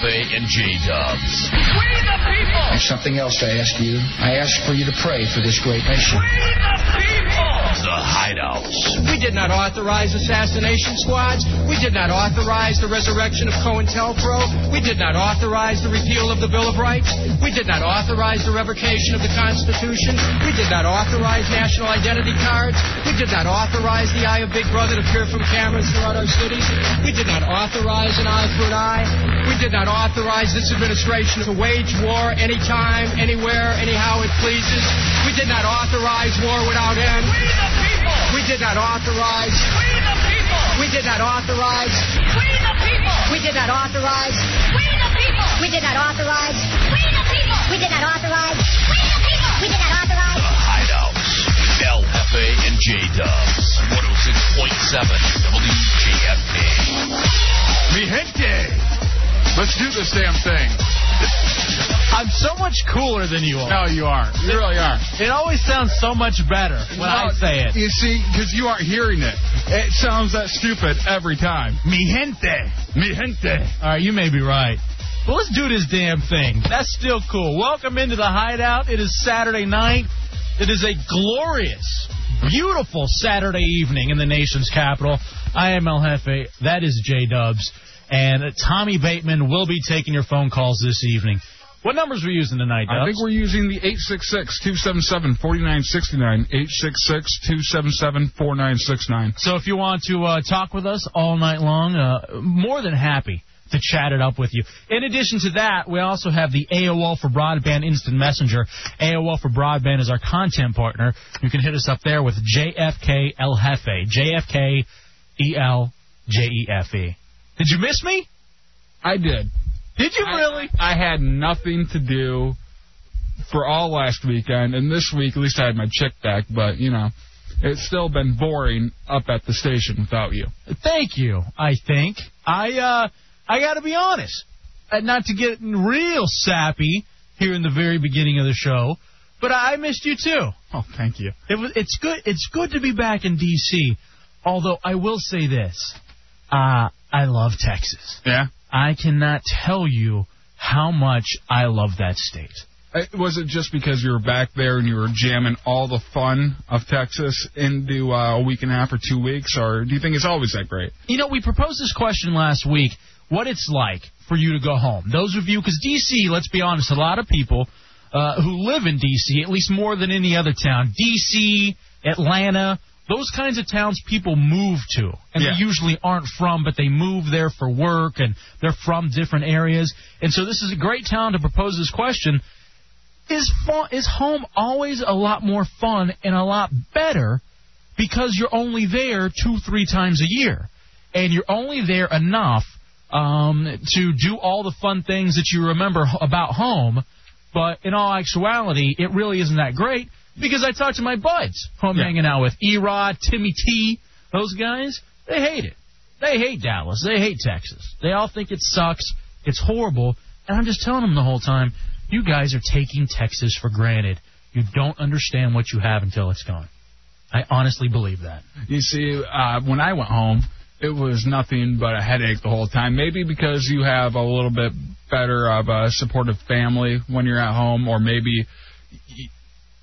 J Dubs. We the people! There's something else I ask you. I ask for you to pray for this great nation. We the people! The Hideouts. We did not authorize assassination squads. We did not authorize the resurrection of COINTELPRO. We did not authorize the repeal of the Bill of Rights. We did not authorize the revocation of the Constitution. We did not authorize national identity cards. We did not authorize the eye of Big Brother to peer from cameras throughout our cities. We did not authorize an eye for an eye. We did not authorize this administration to wage war anytime, anywhere, anyhow it pleases. We did not authorize war without end. We the people! We did not authorize. We the people! We did not authorize. We the people! We did not authorize. We the people! We did not authorize. We the people! We did not authorize. We the people! We did not The authorize. Hideouts. LFA and J Dubs. 106.7 WJFA. Mi gente. Let's do this damn thing. I'm so much cooler than you are. No, you are. You really are. It always sounds so much better when I No, say it. You see, because you aren't hearing it. It sounds that stupid every time. Mi gente. Mi gente. All right, you may be right. But let's do this damn thing. That's still cool. Welcome into the hideout. It is Saturday night. It is a glorious, beautiful Saturday evening in the nation's capital. I am El Jefe. That is J Dubs. And uh, Tommy Bateman will be taking your phone calls this evening. What numbers are we using tonight, Dubs? I think we're using the 866-277-4969, 866-277-4969. So if you want to uh, talk with us all night long, uh, more than happy to chat it up with you. In addition to that, we also have the AOL for Broadband Instant Messenger. AOL for Broadband is our content partner. You can hit us up there with JFK El Jefe. JFK E L J E F E. Did you miss me? I did. Did you I- really? I, had nothing to do for all last weekend, and this week at least I had my chick back, but, you know, it's still been boring up at the station without you. Thank you. I think I uh I got to be honest, Uh, not to get real sappy here in the very beginning of the show, but I missed you too. Oh, thank you. It was, it's good. It's good to be back in D.C. Although I will say this, uh, I love Texas. Yeah? I cannot tell you how much I love that state. Uh, Was it just because you were back there and you were jamming all the fun of Texas into uh, a week and a half or two weeks, or do you think it's always that great? You know, we proposed this question last week. What it's like for you to go home? Those of you, because D.C. Let's be honest, a lot of people uh, who live in D.C. at least more than any other town. D.C., Atlanta. Those kinds of towns people move to, and Yeah. they usually aren't from, but they move there for work, and they're from different areas. And so this is a great town to propose this question: Is fun, is home always a lot more fun and a lot better because you're only there two, three times a year, and you're only there enough um, to do all the fun things that you remember h- about home. But in all actuality, it really isn't that great because I talked to my buds who I'm Yeah. hanging out with, Erod, Timmy T, those guys. They hate it. They hate Dallas. They hate Texas. They all think it sucks. It's horrible. And I'm just telling them the whole time, you guys are taking Texas for granted. You don't understand what you have until it's gone. I honestly believe that. You see, uh, when I went home, it was nothing but a headache the whole time. Maybe because you have a little bit better of a supportive family when you're at home, or maybe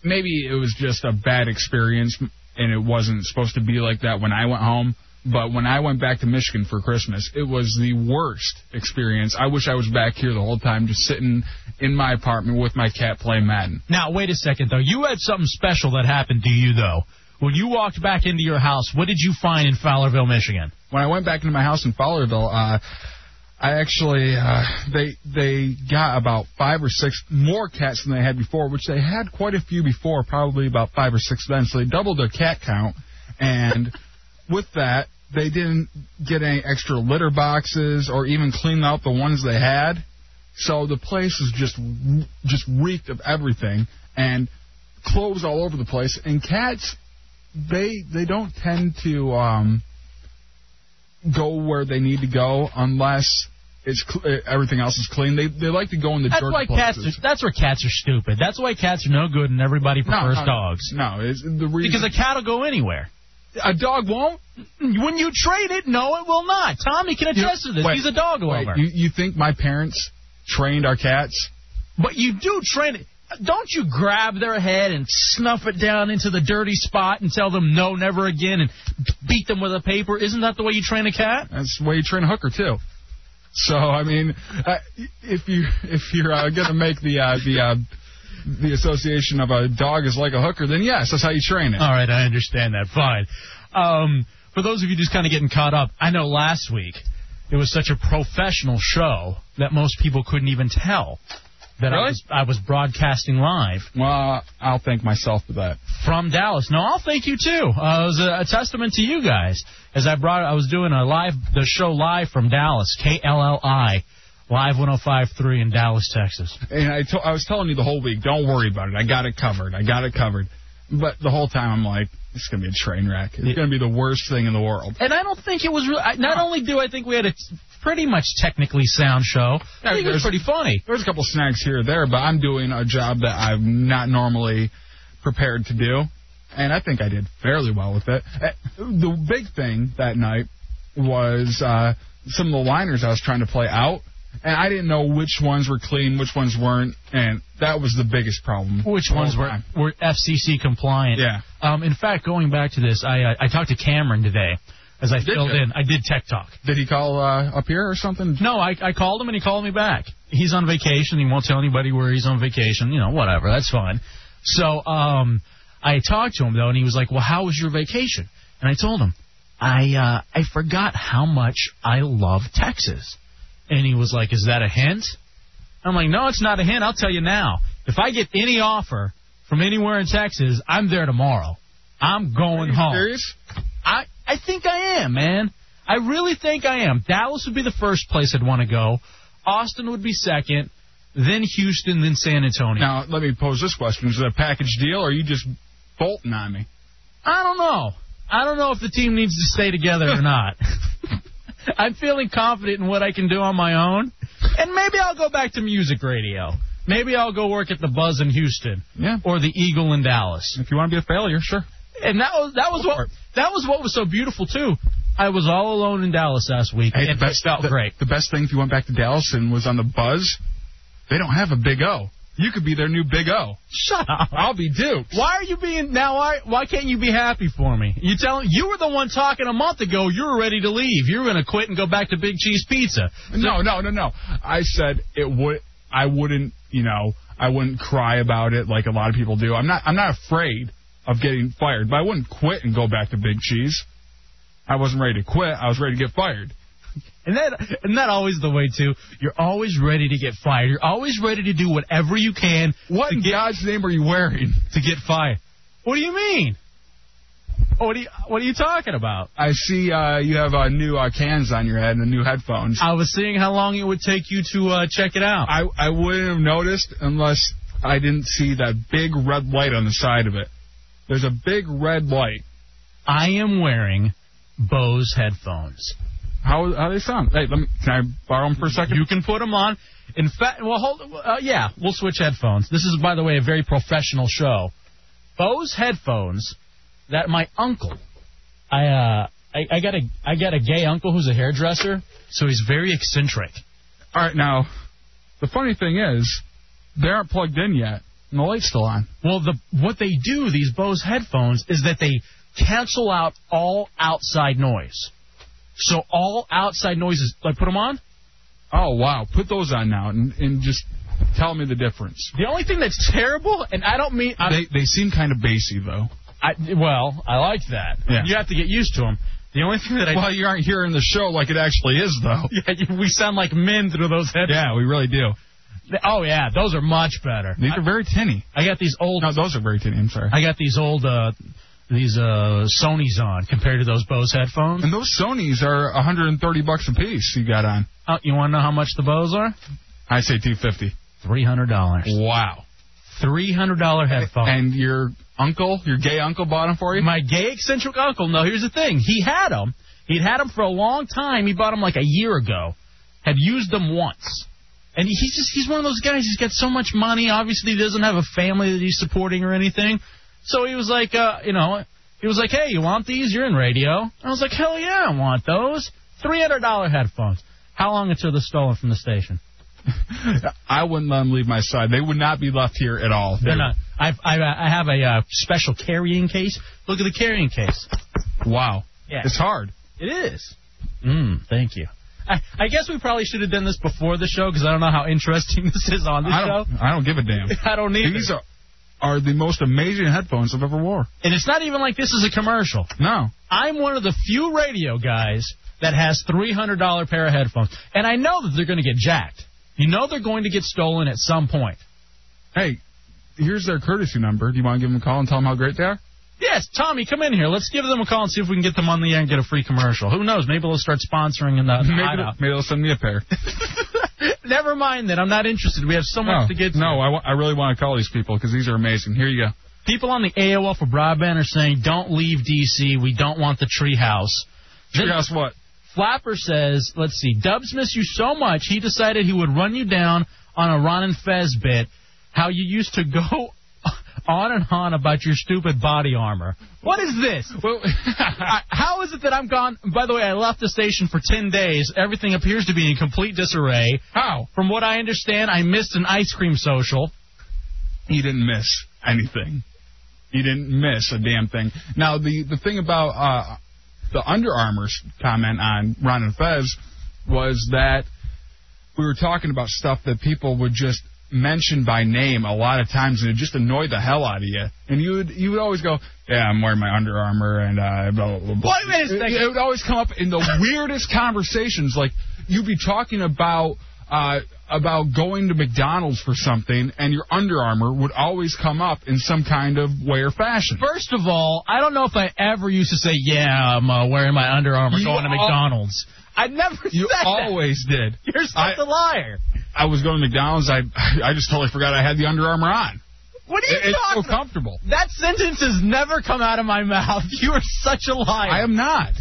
maybe it was just a bad experience and it wasn't supposed to be like that when I went home. But when I went back to Michigan for Christmas, it was the worst experience. I wish I was back here the whole time, just sitting in my apartment with my cat playing Madden. Now, wait a second, though. You had something special that happened to you, though. When you walked back into your house, what did you find in Fowlerville, Michigan? when I went back into my house in Fowlerville, uh, I actually uh, they they got about five or six more cats than they had before, which they had quite a few before, probably about five or six then. So they doubled their cat count, and with that, they didn't get any extra litter boxes or even clean out the ones they had. So the place was just just reeked of everything and clothes all over the place. And cats, they they don't tend to um, go where they need to go unless it's cl- eh, everything else is clean. They they like to go in the That's dirt why cats. places. Are, that's where cats are stupid. That's why cats are no good, and everybody prefers dogs No, it's the reason because a cat will go anywhere. a dog won't. When you trade it, no, it will not. Tommy can attest to this. Wait, He's a dog wait, lover. You, you think my parents trained our cats. But you do train it. Don't you grab their head and snuff it down into the dirty spot and tell them no, never again, and beat them with a paper? Isn't that the way you train a cat? That's the way you train a hooker too. So I mean, uh, if you if you're uh, gonna make the uh, the uh, the association of a dog is like a hooker, then yes, that's how you train it. All right, I understand that. Fine. Um, for those of you just kind of getting caught up, I know last week it was such a professional show that most people couldn't even tell that I Really? was I was broadcasting live Well, I'll thank myself for that. from Dallas. No, I'll thank you too. Uh, it was a, a testament to you guys as I brought I was doing a live the show live from Dallas, KLLI, live 105.3 in Dallas, Texas. And I to- I was telling you the whole week, don't worry about it. I got it covered. I got it covered. But the whole time I'm like, it's gonna be a train wreck. It's gonna be the worst thing in the world. And I don't think it was. Re- I, not only do I think we had a t- pretty much technically sound show, I think it was there's- pretty funny. There's a couple snacks here or there, but I'm doing a job that I'm not normally prepared to do, and I think I did fairly well with it. Uh, The big thing that night was uh, some of the liners I was trying to play out, and I didn't know which ones were clean, which ones weren't, and that was the biggest problem. Which ones were Time. were FCC compliant? Yeah. Um, in fact, going back to this, I uh, I talked to Cameron today as I filled you? in. I did tech talk. Did he call uh, up here or something? No, I, I called him and he called me back. He's on vacation. He won't tell anybody where he's on vacation. You know, whatever. That's fine. So um, I talked to him though, and he was like, "Well, how was your vacation?" And I told him, "I uh, I forgot how much I love Texas." And he was like, "Is that a hint?" I'm like, "No, it's not a hint. I'll tell you now. If I get any offer from anywhere in Texas, I'm there tomorrow. I'm going Are you home." serious? I I think I am, man. I really think I am. Dallas would be the first place I'd want to go. Austin would be second, then Houston, then San Antonio. Now let me pose this question: Is it a package deal, or are you just bolting on me? I don't know. I don't know if the team needs to stay together or not. I'm feeling confident in what I can do on my own, and maybe I'll go back to music radio. Maybe I'll go work at the Buzz in Houston Yeah. or the Eagle in Dallas. If you want to be a failure, sure. And that was that was what that was what was so beautiful too. I was all alone in Dallas last week, Hey, and the it felt the- great. The best thing if you went back to Dallas and was on the buzz, they don't have a Big O. You could be their new Big O. Shut up. I'll be duped. Why are you being now? Why why can't you be happy for me? You telling you were the one talking a month ago. You were ready to leave. You were going to quit and go back to Big Cheese Pizza. No, no, no, no. I said it would. I wouldn't. You know, I wouldn't cry about it like a lot of people do. I'm not. I'm not afraid of getting fired, but I wouldn't quit and go back to Big Cheese. I wasn't ready to quit. I was ready to get fired. And that and that always the way too. You're always ready to get fired. You're always ready to do whatever you can What in God's name are you wearing? to get fired. What do you mean? What are you What are you talking about? I see uh, you have uh, new uh, cans on your head and new headphones. I was seeing how long it would take you to uh, check it out. I, I wouldn't have noticed unless I didn't see that big red light on the side of it. There's a big red light. I am wearing Bose headphones. How how they sound? Hey, let me. Can I borrow them for a second? You can put them on. In fact, well, hold. Uh, yeah, we'll switch headphones. This is, by the way, a very professional show. Bose headphones that my uncle. I uh, I, I got a I got a gay uncle who's a hairdresser, so he's very eccentric. All right, now the funny thing is they aren't plugged in yet, and the light's still on. Well, the what they do these Bose headphones is that they cancel out all outside noise. So all outside noises. Like put them on. Oh wow, put those on now and and just tell me the difference. The only thing that's terrible, and I don't mean I'm, They they seem kind of bassy though. I, well, I like that. Yeah. You have to get used to them. The only thing that I Well, you aren't hearing the show like it actually is though. Yeah, we sound like men through those headphones. Yeah, we really do. Oh yeah, those are much better. These are very tinny. I got these old. No, those are very tinny. I'm sorry. I got these old. uh These uh Sony's on compared to those Bose headphones. And those Sonys are 130 bucks a piece. You got on. Oh, you want to know how much the Bose are? I say 250. Three hundred dollars. Wow. Three hundred dollar headphones. And your uncle, your gay uncle, bought them for you. my gay eccentric uncle. No, here's the thing. He had them. He'd had them for a long time. He bought them like a year ago. Had used them once. And he's just he's one of those guys. He's got so much money. Obviously, he doesn't have a family that he's supporting or anything. So he was like, uh, you know, he was like, hey, you want these? You're in radio. I was like, hell yeah, I want those. Three hundred dollar headphones. How long until they're stolen from the station? I wouldn't let them leave my side. They would not be left here at all. They're not. I've, I, I have a uh, special carrying case. Look at the carrying case. Wow. Yeah. It's hard. It is. Mm, thank you. I, I guess we probably should have done this before the show because I don't know how interesting this is on the I show. don't, I don't give a damn. I don't need These are, are the most amazing headphones I've ever wore. And it's not even like this is a commercial. No. I'm one of the few radio guys that has $300 pair of headphones. And I know that they're going to get jacked. You know they're going to get stolen at some point. Hey, here's their courtesy number. Do you want to give them a call and tell them how great they are? Yes, Tommy, come in here. Let's give them a call and see if we can get them on the air and get a free commercial. Who knows? Maybe they'll start sponsoring in the the Maybe, hideout. they'll, maybe they'll send me a pair. Never mind that. I'm not interested. We have so much no, to get to. no I, wa- I really want to call these people because these are amazing. Here you go. People on the AOL for broadband are saying, don't leave D.C. We don't want the treehouse. Then- Guess what? Flapper says, let's see, Dubs missed you so much he decided he would run you down on a Ron and Fez bit. How you used to go on and on about your stupid body armor. What is this? Well, I, how is it that I'm gone? By the way, I left the station for 10 days. Everything appears to be in complete disarray. how? From what I understand, I missed an ice cream social. You didn't miss anything. You didn't miss a damn thing. Now, the, the thing about uh, the Under Armour's comment on Ron and Fez was that we were talking about stuff that people would just mention by name a lot of times, and it just annoyed the hell out of you. And you would you would always go, "Yeah, I'm wearing my Under Armour," and uh, blah blah blah. blah. Wait a minute, It- second. It, would always come up in the weirdest conversations. Like you'd be talking about. Uh, about going to McDonald's for something, and your Under Armour would always come up in some kind of way or fashion. First of all, I don't know if I ever used to say, yeah, I'm uh, wearing my Under Armour You going to al- McDonald's. I never You said always did. that. You're such I- a liar. I was going to McDonald's. I I just totally forgot I had the Under Armour on. What are you It- it's so talking about? comfortable. That sentence has never come out of my mouth. You are such a liar. I am not.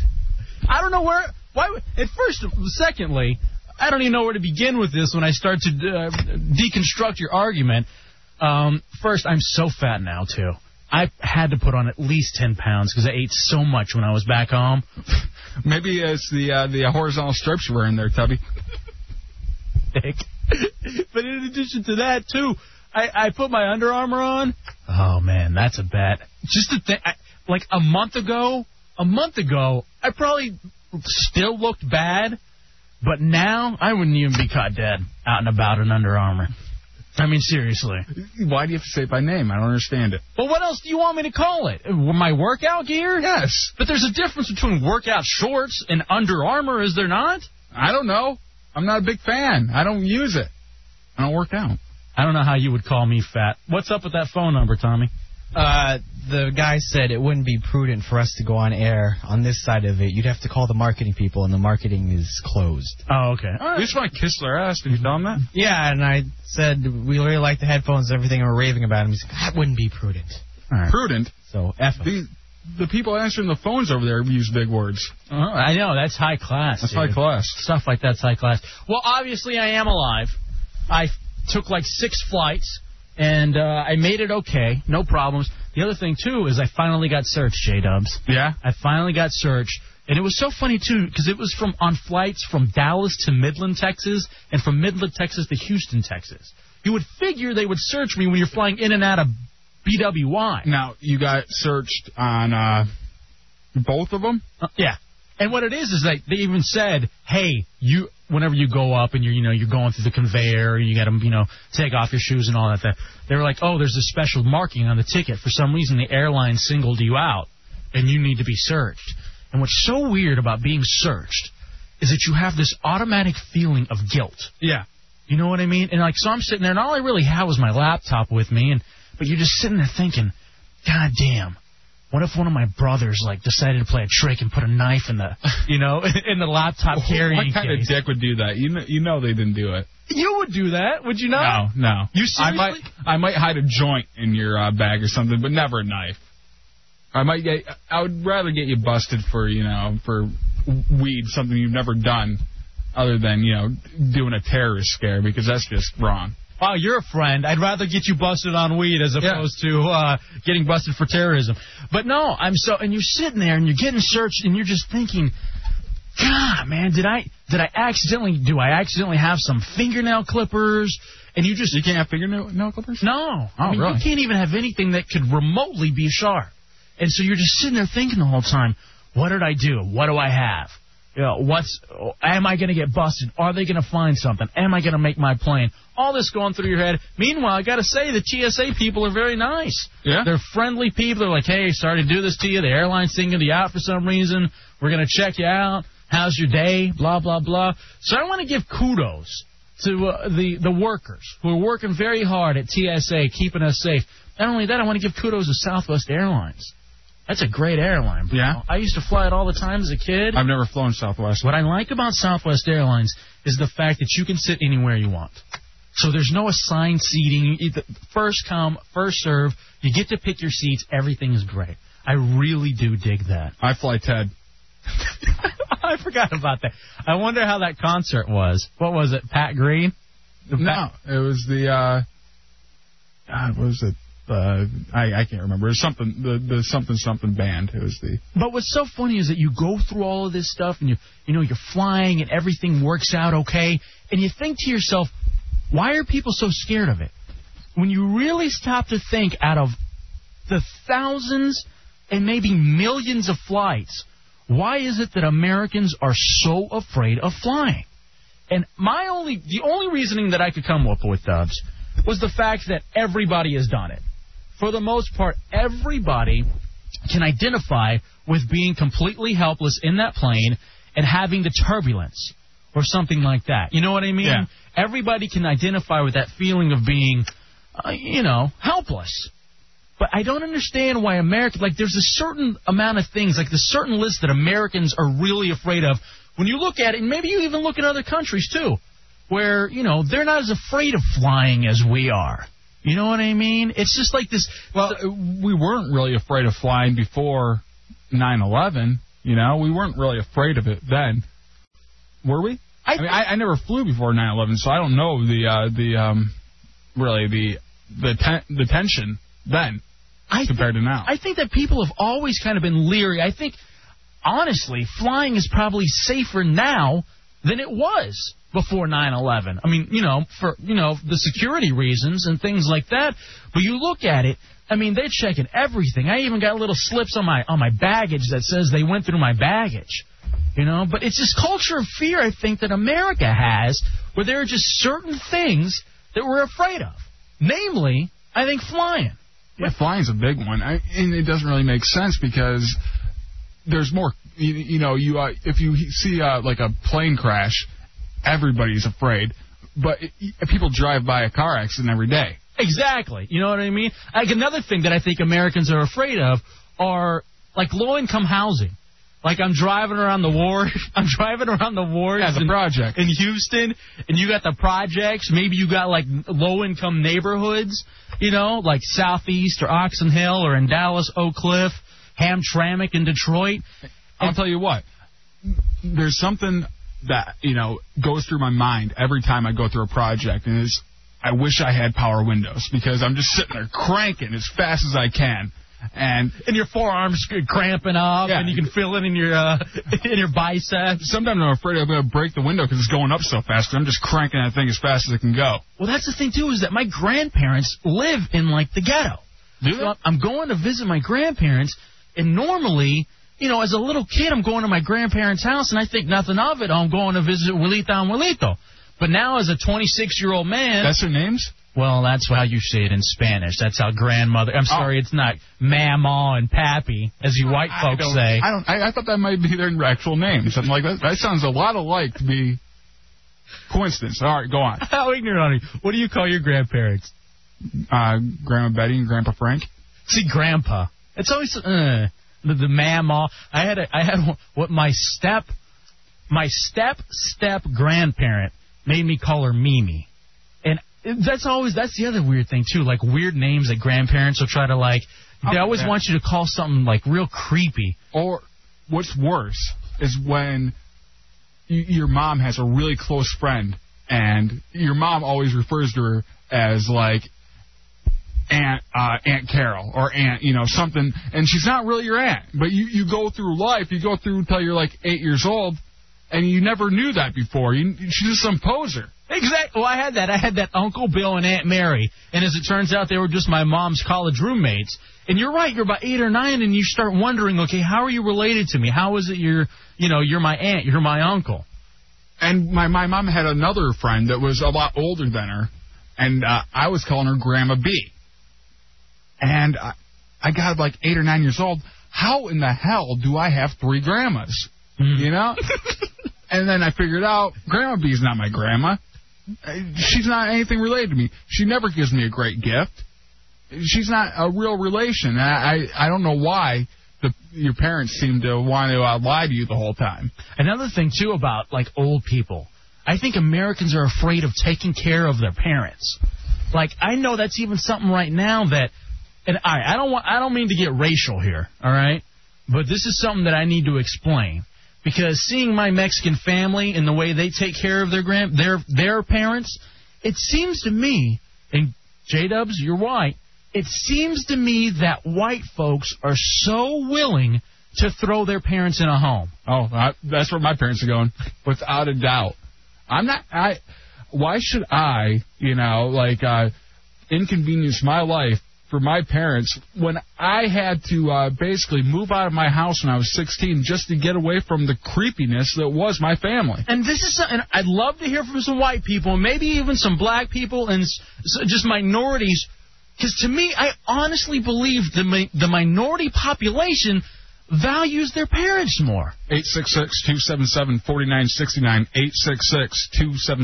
I don't know where. Why? would- At first, secondly, I don't even know where to begin with this when I start to uh, deconstruct your argument. Um, first, I'm so fat now too. I had to put on at least ten pounds because I ate so much when I was back home. Maybe it's the uh, the horizontal strips you were in there, Tubby. Dick. but in addition to that too, I, I put my Under Armour on. Oh man, that's a bet. Just to think, I, like a month ago, a month ago, I probably still looked bad, but now I wouldn't even be caught dead out and about in Under Armour. I mean, seriously. Why do you have to say it by name? I don't understand it. But what else do you want me to call it? My workout gear? Yes. But there's a difference between workout shorts and Under Armour, is there not? I don't know. I'm not a big fan. I don't use it. I don't work out. I don't know how you would call me fat. What's up with that phone number, Tommy? Uh, the guy said it wouldn't be prudent for us to go on air on this side of it. You'd have to call the marketing people, and the marketing is closed. Oh, okay. You just want to kiss their ass. Did you tell them that? Yeah, and I said we really like the headphones and everything, and we're raving about them. He's like, that wouldn't be prudent. Prudent. So F him. The, the people answering the phones over there use big words. Oh, I know that's high class. That's dude. high class. Stuff like that's high class. Well, obviously I am alive. I f- took like six flights and uh, I made it okay, no problems. The other thing too is I finally got searched, J Dubs. Yeah. I finally got searched, and it was so funny too because it was from on flights from Dallas to Midland, Texas, and from Midland, Texas to Houston, Texas. You would figure they would search me when you're flying in and out of BWY. Now you got searched on uh, both of them. Uh, yeah. And what it is is like they even said, hey, you whenever you go up and you're you know you're going through the conveyor, you got to you know take off your shoes and all that. That they were like, oh, there's a special marking on the ticket. For some reason, the airline singled you out, and you need to be searched. And what's so weird about being searched is that you have this automatic feeling of guilt. Yeah. You know what I mean? And like, so I'm sitting there, and all I really had was my laptop with me, and but you're just sitting there thinking, God damn, what if one of my brothers like decided to play a trick and put a knife in the, you know, in the laptop carrying What kind case? of dick would do that? You know, you know they didn't do it. you would do that, would you not? No, no. You I might, seriously- I might hide a joint in your uh, bag or something, but never a knife. I might get. I would rather get you busted for you know for weed, something you've never done, other than you know doing a terrorist scare because that's just wrong. Wow, you're a friend. I'd rather get you busted on weed as Yeah. opposed to uh, getting busted for terrorism. But no, I'm so, and you're sitting there and you're getting searched and you're just thinking, God, man, did I did I accidentally do I accidentally have some fingernail clippers? And you just You can't have fingernail nail clippers? Oh, no, I mean, really? you can't even have anything that could remotely be sharp. And so you're just sitting there thinking the whole time, what did I do? What do I have? You know, what's? oh, Am I going to get busted? Are they going to find something? Am I going to make my plane? All this going through your head. Meanwhile, I got to say the TSA people are very nice. Yeah. They're friendly people. They're like, hey, sorry to do this to you. The airline's singling you out for some reason. We're going to check you out. How's your day? Blah, blah, blah. So I want to give kudos to uh, the, the workers who are working very hard at TSA, keeping us safe. Not only that, I want to give kudos to Southwest Airlines. That's a great airline. bro. Yeah. I used to fly it all the time as a kid. I've never flown Southwest. What I like about Southwest Airlines is the fact that you can sit anywhere you want. So there's no assigned seating. You either- First come, first serve. You get to pick your seats. Everything is great. I really do dig that. I fly Ted. I forgot about that. I wonder how that concert was. What was it? Pat Green? The No, Pat- it was the. uh God, what was it? Uh, I I can't remember. It was something the the something something band. It was the But what's so funny is that you go through all of this stuff and you you know you're flying and everything works out okay and you think to yourself, why are people so scared of it? When you really stop to think out of the thousands and maybe millions of flights, why is it that Americans are so afraid of flying? And my only the only reasoning that I could come up with, Dubs, was the fact that everybody has done it. For the most part, everybody can identify with being completely helpless in that plane and having the turbulence or something like that. You know what I mean? Yeah. Everybody can identify with that feeling of being, uh, you know, helpless. But I don't understand why America like there's a certain amount of things, like there's certain list that Americans are really afraid of. When you look at it, and maybe you even look at other countries too, where, you know, they're not as afraid of flying as we are. You know what I mean? It's just like this Well, we weren't really afraid of flying before 9/11. You know, we weren't really afraid of it then, were we? I, mean, I, I never flew before 9/11, so I don't know the uh, the um, really the the ten- the tension then I compared to now. I think that people have always kind of been leery. I think, honestly, flying is probably safer now than it was before 9/11. I mean, you know, for you know the security reasons and things like that. But you look at it. I mean, they're checking everything. I even got little slips on my on my baggage that says they went through my baggage. You know, but it's this culture of fear I think that America has, where there are just certain things that we're afraid of. Namely, I think flying. Yeah, flying's a big one, I, and it doesn't really make sense because there's more. You, you know, you uh, if you see uh, like a plane crash, everybody's afraid, but it, people drive by a car accident every day. Exactly. You know what I mean? Like another thing that I think Americans are afraid of are like low income housing. Like I'm driving around the ward, I'm driving around the ward Yeah, the project. in Houston, and you got the projects. Maybe you got like low income neighborhoods, you know, like Southeast or Oxon Hill or in Dallas, Oak Cliff, Hamtramck in Detroit. I'll tell you what. There's something that you know goes through my mind every time I go through a project, and is I wish I had power windows because I'm just sitting there cranking as fast as I can, and And your forearms cramping up, Yeah. and you can feel it in your uh, in your biceps. sometimes I'm afraid I'm gonna break the window because it's going up so fast. 'cause I'm just cranking that thing as fast as it can go. Well, that's the thing too is that my grandparents live in like the ghetto. Do So I'm- I'm going to visit my grandparents, and normally, you know, as a little kid, I'm going to my grandparents' house, and I think nothing of it. I'm going to visit Wilita and Wilito. But now, as a 26 year old man, That's their names. well, that's how you say it in Spanish. That's how grandmother. Oh. I'm sorry, it's not mama and pappy, as you white folks don't, say. I don't. I, I thought that might be their actual names. I'm like that. That sounds a lot alike to be coincidence. All right, go on. How ignorant are you? What do you call your grandparents? Uh, Grandma Betty and Grandpa Frank. See, grandpa. It's always uh, the, the mamaw. I had a, I had one- what my step my step step grandparent made me call her Mimi, and that's always that's the other weird thing too. Like weird names that grandparents will try to like. They Oh, always yeah. want you to call something like real creepy. Or what's worse is when y- your mom has a really close friend, and your mom always refers to her as like Aunt uh, Aunt Carol or Aunt, you know, something. And she's not really your aunt, but you you go through life, you go through until you're like eight years old, and you never knew that before. You, she's just some poser. Exactly. Well, I had that. I had that Uncle Bill and Aunt Mary, and as it turns out, they were just my mom's college roommates. And you're right. You're about eight or nine, and you start wondering, okay, how are you related to me? How is it you're, you know, you're my aunt, you're my uncle? And my my mom had another friend that was a lot older than her, and uh, I was calling her Grandma B. And I, I got like eight or nine years old. How in the hell do I have three grandmas? Mm. You know. and then I figured out Grandma B's not my grandma. Uh, She's not anything related to me. She never gives me a great gift. She's not a real relation. And I I, I don't know why the your parents seem to want to uh, lie to you the whole time. Another thing too about like old people, I think Americans are afraid of taking care of their parents. Like I know that's even something right now that, and I I don't want I don't mean to get racial here, all right, but this is something that I need to explain because seeing my Mexican family and the way they take care of their grand their their parents, it seems to me, and J Dubs, you're white. It seems to me that white folks are so willing to throw their parents in a home. Oh, I, that's where my parents are going, without a doubt. I'm not. I. Why should I, you know, like uh, inconvenience my life for my parents when I had to uh, basically move out of my house when I was 16 just to get away from the creepiness that was my family? and this is something I'd love to hear from some white people, and maybe even some black people, and s- s- just minorities. Because to me, I honestly believe the mi- the minority population values their parents more. 866-277-4969,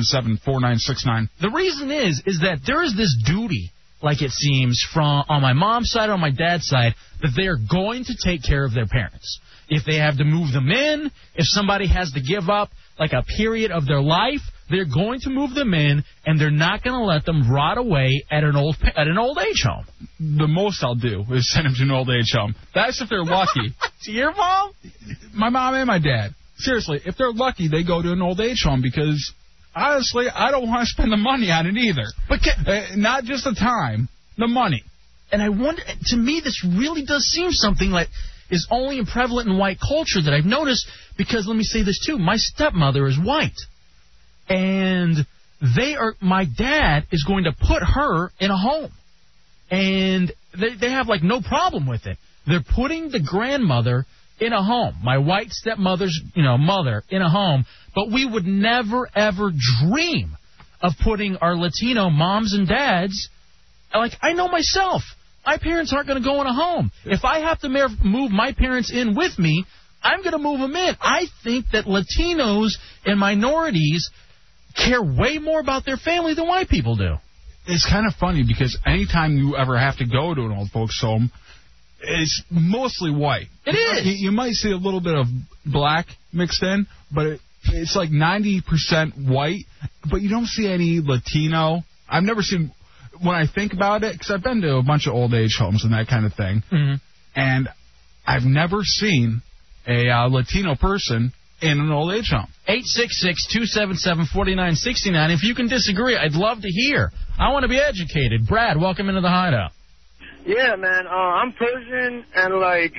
866-277-4969. The reason is is that there is this duty, like it seems, from on my mom's side, on my dad's side, that they are going to take care of their parents. If they have to move them in, if somebody has to give up like a period of their life, they're going to move them in, and they're not going to let them rot away at an old pa- at an old age home. The most I'll do is send them to an old age home. That's if they're lucky. To your mom? my mom and my dad. Seriously, if they're lucky, they go to an old age home because honestly, I don't want to spend the money on it either. But ca- Uh, not just the time, the money. and I wonder. To me, this really does seem something like is only prevalent in white culture that I've noticed. Because let me say this too: my stepmother is white, and they are. My dad is going to put her in a home, and they they have like no problem with it. They're putting the grandmother in a home, my white stepmother's you know mother in a home, but we would never ever dream of putting our Latino moms and dads like I know myself. My parents aren't going to go in a home. If I have to mer- move my parents in with me, I'm going to move them in. I think that Latinos and minorities care way more about their family than white people do. It's kind of funny because anytime you ever have to go to an old folks home, it's mostly white. It is. You, you might see a little bit of black mixed in, but it, it's like 90% white, but you don't see any Latino. I've never seen, when I think about it, because I've been to a bunch of old age homes and that kind of thing, Mm-hmm. and I've never seen a uh, Latino person in an old age home. 866-277-4969. If you can disagree, I'd love to hear. I want to be educated. Brad, welcome into the hideout. Yeah, man. Uh, I'm Persian, and like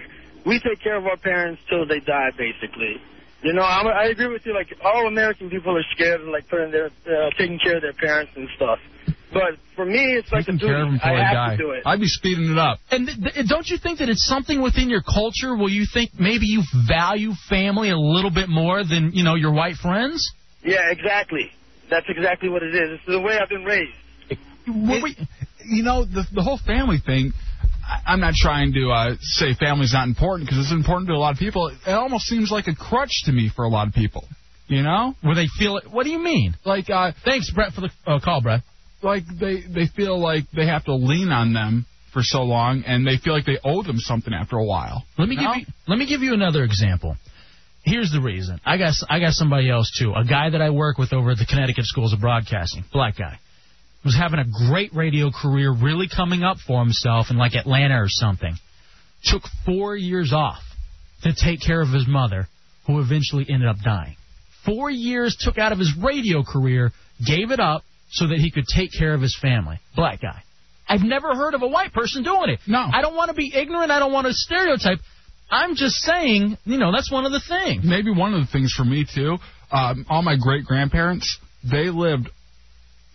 we take care of our parents till they die, basically. You know, I'm, I agree with you. Like all American people are scared of like putting their uh, taking care of their parents and stuff. But for me, it's like a Taking duty. care of 'em till I they have die. to do it. I'd be speeding it up. And th- th- don't you think that it's something within your culture where you think maybe you value family a little bit more than, you know, your white friends? yeah, exactly. That's exactly what it is. It's the way I've been raised. Well, we, you know, the, the whole family thing, I- I'm not trying to uh, say family's not important because it's important to a lot of people. It almost seems like a crutch to me for a lot of people. You know, Where they feel it. What do you mean? like uh, Thanks, Brett, for the uh, call, Brett. like they they feel like they have to lean on them for so long, and they feel like they owe them something after a while. Let me No? give you let me give you another example. Here's the reason. I got I got somebody else too. A guy that I work with over at the Connecticut Schools of Broadcasting, black guy, was having a great radio career, really coming up for himself in like Atlanta or something. Took four years off to take care of his mother, who eventually ended up dying. Four years took out of his radio career, gave it up so that he could take care of his family. Black guy. I've never heard of a white person doing it. No. I don't want to be ignorant. I don't want to stereotype. I'm just saying, you know, that's one of the things. Maybe one of the things for me too. um, all my great grandparents, they lived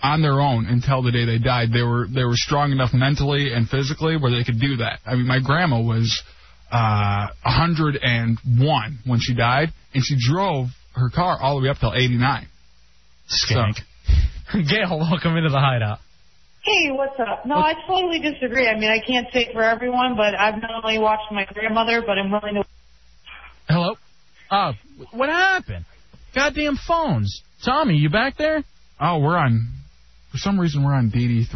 on their own until the day they died. They were they were strong enough mentally and physically where they could do that. I mean, my grandma was uh, 101 when she died, and she drove her car all the way up till 89. Skank. Gail, welcome into the hideout. Hey, what's up? No, I totally disagree. I mean, I can't say for everyone, but I've not only watched my grandmother, but I'm willing to. Hello. Uh, what happened? Goddamn phones. Tommy, you back there? Oh, we're on. For some reason, we're on DD3. Must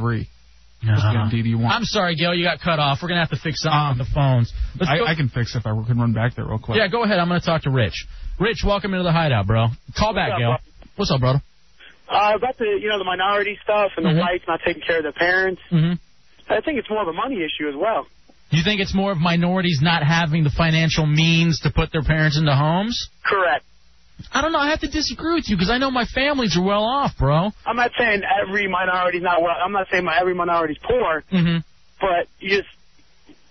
be Uh-huh. on DD1. I'm sorry, Gail, you got cut off. We're gonna have to fix something Um, with the phones. Let's I, go- I can fix if I can run back there real quick. yeah, go ahead. I'm gonna talk to Rich. Rich, welcome into the hideout, bro. Call back, up, Gail. bro? What's up, brother? Uh, about the you know the minority stuff and the Mm-hmm. Mhm. whites not taking care of their parents. Mm-hmm. I think it's more of a money issue as well. You think it's more of minorities not having the financial means to put their parents into homes? Correct. I don't know. I have to disagree with you because I know my families are well off, bro. I'm not saying every minority's not well. I'm not saying my, every minority's poor, Mm-hmm. but you just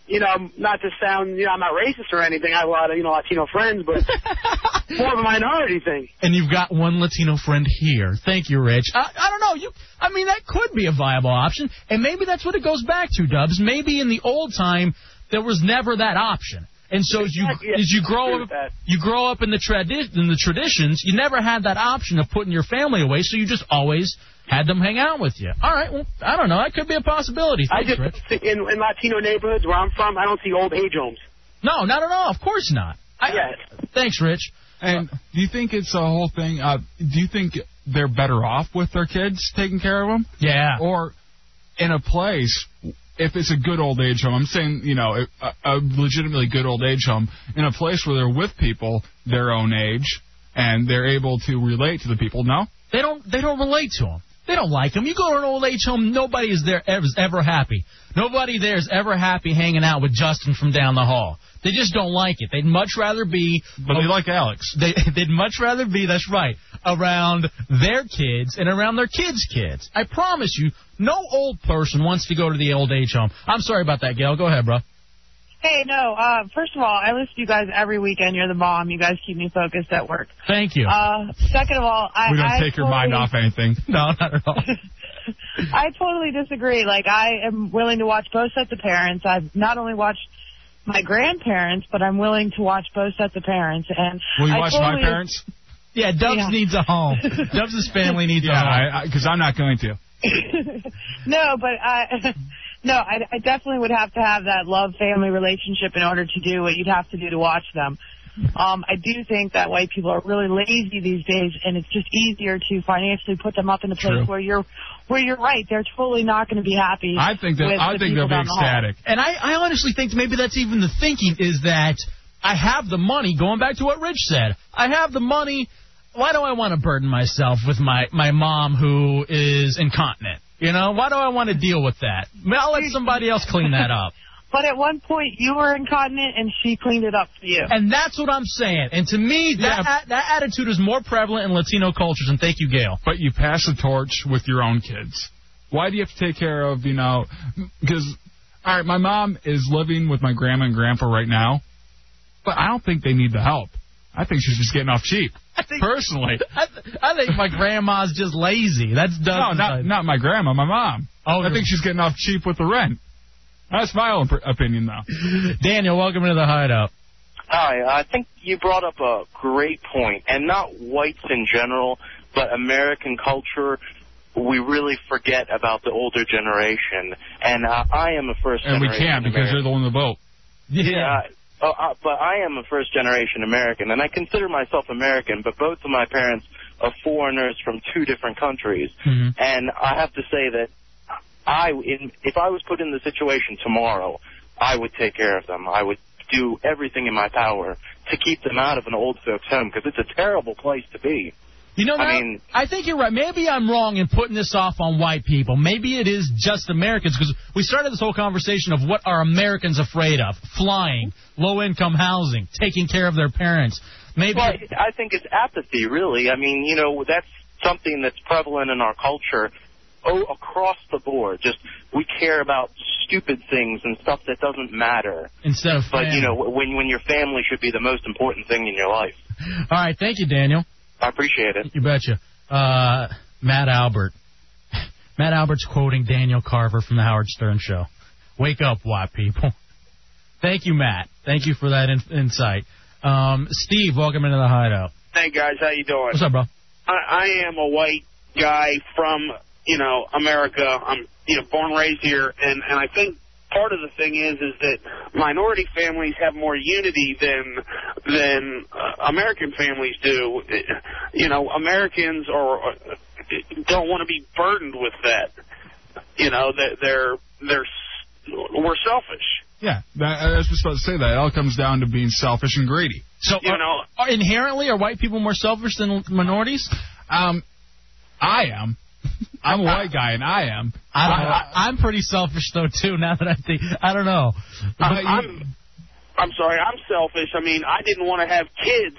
you know not to sound you know I'm not racist or anything. I have a lot of you know Latino friends, but it's more of a minority thing. and you've got one Latino friend here. Thank you, Rich. I, I don't know. You, I mean, that could be a viable option, and maybe that's what it goes back to, Dubs. Maybe in the old time there was never that option, and so as you Exactly, yeah, as you I agree grow up, with that. you grow up in the tradi- in the traditions, you never had that option of putting your family away, so you just always had them hang out with you. All right, well, I don't know. That could be a possibility. I Thanks, just Rich. in in Latino neighborhoods where I'm from, I don't see old age homes. No, not at all. Of course not. I, Yeah. Thanks, Rich. And do you think it's a whole thing? Uh, do you think they're better off with their kids taking care of them, Yeah. or in a place if it's a good old age home? I'm saying you know a, a legitimately good old age home in a place where they're with people their own age and they're able to relate to the people. No, They don't they don't relate to him. They don't like him. You go to an old age home, nobody is there ever, is ever happy. Nobody there is ever happy hanging out with Justin from down the hall. They just don't like it. They'd much rather be but they like Alex. they, they'd much rather be that's right around their kids and around their kids' kids. I promise you, no old person wants to go to the old age home. I'm sorry about that, Gail. Go ahead, bro. Hey, no. Uh, first of all, I listen to you guys every weekend. You're the bomb. You guys keep me focused at work. Thank you. Uh, second of all, I We don't I take your mind totally- off anything. no, not at all. I totally disagree. Like I am willing to watch both sets of parents. I've not only watched my grandparents, but I'm willing to watch both sets of parents. And Will you I watch my totally parents? Yeah, Dubs Yeah. needs a home. Dubs' family needs a Yeah, home. because I, am not going to. no, but I no, I, I definitely would have to have that love family relationship in order to do what you'd have to do to watch them. Um, I do think that white people are really lazy these days, and it's just easier to financially put them up in a place True. where you're where you're right. They're totally not going to be happy. I think that with I the think people they'll be down the hall. ecstatic. And I, I honestly think maybe that's even the thinking is that I have the money, going back to what Rich said, I have the money. Why do I want to burden myself with my, my mom who is incontinent? You know, why do I want to deal with that? I'll let somebody else clean that up. But at one point, you were incontinent, and she cleaned it up for you. And that's what I'm saying. And to me, that, that attitude is more prevalent in Latino cultures. And thank you, Gail. but you pass the torch with your own kids. Why do you have to take care of, you know, because, all right, my mom is living with my grandma and grandpa right now, but I don't think they need the help. I think she's just getting off cheap, think- personally. I, th- I think my grandma's just lazy. That's No, dumb. not not my grandma, my mom. Oh, I think she's getting off cheap with the rent. That's my own pr- opinion, though. Daniel, welcome into the hideout. Hi, I think you brought up a great point, and not whites in general, but American culture. We really forget about the older generation, and uh, I am a first And we generation. can't because they're the one in the boat. Yeah, uh, uh, but I am a first generation American, and I consider myself American, but both of my parents are foreigners from two different countries. Mm-hmm. Mhm. And I have to say that I, in, if I was put in the situation tomorrow, I would take care of them. I would do everything in my power to keep them out of an old folks home because it's a terrible place to be. You know, I Matt, mean- I think you're right. Maybe I'm wrong in putting this off on white people. Maybe it is just Americans because we started this whole conversation of what are Americans afraid of: flying, low-income housing, taking care of their parents. Maybe Well, I think it's apathy, really. I mean, you know, that's something that's prevalent in our culture oh, across the board. Just we care about stupid things and stuff that doesn't matter. instead of. But family. you know, when when your family should be the most important thing in your life. All right, thank you, Daniel. I appreciate it. You betcha. Uh, Matt Albert. Matt Albert's quoting Daniel Carver from the Howard Stern Show. Wake up, white people. Thank you, Matt. Thank you for that in- insight. Um, Steve, welcome into the hideout. Hey guys, how you doing? What's up, bro? I, I am a white guy from you know America. I'm you know born raised here, and and I think part of the thing is is that minority families have more unity than than uh, American families do. You know, Americans are don't want to be burdened with that. You know, that they're they're s- we're selfish. Yeah, that, I was just about to say that. It all comes down to being selfish and greedy. uh, So, You know, Are inherently, are white people more selfish than minorities? Um, I am. I'm a white guy, and I am. I don't know. I, am pretty selfish though too. Now that I think, I don't know. Uh, But you- I'm I'm sorry, I'm selfish. I mean, I didn't want to have kids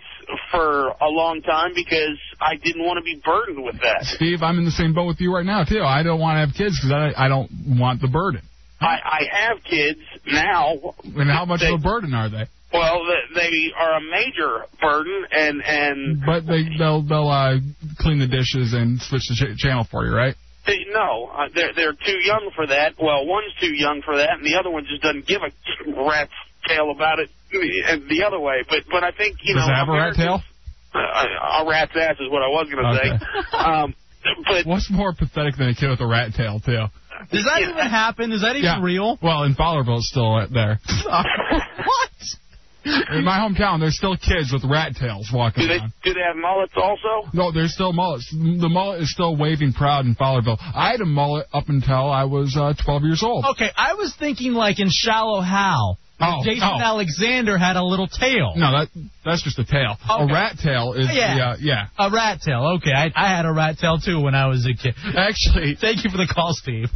for a long time because I didn't want to be burdened with that. Steve, I'm in the same boat with you right now too. I don't want to have kids because I, I don't want the burden. I, I have kids now. And how much They- of a burden are they? Well, th- they are a major burden, and and But they they'll they'll uh, clean the dishes and switch the ch- channel for you, right? they, no, uh, they're they're too young for that. Well, one's too young for that, and the other one just doesn't give a rat's tail about it uh, the other way. But but I think you Does know it have a rat Americans- tail? Uh, a rat's ass is what I was going to Okay. say. Um, but What's more pathetic than a kid with a rat tail too? does that yeah. even happen? Is that even Yeah. real? Well, in Fowlerville, it's still there. what? In my hometown, there's still kids with rat tails walking Do they around. do they have mullets also? No, there's still mullets. The mullet is still waving proud in Fowlerville. I had a mullet up until I was uh, 12 years old. Okay, I was thinking like in Shallow Hal. Oh, Jason oh. Alexander had a little tail. No, that that's just a tail. Okay. A rat tail is Yeah. the, uh, yeah. A rat tail. Okay, I, I had a rat tail too when I was a kid. Actually, Thank you for the call, Steve.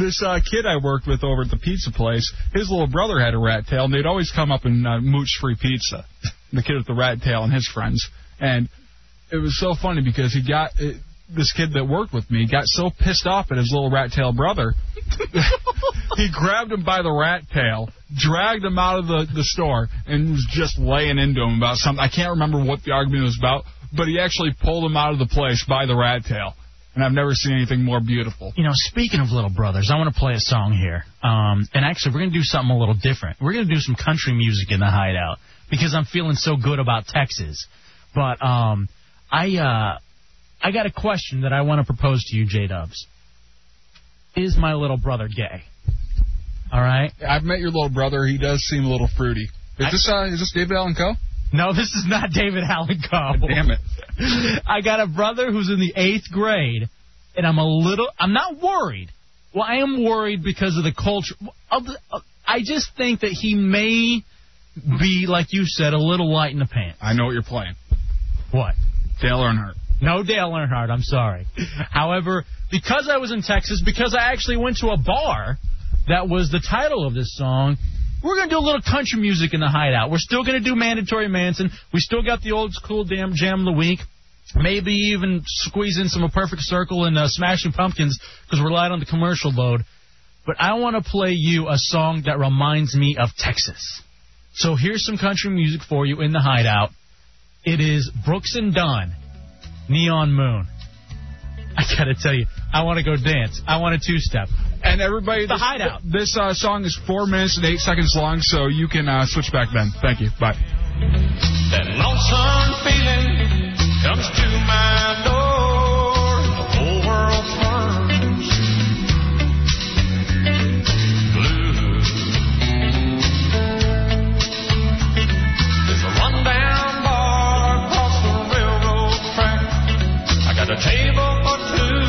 this uh, kid I worked with over at the pizza place, his little brother had a rat tail, and they'd always come up and uh, mooch free pizza. The kid with the rat tail and his friends, and it was so funny because he got it, this kid that worked with me got so pissed off at his little rat tail brother, he grabbed him by the rat tail, dragged him out of the the store, and was just laying into him about something. I can't remember what the argument was about, but he actually pulled him out of the place by the rat tail. And I've never seen anything more beautiful. You know, speaking of little brothers, I want to play a song here. Um, and actually, we're going to do something a little different. We're going to do some country music in the hideout because I'm feeling so good about Texas. But um, I uh, I got a question that I want to propose to you, J Dubs. Is my little brother gay? All right. I've met your little brother. He does seem a little fruity. Is I- this uh, is this David Allen Co? No, this is not David Allen Coe. Damn it. I got a brother who's in the eighth grade, and I'm a little. I'm not worried. Well, I am worried because of the culture. of the- of- I just think that he may be, like you said, a little light in the pants. I know what you're playing. What? Dale Earnhardt. No Dale Earnhardt, I'm sorry. However, because I was in Texas, because I actually went to a bar that was the title of this song, we're going to do a little country music in the hideout. We're still going to do Mandatory Manson. We still got the old school damn jam of the week. Maybe even squeeze in some A Perfect Circle and uh, Smashing Pumpkins because we're light on the commercial load. But I want to play you a song that reminds me of Texas. So here's some country music for you in the hideout. It is Brooks and Dunn. Neon Moon. I gotta tell you, I want to go dance. I want a two step. And everybody, The this, Hideout. This uh, song is four minutes and eight seconds long, so you can uh, switch back then. Thank you. Bye. That lonesome feeling comes to my door. The whole world turns blue. There's a rundown bar across the railroad track. I got a table for two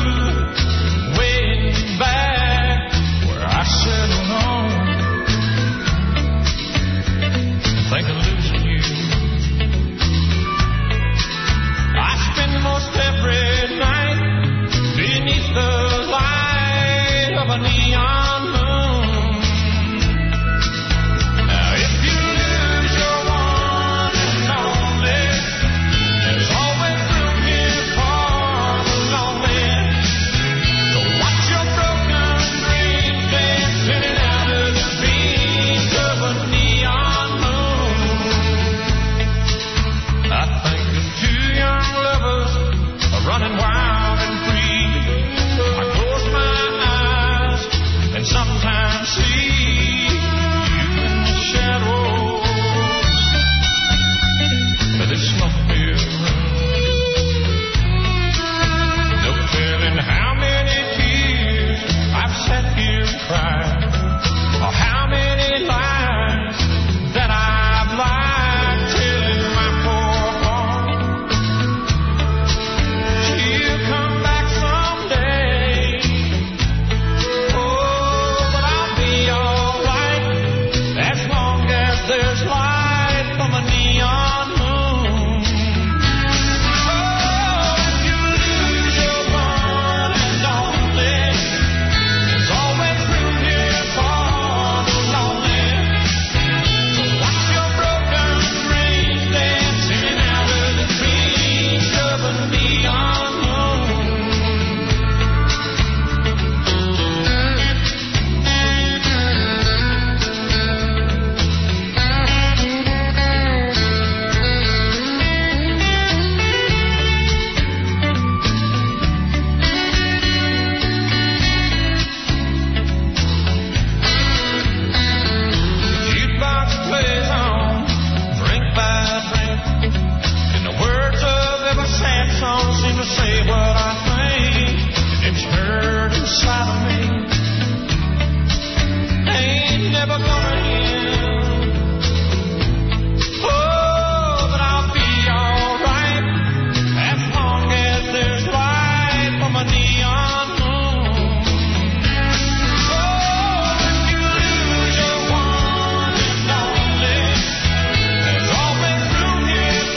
way back where I sit alone. Think of losing you. I spend most every Oh, Oh,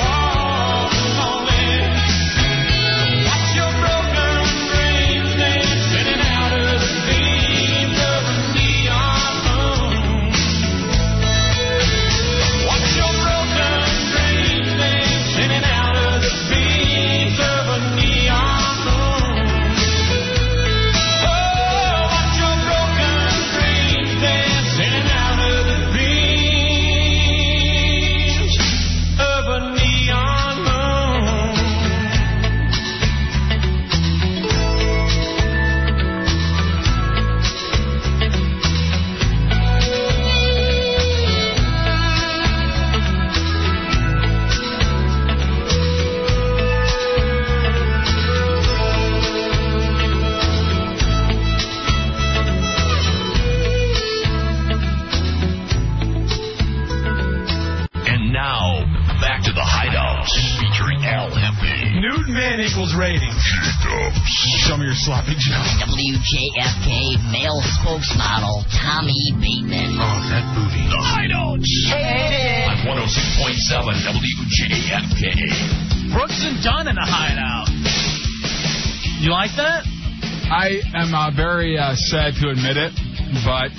Dubs. Featuring LMP. Nude Man equals ratings. G-Dubs. Show me your sloppy joe. WJFK male spokesmodel Tommy Bateman. Oh, that booty. The Hideout. oh On 106.7 WJFK. Brooks and Dunn in the hideout. You like that? I am uh, very uh, sad to admit it, but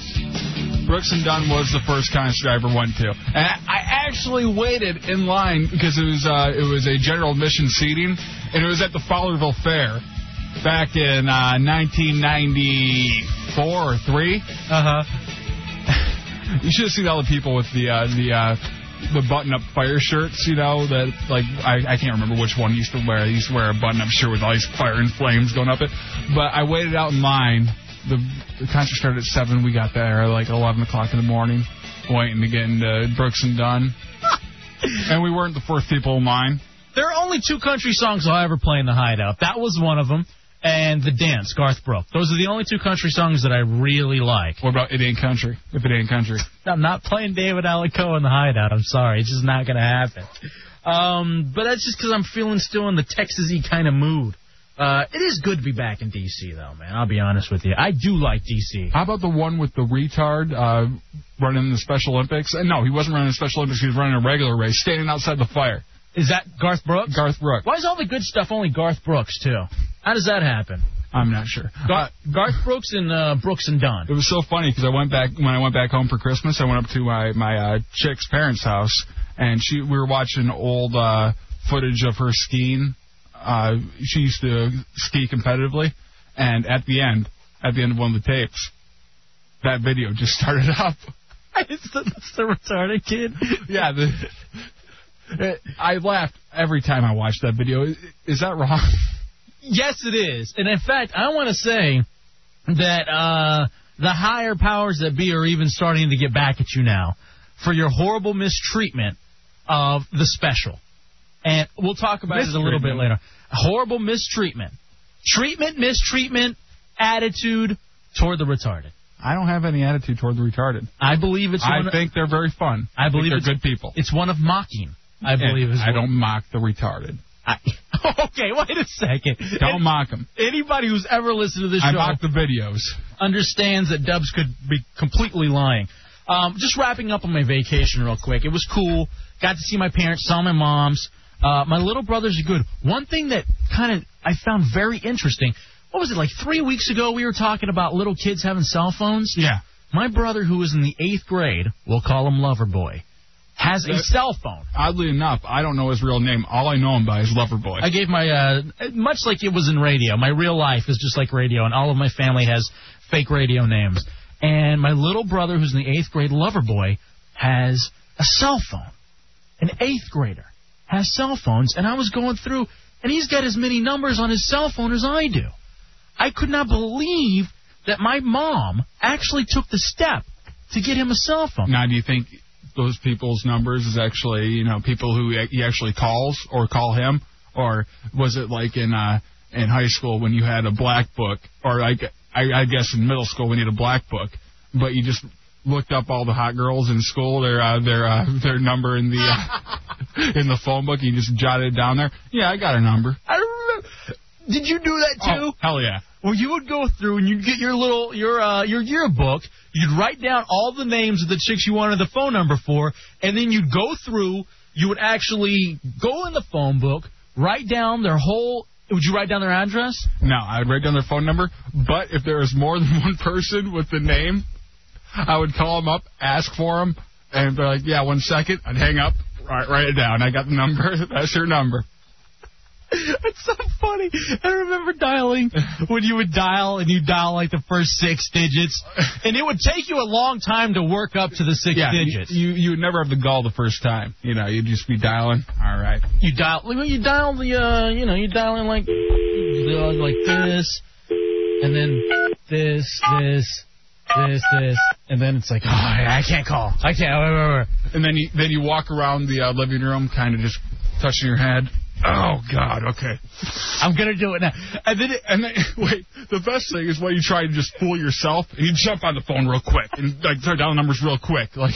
Brooks and Dunn was the first concert I ever went to. And I actually waited in line because it was uh, it was a general admission seating, and it was at the Fowlerville Fair back in uh, 1994 or three. Uh Uh-huh. huh. you should have seen all the people with the uh, the. Uh, the button-up fire shirts, you know, that like I, I can't remember which one he used to wear. He used to wear a button-up shirt with all these fire and flames going up it. But I waited out in line. The, the concert started at seven. We got there at like eleven o'clock in the morning, waiting to get into Brooks and Dunn. and we weren't the first people in line. There are only two country songs I'll ever play in the hideout. That was one of them, and The Dance, Garth Brooks. Those are the only two country songs that I really like. What about It Ain't Country? If It Ain't Country. I'm not playing David Alico in the hideout. I'm sorry. It's just not going to happen. Um, but that's just because I'm feeling still in the Texasy kind of mood. Uh, it is good to be back in D.C., though, man. I'll be honest with you. I do like D.C. How about the one with the retard uh, running the Special Olympics? Uh, no, he wasn't running the Special Olympics. He was running a regular race, standing outside the fire. Is that Garth Brooks? Garth Brooks. Why is all the good stuff only Garth Brooks, too? How does that happen? I'm not sure. Gar- Garth Brooks and uh, Brooks and Dunn. It was so funny because I went back when I went back home for Christmas. I went up to my my uh, chick's parents' house, and she we were watching old uh, footage of her skiing. Uh, she used to ski competitively, and at the end, at the end of one of the tapes, that video just started up. it's, the, it's the retarded kid. yeah, the, it, I laughed every time I watched that video. Is, is that wrong? Yes, it is. And in fact, I want to say that uh, the higher powers that be are even starting to get back at you now for your horrible mistreatment of the special. And we'll talk about it a little bit later. Horrible mistreatment. Treatment, mistreatment, attitude toward the retarded. I don't have any attitude toward the retarded. I believe it's I one think they're very fun. I believe think they're it's- good people. it's one of mocking. I believe And is I what- don't mock the retarded. I- okay, wait a second. Don't mock them. Anybody who's ever listened to this I show mock the videos. understands that Dubs could be completely lying. Um, just wrapping up on my vacation real quick. It was cool. Got to see my parents, saw my mom's. Uh, my little brothers are good. One thing that kind of I found very interesting. What was it like three weeks ago? We were talking about little kids having cell phones. Yeah. My brother, who is in the eighth grade, we'll call him Lover Boy, has a That- cell phone. Uh, Oddly enough, I don't know his real name. All I know him by is Loverboy. I gave my uh much like it was in radio. My real life is just like radio, and all of my family has fake radio names. And my little brother, who's in the eighth grade, lover boy, has a cell phone. An eighth grader has cell phones, and I was going through, and he's got as many numbers on his cell phone as I do. I could not believe that my mom actually took the step to get him a cell phone. Now, do you think those people's numbers is actually you know people who he actually calls or call him, or was it like in uh in high school when you had a black book, or I gu- I, I guess in middle school when you had a black book, but you just looked up all the hot girls in school, their uh, their uh, their number in the uh, in the phone book, you just jotted it down there. Yeah, I got a number. I remember. Did you do that too? Oh, hell yeah. Well, you would go through and you'd get your little your uh, your yearbook. You'd write down all the names of the chicks you wanted the phone number for, and then you'd go through. You would actually go in the phone book, write down their whole. Would you write down their address? No, I would write down their phone number, but if there was more than one person with the name, I would call them up, ask for them, and they're like, yeah, one second. I'd hang up, write, write it down. I got the number. That's your number. It's so funny. I remember dialing when you would dial and you dial like the first six digits, and it would take you a long time to work up to the six Yeah, you, digits. you you would never have the gall the first time. You know, you'd just be dialing. All right. You dial, well, you dial the, uh, you know, you dial in like, you dial in like this, and then this, this, this, this, and then it's like, oh, I can't call. I can't. Wait, wait, wait. And then you then you walk around the uh, living room, kind of just touching your head. Oh God. Okay. I'm gonna do it now. And then, and then, wait. The best thing is when you try to just fool yourself. You jump on the phone real quick and like turn down the numbers real quick. Like,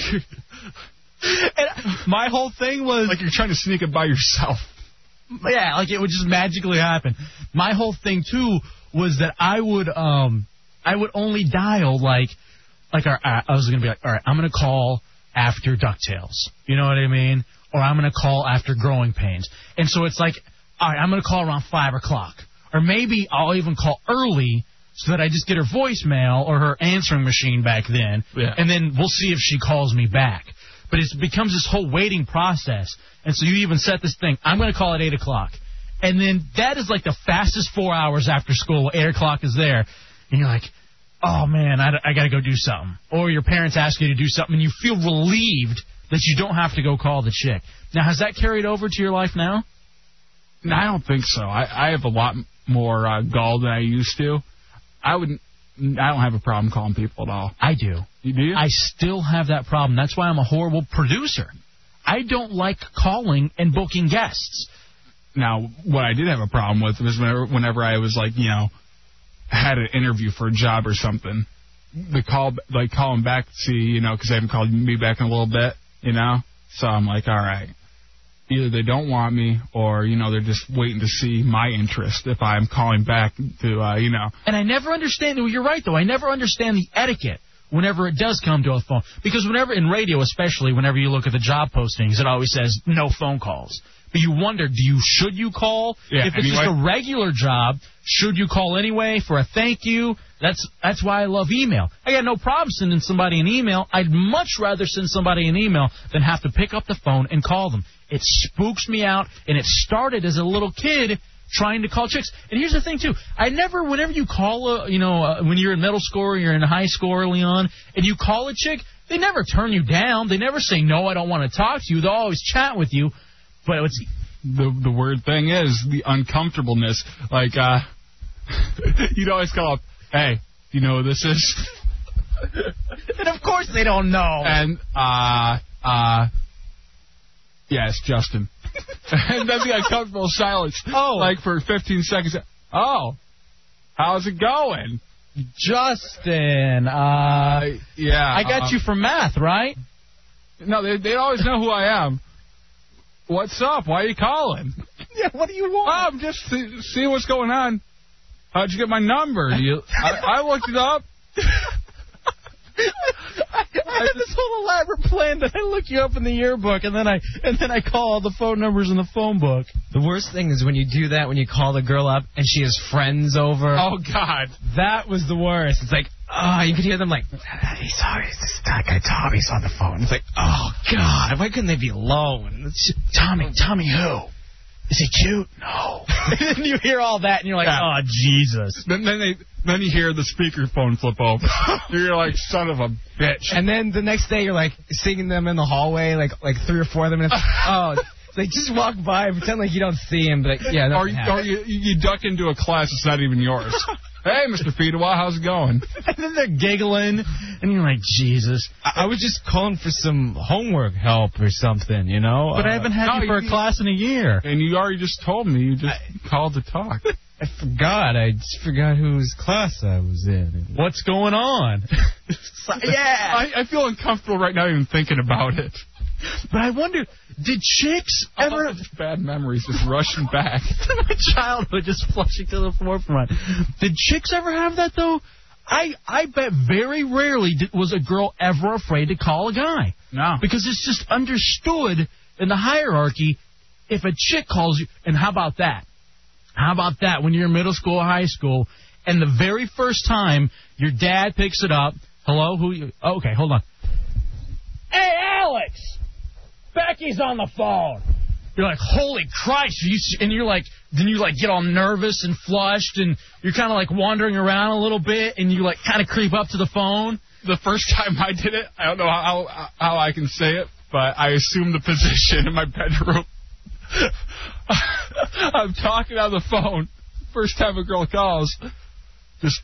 And my whole thing was like you're trying to sneak it by yourself. Yeah, like it would just magically happen. My whole thing too was that I would um I would only dial like like our, uh, I I was gonna be like all right I'm gonna call after Ducktales you know what I mean or I'm gonna call after Growing Pains and so it's like all right I'm gonna call around five o'clock or maybe I'll even call early so that I just get her voicemail or her answering machine back then Yeah. and then we'll see if she calls me back. But it becomes this whole waiting process. And so you even set this thing. I'm going to call at 8 o'clock. And then that is like the fastest four hours after school. 8 o'clock is there. And you're like, oh man, I, got to go do something. Or your parents ask you to do something and you feel relieved that you don't have to go call the chick. Now, has that carried over to your life now? No, I don't think so. I, I have a lot m- more uh, gall than I used to. I wouldn't. I don't have a problem calling people at all. I do. You do? I still have that problem. That's why I'm a horrible producer. I don't like calling and booking guests. Now, what I did have a problem with was whenever, whenever I was like, you know, had an interview for a job or something, the call, like calling back to see, you know, because they haven't called me back in a little bit, you know. So I'm like, all right, either they don't want me, or you know, they're just waiting to see my interest if I'm calling back to, uh, you know. And I never understand. Well, you're right though. I never understand the etiquette whenever it does come to a phone because whenever in radio, especially whenever you look at the job postings, it always says no phone calls. But you wonder, do you should you call? Yeah, if I it's mean, just why- a regular job, should you call anyway for a thank you? That's that's why I love email. I got no problem sending somebody an email. I'd much rather send somebody an email than have to pick up the phone and call them. It spooks me out, and it started as a little kid trying to call chicks. And here's the thing too: I never, whenever you call a, you know, uh, when you're in middle school or you're in high school early on, and you call a chick, they never turn you down. They never say no, I don't want to talk to you. They'll always chat with you. But it's the the weird thing is the uncomfortableness. Like uh you'd always call up, Hey, do you know who this is? and of course they don't know. And uh uh Yeah, it's Justin. and then the uncomfortable silence. Oh like for fifteen seconds. Oh. How's it going? Justin, uh, yeah. I got uh, you for math, right? No, they they always know who I am. What's up? Why are you calling? Yeah, what do you want? I'm just see, see what's going on. How'd you get my number? Do you, I, I looked it up. I had this whole elaborate plan that I look you up in the yearbook and then I and then I call all the phone numbers in the phone book. The worst thing is when you do that when you call the girl up and she has friends over. Oh God, that was the worst. It's like, oh, you could hear them like, hey, sorry, it's this that guy Tommy's on the phone. It's like, oh God, why couldn't they be alone? It's- Tommy, Tommy, who? Is he cute? No. and you hear all that and you're like, oh Jesus. Then, then they then you hear the speakerphone flip over. You're like, son of a bitch. And then the next day you're like seeing them in the hallway, like like three or four of them. And it's, oh, they just walk by and pretend like you don't see him. But like, yeah, or, nothing or happened. you, you duck into a class that's not even yours. hey, Mr. Fedewa, how's it going? and then they're giggling and you're like, Jesus. I I was just calling for some homework help or something, you know. Uh, But I haven't had no, you for a you- class in a year. And you already just told me you just called to talk. I forgot. I just forgot whose class I was in. What's going on? yeah. I, I feel uncomfortable right now even thinking about it. But I wonder, did chicks All ever those bad memories just rushing back. my childhood just flushing to the forefront. Did chicks ever have that though? I I bet very rarely did, was a girl ever afraid to call a guy. No. Because it's just understood in the hierarchy if a chick calls you and how about that? How about that when you're in middle school or high school and the very first time your dad picks it up, hello, who you oh, okay, hold on. Hey Alex. Becky's on the phone. You're like, holy Christ! You s- and you're like, then you like get all nervous and flushed, and you're kind of like wandering around a little bit, and you like kind of creep up to the phone. the first time I did it, I don't know how how I can say it, but I assumed the position in my bedroom. I'm talking on the phone. First time a girl calls, just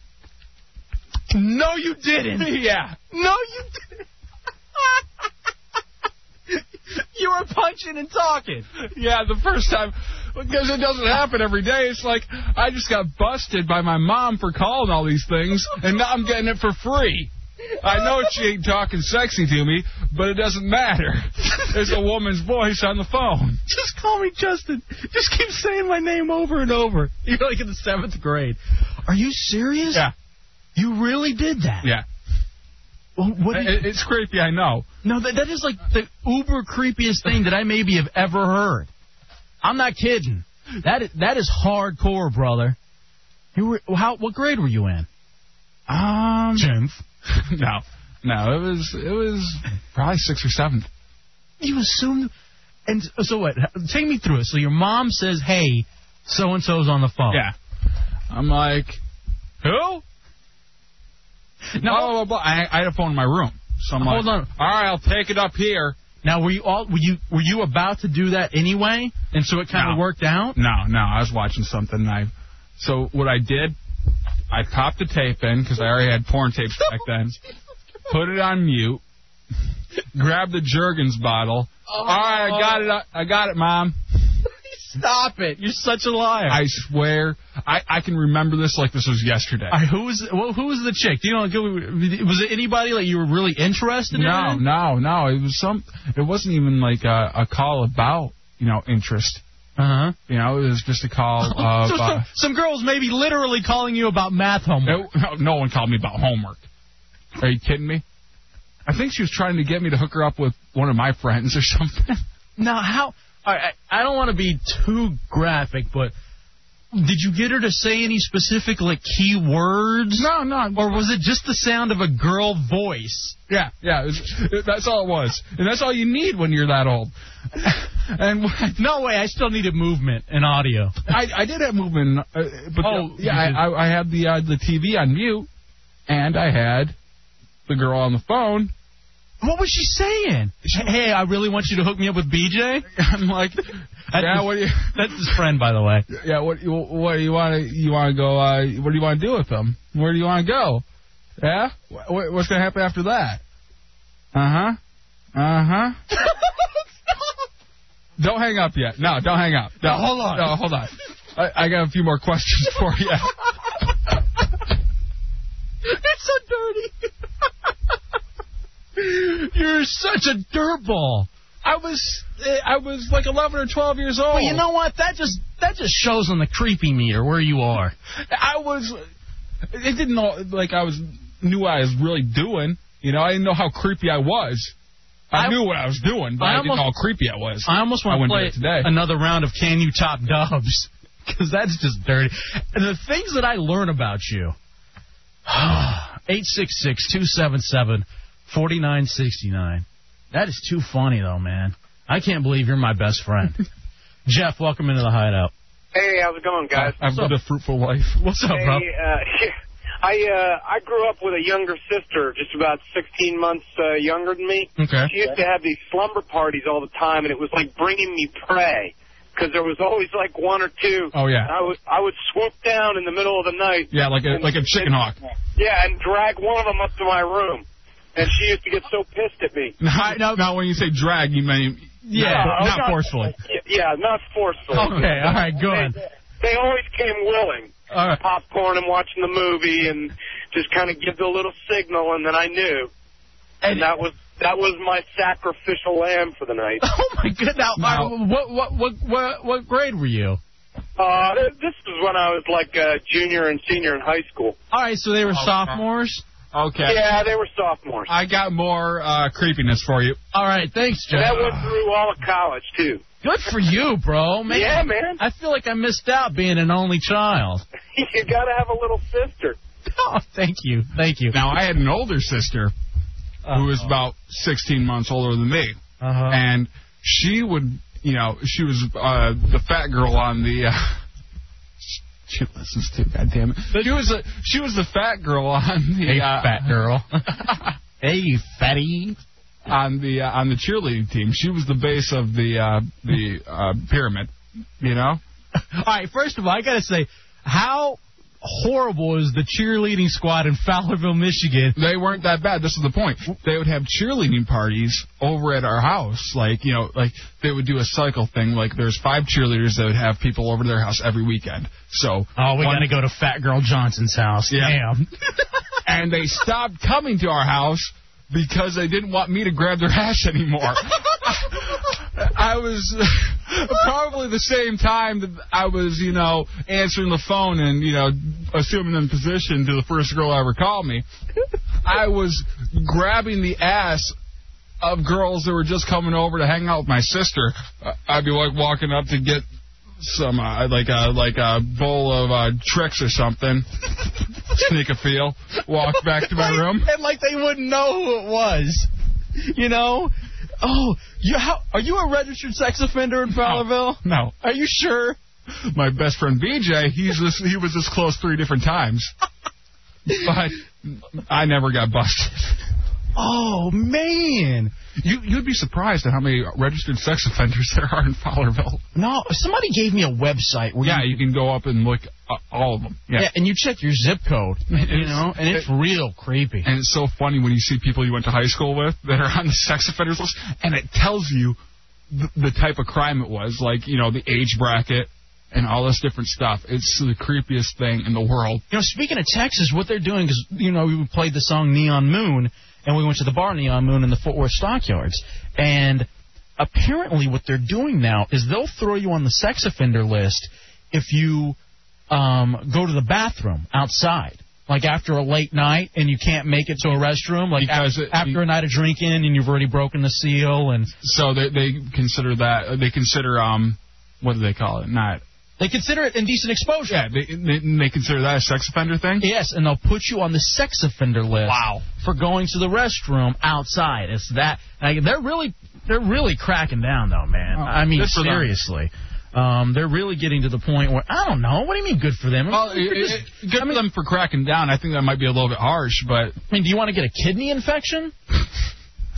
No, you didn't. yeah. No, you didn't. you were punching and talking. Yeah, the first time, because it doesn't happen every day. It's like I just got busted by my mom for calling all these things, and now I'm getting it for free. I know she ain't talking sexy to me, but it doesn't matter. There's a woman's voice on the phone. Just call me Justin. Just keep saying my name over and over. You're like in the seventh grade. Are you serious? Yeah. You really did that? Yeah. Well, what It- it's creepy, I know. No, that, that is like the uber creepiest thing that I maybe have ever heard. I'm not kidding. That is, that is hardcore, brother. You were how? What grade were you in? Um, tenth. no, no, it was it was probably sixth or seventh. You assumed. And so what? Take me through it. So your mom says, "Hey, so and so's on the phone." Yeah. I'm like, who? No, blah, blah, blah. I, I had a phone in my room, so I'm like, Hold on. All right, I'll take it up here. Now, were you all? Were you were you about to do that anyway? And so it kind of worked out. No, no, I was watching something. And I so what I did, I popped the tape in because I already had porn tapes back then. Put it on mute. grabbed the Jergens bottle. All right, I got it. I- I got it, mom. Stop it! You're such a liar. I swear, I I can remember this like this was yesterday. All right, who was well? Who was the chick? Do you know? Was it anybody like you were really interested no, in? No, no, It was some. It wasn't even like a, a call about you know interest. Uh huh. You know, it was just a call of. so uh, some, some girls may be literally calling you about math homework. no, no one called me about homework. Are you kidding me? I think she was trying to get me to hook her up with one of my friends or something. Now, how? All right, I, I don't want to be too graphic, but did you get her to say any specific like key words? No, no. Or was it just the sound of a girl voice? Yeah, yeah. it was- it- that's all it was, and that's all you need when you're that old. and no way, I still needed movement and audio. I, I did have movement, uh, but Oh, you yeah, did. I, I, I had the uh, the TV on mute, and I had the girl on the phone. What was she saying? hey, I really want you to hook me up with BJ. I'm like, That's yeah, his- what do you? Oh. That's his friend, by the way. Yeah, what you- what do you want to you want to go? Uh, what do you want to do with them? Where do you want to go? Yeah, Wh- wh- what's gonna happen after that? Uh huh. Uh huh. don't hang up yet. No, don't hang up. No, No, hold on. No, hold on. I, I got a few more questions for you. It's so dirty. You're such a dirtball. I was eh, I was like 11 or 12 years old. But you know what? That just that just shows on the creepy meter where you are. I was. It didn't know like I was knew what I was really doing. You know, I didn't know how creepy I was. I, I- knew what I was doing, but I, I didn't almost- know how creepy I was. I almost want I to wouldn't do play it today. another round of Can You Top Dubs because that's just dirty. And the things that I learn about you. 866-277-4969. That is too funny though, man. I can't believe you're my best friend. Jeff, welcome into the hideout. Hey, how's it going, guys? I've lived a fruitful life. What's up, hey, bro? Uh, I uh, I grew up with a younger sister, just about 16 months uh, younger than me. Okay. She used to have these slumber parties all the time, and it was like bringing me prey because there was always like one or two. Oh, yeah. I would I would swoop down in the middle of the night. Yeah, like a like a chicken hawk. Yeah, and drag one of them up to my room, and she used to get so pissed at me. Not, not when you say drag, you mean Yeah, No, not no. forcefully. Y- Yeah, not forcefully. Okay, all right, go on. They always came willing. All right. popcorn and watching the movie and just kind of give the little signal and then I knew. And- And that was that was my sacrificial lamb for the night. Oh my goodness! Now, Now- uh, what, what what what what grade were you? Uh th- this was when I was like a junior and senior in high school. All right, so they were sophomores. Okay. Yeah, they were sophomores. I got more uh, creepiness for you. All right, thanks, And Jeff. that went through all of college too. Good for you, bro, man. Yeah, man. I feel like I missed out being an only child. you gotta have a little sister. Oh, thank you, thank you. Now I had an older sister who was about 16 months older than me, Uh-huh. and she would, you know, she was uh, the fat girl on the. Uh, she listens to, God damn it. She was a, she was the fat girl on the hey, uh, fat girl. hey, you fatty. on the uh, on the cheerleading team. She was the base of the uh, the uh, pyramid, you know. All right, first of all, I gotta say, how horrible is the cheerleading squad in Fowlerville, Michigan? they weren't that bad. This is the point. They would have cheerleading parties over at our house. Like, you know, like they would do a cycle thing. Like, there's five cheerleaders that would have people over to their house every weekend. So, Oh, we one- gotta go to Fat Girl Johnson's house. Yeah. Damn. and they stopped coming to our house because they didn't want me to grab their ass anymore. I was probably the same time that I was, you know, answering the phone and, you know, assuming in position to the first girl I ever called me. I was grabbing the ass of girls that were just coming over to hang out with my sister. Uh, I'd be like walking up to get some uh, like a like a bowl of uh, tricks or something. Sneak a feel, walk back to my room. And like they wouldn't know who it was. You know? Oh, you how are you a registered sex offender in Fowlerville? No. Are you sure? My best friend BJ, he's this, he was this close three different times, but I never got busted. Oh man, you you'd be surprised at how many registered sex offenders there are in Fowlerville. No, somebody gave me a website where yeah, you, can go up and look uh, all of them. Yeah, and you check your zip code, you know, and it's real creepy. And it's so funny when you see people you went to high school with that are on the sex offenders list, and it tells you the, the type of crime it was, like you know the age bracket and all this different stuff. It's the creepiest thing in the world. You know, speaking of Texas, what they're doing is, you know, we played the song Neon Moon, and we went to the bar Neon Moon in the Fort Worth Stockyards. And apparently, what they're doing now is they'll throw you on the sex offender list if you um, go to the bathroom outside. Like after a late night and you can't make it to a restroom, like af- after a night of drinking and you've already broken the seal and So they they consider that they consider um what do they call it? Not they consider it indecent exposure. Yeah, they they, they consider that a sex offender thing. Yes, and they'll put you on the sex offender list. Wow. For going to the restroom outside, it's that. Like, they're really, they're really cracking down though, man. Oh, I mean, good for them. seriously. Um, they're really getting to the point where I don't know. What do you mean good for them? Well, They're it- just- it- good for them for cracking down. I think that might be a little bit harsh, I but mean, do you want to get a kidney infection?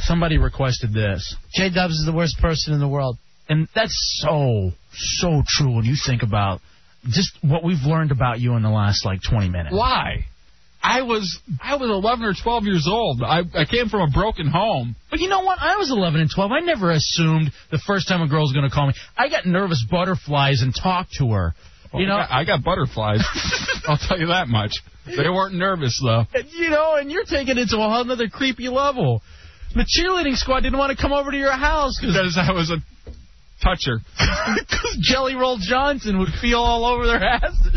Somebody requested this. J Dubs is the worst person in the world. And that's so, so true when you think about just what we've learned about you in the last like 20 minutes. Why? I was I was 11 or 12 years old. I I came from a broken home. But you know what? I was 11 and 12. I never assumed the first time a girl's going to call me. I got nervous butterflies and talked to her. you know, I got, I got butterflies. I'll tell you that much. They weren't nervous though. And, you know, and you're taking it to a whole another creepy level. The cheerleading squad didn't want to come over to your house because I was a toucher. Jelly Roll Johnson would feel all over their asses.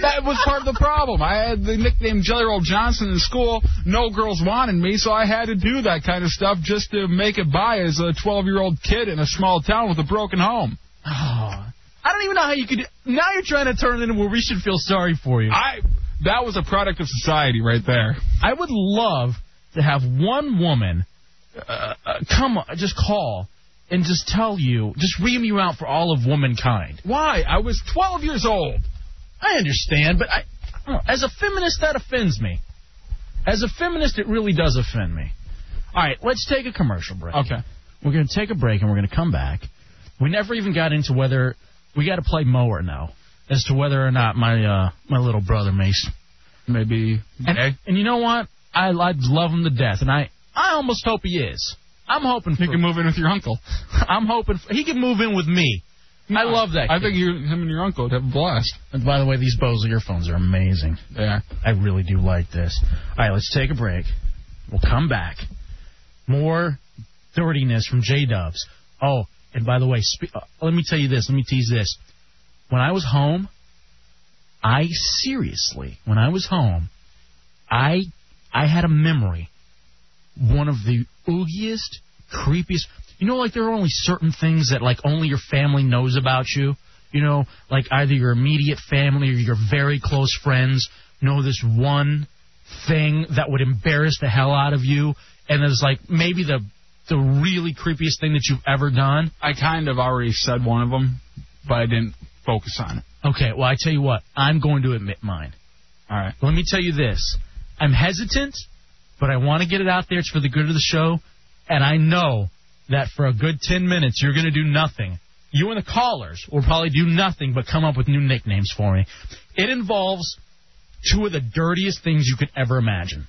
that was part of the problem. I had the nickname Jelly Roll Johnson in school. No girls wanted me, so I had to do that kind of stuff just to make it by as a 12 year old kid in a small town with a broken home. I don't even know how you could. Do, now you're trying to turn it into where we should feel sorry for you. I that was a product of society right there. I would love to have one woman uh, uh, come on, just call and just tell you, just ream you out for all of womankind. Why? I was 12 years old. I understand, but I, I don't know. as a feminist, that offends me. As a feminist, it really does offend me. All right, let's take a commercial break. Okay. We're going to take a break and we're going to come back. We never even got into whether we got to play mower now as to whether or not my uh, my little brother Mace maybe and, and you know what? I I'd love him to death, and I I almost hope he is. I'm hoping for, he can move in with your uncle. I'm hoping for, he can move in with me. I love that. I kid. think you, him and your uncle would have a blast. And by the way, these Bose earphones are amazing. Yeah. I really do like this. All right, let's take a break. We'll come back. More dirtiness from J Dubs. Oh, and by the way, spe- uh, let me tell you this. Let me tease this. When I was home, I seriously, when I was home, I I had a memory. One of the oogiest, creepiest. You know, like there are only certain things that like only your family knows about you. You know, like either your immediate family or your very close friends know this one thing that would embarrass the hell out of you, and it's like maybe the the really creepiest thing that you've ever done. I kind of already said one of them, but I didn't focus on it. Okay, well, I tell you what, I'm going to admit mine. All right. Let me tell you this. I'm hesitant, but I want to get it out there. It's for the good of the show, and I know that for a good 10 minutes, you're going to do nothing. You and the callers will probably do nothing but come up with new nicknames for me. It involves two of the dirtiest things you could ever imagine.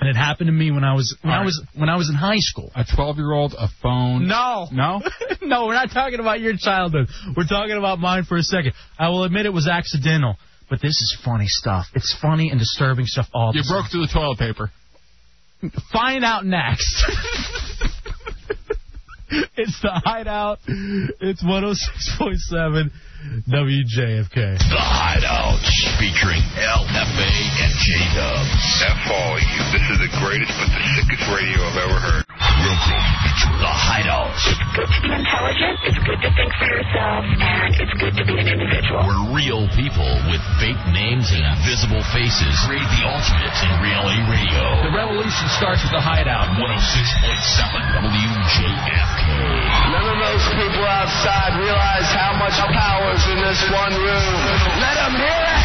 And it happened to me when I was when I was when I was in high school. A 12 year old, a phone. No. No? no, we're not talking about your childhood. We're talking about mine for a second. I will admit it was accidental, but this is funny stuff. It's funny and disturbing stuff all You the broke through the toilet paper. Find out next. it's the Hideout. It's 106.7 WJFK. The Hideout, featuring LFA and J Dub. all you. This is the greatest but the sickest radio I've ever heard. Welcome to the Hideout. It's good to be intelligent, it's good to think for yourself, and it's good to be an individual. We're real people with fake names and invisible faces. Create the ultimate in reality radio. oh The revolution starts with the Hideout. 106.7 WJFK. None of those people outside realize how much power is in this one room. Let them hear it!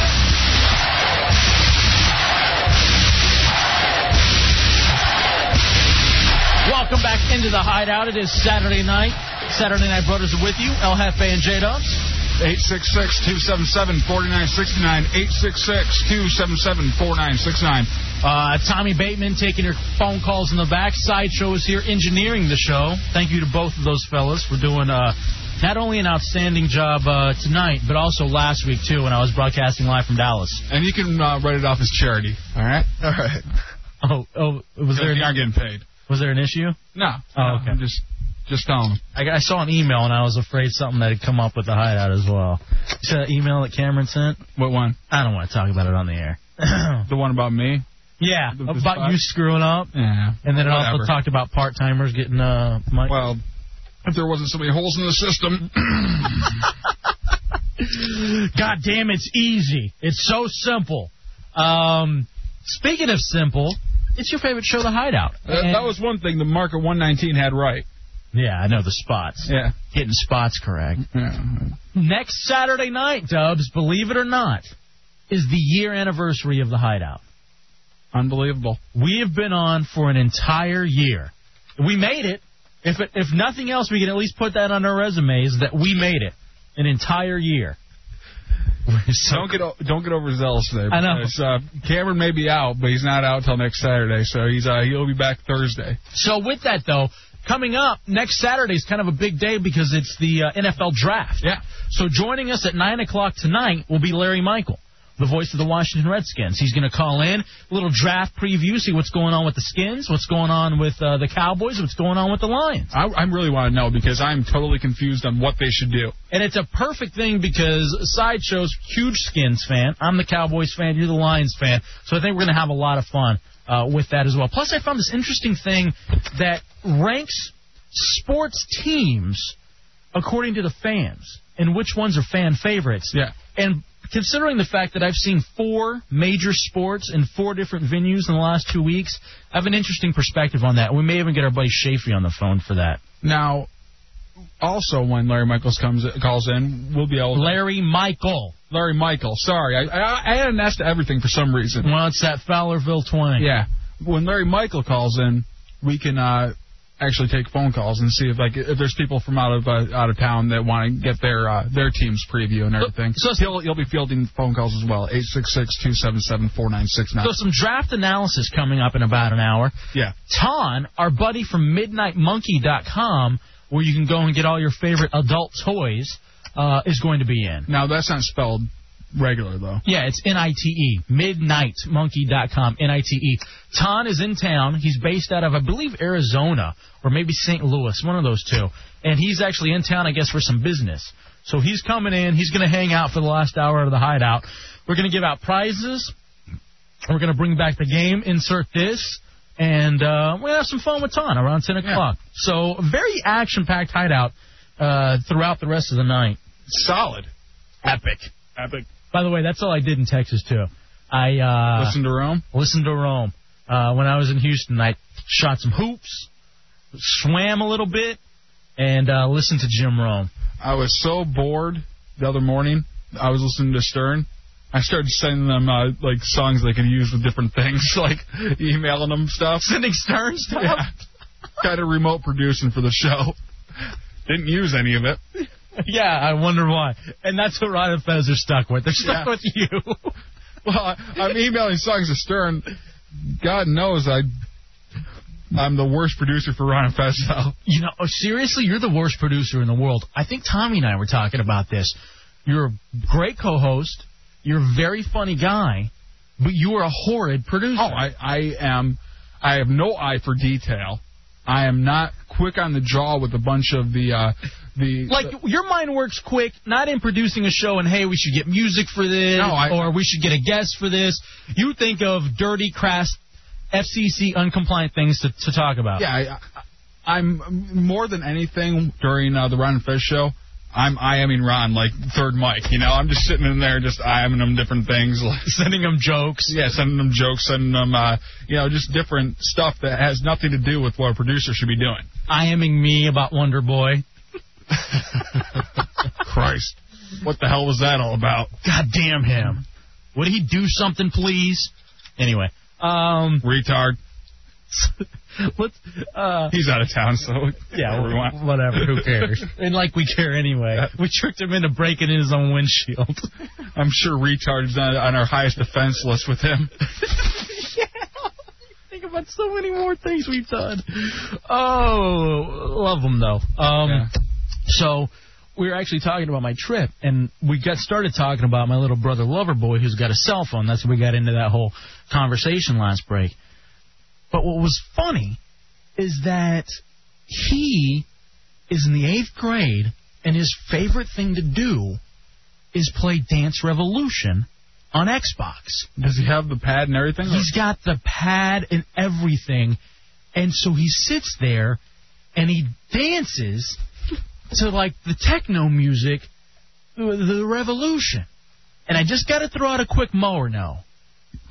Welcome back into the Hideout. It is Saturday night. Saturday Night Brothers are with you. El Jefe and J Dubs. 866-277-4969. 866-277-4969. Uh, Tommy Bateman taking your phone calls in the back. Sideshow is here engineering the show. Thank you to both of those fellas for doing uh, not only an outstanding job uh, tonight, but also last week, too, when I was broadcasting live from Dallas. And you can uh, write it off as charity. All right? All right. Oh, oh was there you aren't getting paid. Was there an issue? No. Oh, okay. just, just tell them. I, I saw an email, and I was afraid something that had come up with the hideout as well. You see that email that Cameron sent? What one? I don't want to talk about it on the air. the one about me? Yeah, The- the about spot? you screwing up. Yeah. And then it Whatever. also talked about part timers getting uh mic. Well, if there wasn't so many holes in the system. God damn, it's easy. It's so simple. Um, speaking of simple, it's your favorite show, The Hideout. that, that was one thing the marker 119 had right. Yeah, I know the spots. Yeah. Getting spots correct. Next Saturday night, Dubs, believe it or not, is the year anniversary of The Hideout. Unbelievable. We have been on for an entire year. We made it. If it, if nothing else, we can at least put that on our resumes that we made it an entire year. don't get o- don't get overzealous there. I know. because, Uh, Cameron may be out, but he's not out till next Saturday, so he's uh, he'll be back Thursday. So with that though, coming up next Saturday is kind of a big day because it's the uh, NFL draft. Yeah. So joining us at nine o'clock tonight will be Larry Michael, the voice of the Washington Redskins. He's going to call in a little draft preview, see what's going on with the Skins, what's going on with uh, the Cowboys, what's going on with the Lions. I, I really want to know because I'm totally confused on what they should do. And it's a perfect thing because Sideshow's huge Skins fan. I'm the Cowboys fan. You're the Lions fan. So I think we're going to have a lot of fun uh, with that as well. Plus, I found this interesting thing that ranks sports teams according to the fans and which ones are fan favorites. Yeah. And considering the fact that I've seen four major sports in four different venues in the last two weeks, I have an interesting perspective on that. We may even get our buddy Shafee on the phone for that. Now, also when Larry Michaels comes calls in, we'll be able. To, Larry Michael. Larry Michael. Sorry, I, I I add an S to everything for some reason. Well, it's that Fowlerville twang. Yeah. When Larry Michael calls in, we can uh, actually take phone calls and see if like if there's people from out of uh, out of town that want to get their uh, their team's preview and everything. So he'll he'll be fielding phone calls as well. Eight six six two seven seven four nine six nine. So some draft analysis coming up in about an hour. Yeah. Ton, our buddy from MidnightMonkey.com, where you can go and get all your favorite adult toys, uh, is going to be in. Now that's not spelled regular though. Yeah, it's N-I-T-E, MidnightMonkey.com, N-I-T-E. Ton E. is in town. He's based out of, I believe, Arizona or maybe St. Louis, one of those two. And he's actually in town, I guess, for some business. So he's coming in. He's going to hang out for the last hour of the hideout. We're going to give out prizes. We're going to bring back the game, insert this, and uh, we're going to have some fun with Ton around 10 o'clock. So, very action packed hideout uh, throughout the rest of the night. Solid. Epic. Epic. By the way, that's all I did in Texas, too. I uh, Listen to Rome. listened to Rome. Uh, when I was in Houston, I shot some hoops, swam a little bit, and uh, listened to Jim Rome. I was so bored the other morning. I was listening to Stern. I started sending them uh, like songs they could use with different things, like emailing them stuff. Sending Stern stuff. Yeah. kind of remote producing for the show. Didn't use any of it. yeah, I wonder why. And that's what Rod and Fez are stuck with. They're stuck Yeah. with you. Well, I, I'm emailing songs to Stern. God knows I, I'm the worst producer for Ron and Fez now. You know, oh, seriously, you're the worst producer in the world. I think Tommy and I were talking about this. You're a great co-host. You're a very funny guy, but you are a horrid producer. Oh, I, I am. I have no eye for detail. I am not quick on the jaw with a bunch of the uh, the Like your mind works quick, not in producing a show and hey, we should get music for this or we should get a guest for this. You think of dirty, crass, FCC uncompliant things to, to talk about. Yeah, I, I, I'm more than anything during uh, the Ron and Fez show. I'm I aming Ron like third mic. You know, I'm just sitting in there just I aming him different things, like, sending him jokes. Yeah, sending him jokes, sending him uh, you know just different stuff that has nothing to do with what a producer should be doing. I aming me about Wonder Boy. Christ, what the hell was that all about? God damn him! Would he do something, please? Anyway, um, retard. let's. Uh, He's out of town, so yeah, whatever we want. whatever. Who cares? and like we care anyway. We tricked him into breaking his own windshield. I'm sure retard is not on our highest offense list with him. Think about so many more things we've done. Oh, love them though. Um, so we were actually talking about my trip, and we got started talking about my little brother Loverboy, who's got a cell phone. That's how we got into that whole conversation last break. But what was funny is that he is in the eighth grade, and his favorite thing to do is play Dance Revolution on Xbox. Does he have the pad and everything? He's got the pad and everything. And so he sits there and he dances to like the techno music, the the revolution. And I just got to throw out a quick mower now.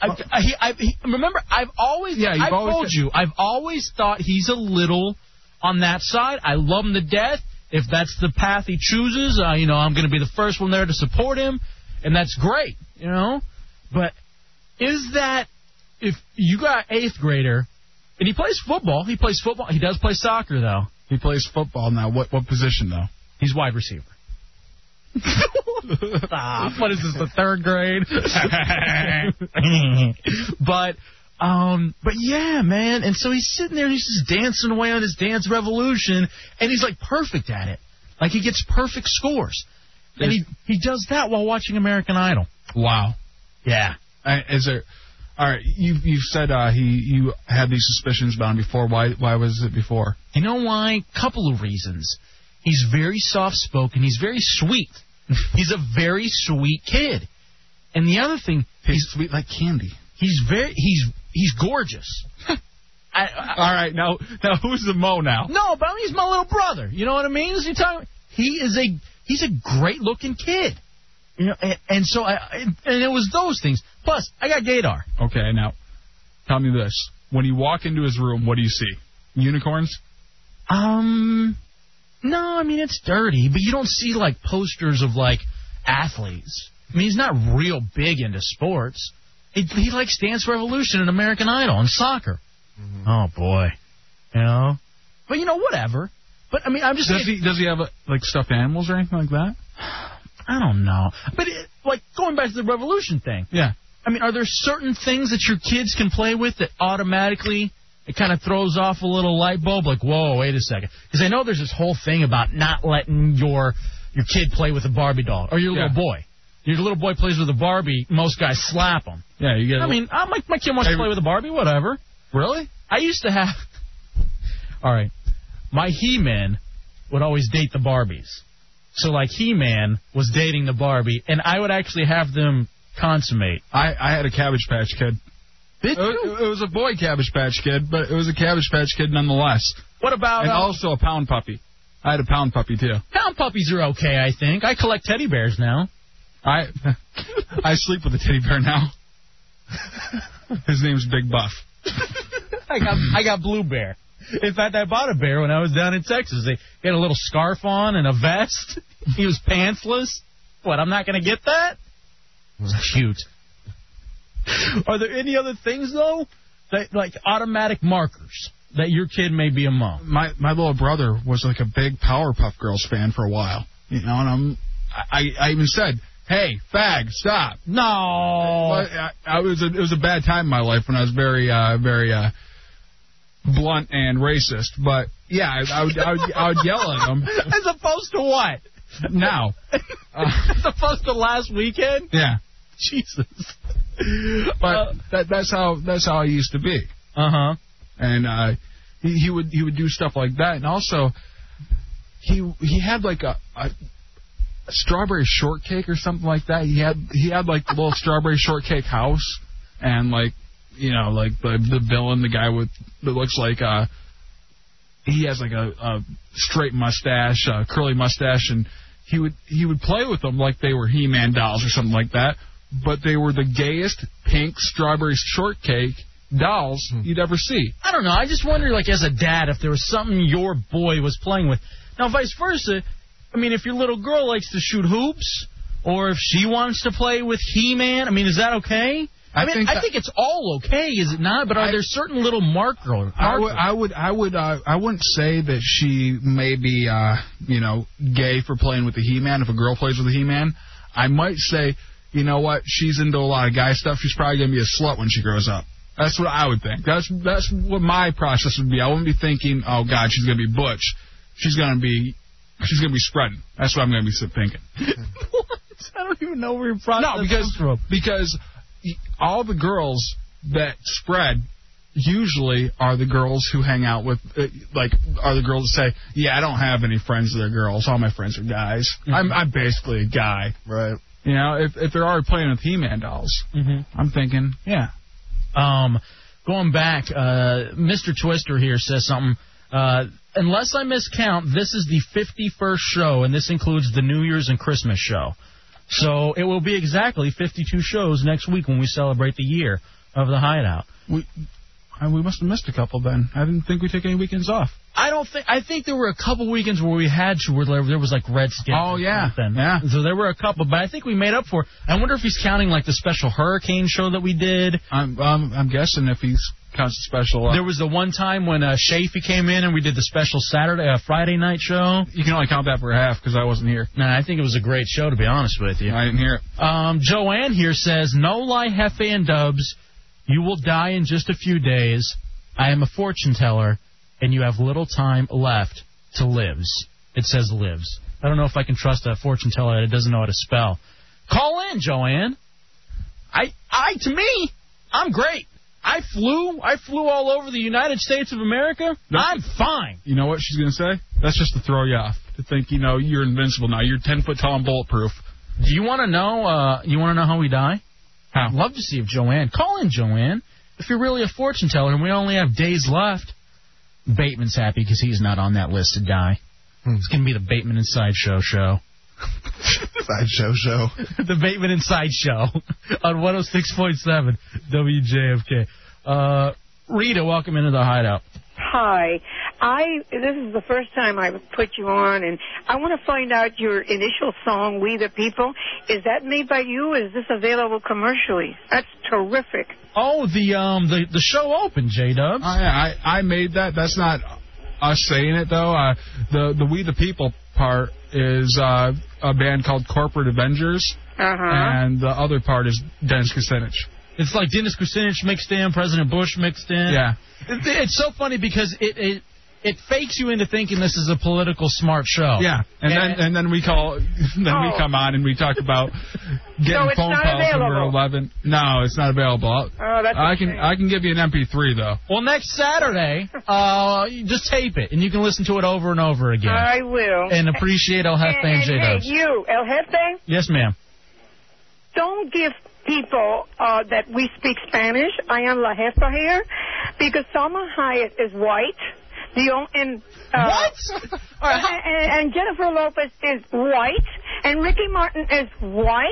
I, I, he- I, he- remember, I've always, you've I've always told got- you, I've always thought he's a little on that side. I love him to death. If that's the path he chooses, uh, you know, I'm going to be the first one there to support him, and that's great, you know. But is that if you got eighth grader and he plays football, he plays football. He does play soccer though. He plays football now. What what position though? He's wide receiver. Ah, Stop. What is this, the third grade? but um but yeah, man. And so he's sitting there and he's just dancing away on his dance revolution and he's like perfect at it. Like he gets perfect scores. And he he does that while watching American Idol. Wow. Yeah. I, is there? All right. You you've said uh, he you had these suspicions about him before. Why why was it before? You know why? Couple of reasons. He's very soft spoken. He's very sweet. he's a very sweet kid. And the other thing, He's sweet like candy. he's very he's he's gorgeous. I, I, All right. Now now who's the mo now? no, but he's my little brother. You know what I mean? Is he talking? He is a he's a great looking kid. You know, and, and so I, I and it was those things. Plus, I got Gadar. Okay. Now tell me this. When you walk into his room, what do you see? Unicorns? Um, no, I mean it's dirty, but you don't see like posters of like athletes. I mean, he's not real big into sports. He, he likes Dance Revolution and American Idol and soccer. Mm-hmm. Oh boy, you know. But you know, whatever. But I mean, I'm just. Does he does he have uh like stuffed animals or anything like that? I don't know. But it, like going back to the Revolution thing. Yeah. I mean, are there certain things that your kids can play with that automatically it kind of throws off a little light bulb? Like, whoa, wait a second, because I know there's this whole thing about not letting your your kid play with a Barbie doll or your Yeah. little boy. Your little boy plays with a Barbie. Most guys slap him. Yeah. You get. I mean, I, my, my kid wants to play with a Barbie, whatever. Really? I used to have. All right. My He Man would always date the Barbies. So, like, He Man was dating the Barbie, and I would actually have them consummate. I I had a Cabbage Patch Kid. Did It, was- it was a boy Cabbage Patch Kid, but it was a Cabbage Patch Kid nonetheless, What about. and uh, also a pound puppy. I had a pound puppy too. Pound puppies are okay, I think. I collect teddy bears now. I I sleep with a teddy bear now. His name's Big Buff. I got I got blue bear. In fact, I bought a bear when I was down in Texas. They he had a little scarf on and a vest. He was pantsless. What? I'm not gonna get that. It was cute. Are there any other things though that like automatic markers that your kid may be among? My my little brother was like a big Powerpuff Girls fan for a while, you know, and I'm I I I even said, "Hey, fag, stop." No. Well, I, I was a, it was a bad time in my life when I was very uh very uh blunt and racist, but yeah, I, I would I would, I would yell at him As opposed to what? now. Uh, As opposed to last weekend? yeah, Jesus. but that that's how that's how I used to be. Uh huh. and uh, he, he would he would do stuff like that. And also, he he had like a, a strawberry shortcake or something like that. He had he had like a little strawberry shortcake house and like you know like the the villain, the guy with that looks like uh he has like a, a straight mustache, a curly mustache, and he would he would play with them like they were He-Man dolls or something like that. But they were the gayest pink strawberry shortcake dolls you'd ever see. I don't know. I just wonder, like, as a dad, if there was something your boy was playing with. Now, vice versa, I mean, if your little girl likes to shoot hoops, or if she wants to play with He-Man, I mean, is that okay? I, I mean, think I that- think it's all okay, is it not? But are there certain little marker? I would, I would, I would, uh, I wouldn't say that she may be, uh, you know, gay for playing with the He-Man. If a girl plays with the He-Man, I might say, you know what, she's into a lot of guy stuff. She's probably gonna be a slut when she grows up. That's what I would think. That's that's what my process would be. I wouldn't be thinking, oh God, she's gonna be butch. She's gonna be, she's gonna be spreading. That's what I'm gonna be thinking. I don't even know where your process No, because because all the girls that spread usually are the girls who hang out with uh, like are the girls that say, "Yeah, I don't have any friends that are girls. All my friends are guys. I'm I'm basically a guy." Right. You know, if if they're already playing with He-Man dolls, Mhm. I'm thinking, yeah. Um, going back, uh, Mr. Twister here says something. Uh, unless I miscount, this is the 51st show, and this includes the New Year's and Christmas show. So it will be exactly 52 shows next week when we celebrate the year of the Hideout. We uh, we must have missed a couple then. I didn't think we took any weekends off. I don't think I think there were a couple weekends where we had to where there there was like red skin. Oh, yeah. then yeah. So there were a couple, but I think we made up for. it. I wonder if he's counting like the special hurricane show that we did. I'm um, I'm guessing if he's counts special. Uh, There was the one time when uh, Shafee came in and we did the special Saturday, uh, Friday night show. You can only count that for half because I wasn't here. No, I think it was a great show to be honest with you. I didn't hear it. Um, Joanne here says, "No lie, Hefe and Dubs, you will die in just a few days. I am a fortune teller, and you have little time left to lives." It says lives. I don't know if I can trust a fortune teller that doesn't know how to spell. Call in, Joanne. I, I, to me, I'm great. I flew, I flew all over the United States of America. I'm fine. You know what she's gonna say? That's just to throw you off. To think, you know, you're invincible now. You're ten foot tall and bulletproof. Do you want to know? Uh, you want to know how we die? How? I'd love to see if Joanne. Call in Joanne. If you're really a fortune teller and we only have days left, Bateman's happy because he's not on that list to die. It's gonna be the Bateman and Sideshow show. Sideshow show. the Bateman and Sideshow on 106.7 WJFK. Uh, Rita, welcome into the hideout. Hi. I this is the first time I've put you on and I want to find out your initial song We the People. Is that made by you? Is this available commercially? That's terrific. Oh, the um the the show opened, J Dubs. I, Oh, I I made that. That's not us saying it though. Uh, the the We the People part is uh, a band called Corporate Avengers, Uh-huh. and the other part is Dennis Kucinich. It's like Dennis Kucinich mixed in, President Bush mixed in. Yeah. It, it's so funny because it, it it fakes you into thinking this is a political smart show. Yeah, and, then and then we call, then we Oh. come on and we talk about getting So it's phone not calls when we're available. eleven. No, it's not available. Oh, that's a I can shame. I can give you an MP3 though. Well, next Saturday, uh, you just tape it and you can listen to it over and over again. I will. And appreciate El Jefe and and, J-Dubs. Hey, you, El Jefe, Yes, ma'am. don't give people uh, that we speak Spanish, I am La Jefa here, because Salma Hayek is white. The on- and uh, what? and, and Jennifer Lopez is white, and Ricky Martin is white.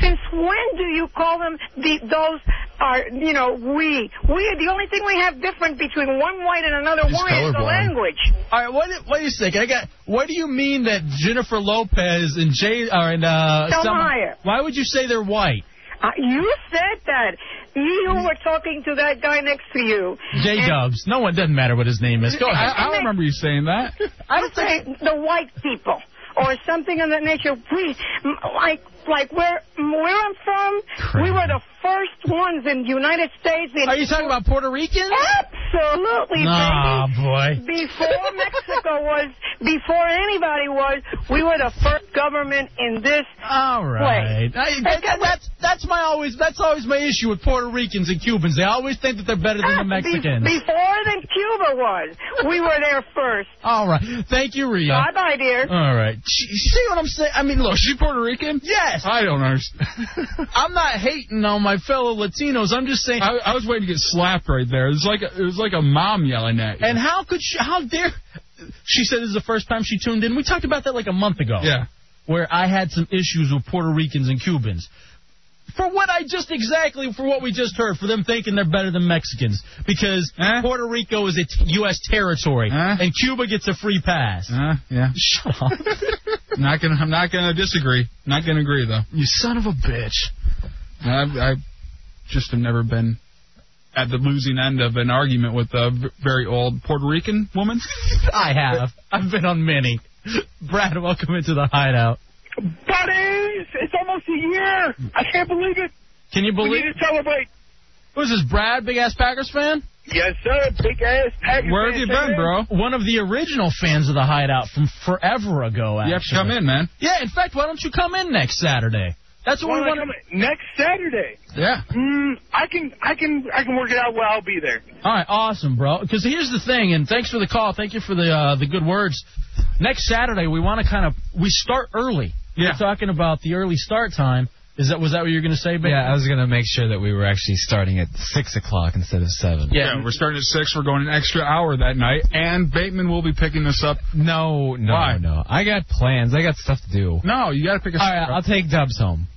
Since when do you call them the those are you know we we are the only thing we have different between one white and another white is the colorblind. language. All right, what, wait a second. I got. What do you mean that Jennifer Lopez and Jay are and uh, Selma Selma- Hayek. Why would you say they're white? Uh, you said that. You were talking to that guy next to you. J Dubs. No one doesn't matter what his name is. Go ahead. I- I remember you saying that. I'm saying the white people or something of that nature. We like like where where I'm from, we were the first ones in the United States. Are you talking about Puerto Ricans? Absolutely. Ah, boy. Before Mexico was, before anybody was, we were the first government in this All right. I, that- that's that's my always that's always my issue with Puerto Ricans and Cubans. They always think that they're better Ah, than the Mexicans. Before than Cuba was. We were there first. All right. Thank you, Rita. Bye bye, dear. All right. She, you see what I'm saying? I mean, look. She Puerto Rican? Yes. I don't understand. I'm not hating on my fellow Latinos. I'm just saying. I, I was waiting to get slapped right there. It was like a, it was like a mom yelling at you. And how could she? How dare? She said this is the first time she tuned in. We talked about that like a month ago. Yeah. Where I had some issues with Puerto Ricans and Cubans. For what I just exactly for what we just heard, for them thinking they're better than Mexicans because Puerto Rico is a t- U.S. territory and Cuba gets a free pass. yeah. Shut up. not gonna. I'm not gonna disagree. Not gonna agree though. You son of a bitch. I, I just have never been at the losing end of an argument with a v- very old Puerto Rican woman. I have. I've been on many. Brad, welcome into the hideout. Buddies, it's almost a year. I can't believe it. Can you believe? We need to celebrate. Who's this, Brad, big ass Packers fan? Yes, sir. Big ass Packers Where fan, have you check it been, out. bro? One of the original fans of the Hideout from forever ago. Actually. You have to come in, man. Yeah, in fact, why don't you come in next Saturday? That's what Why we don't I want. come in? Next Saturday. Yeah. Mm, I can, I can, I can work it out. Well, I'll be there. All right, awesome, bro. Because here's the thing, and thanks for the call. Thank you for the uh, the good words. Next Saturday, we want to kind of we start early. Yeah. We're talking about the early start time. Is that was that what you were gonna say, Ben? Yeah, I was gonna make sure that we were actually starting at six o'clock instead of seven. Yeah. we're starting at six. We're going an extra hour that night, and Bateman will be picking this up. No, no, Why? no. I got plans. I got stuff to do. No, you got to pick a. All right, I'll take Dubs home.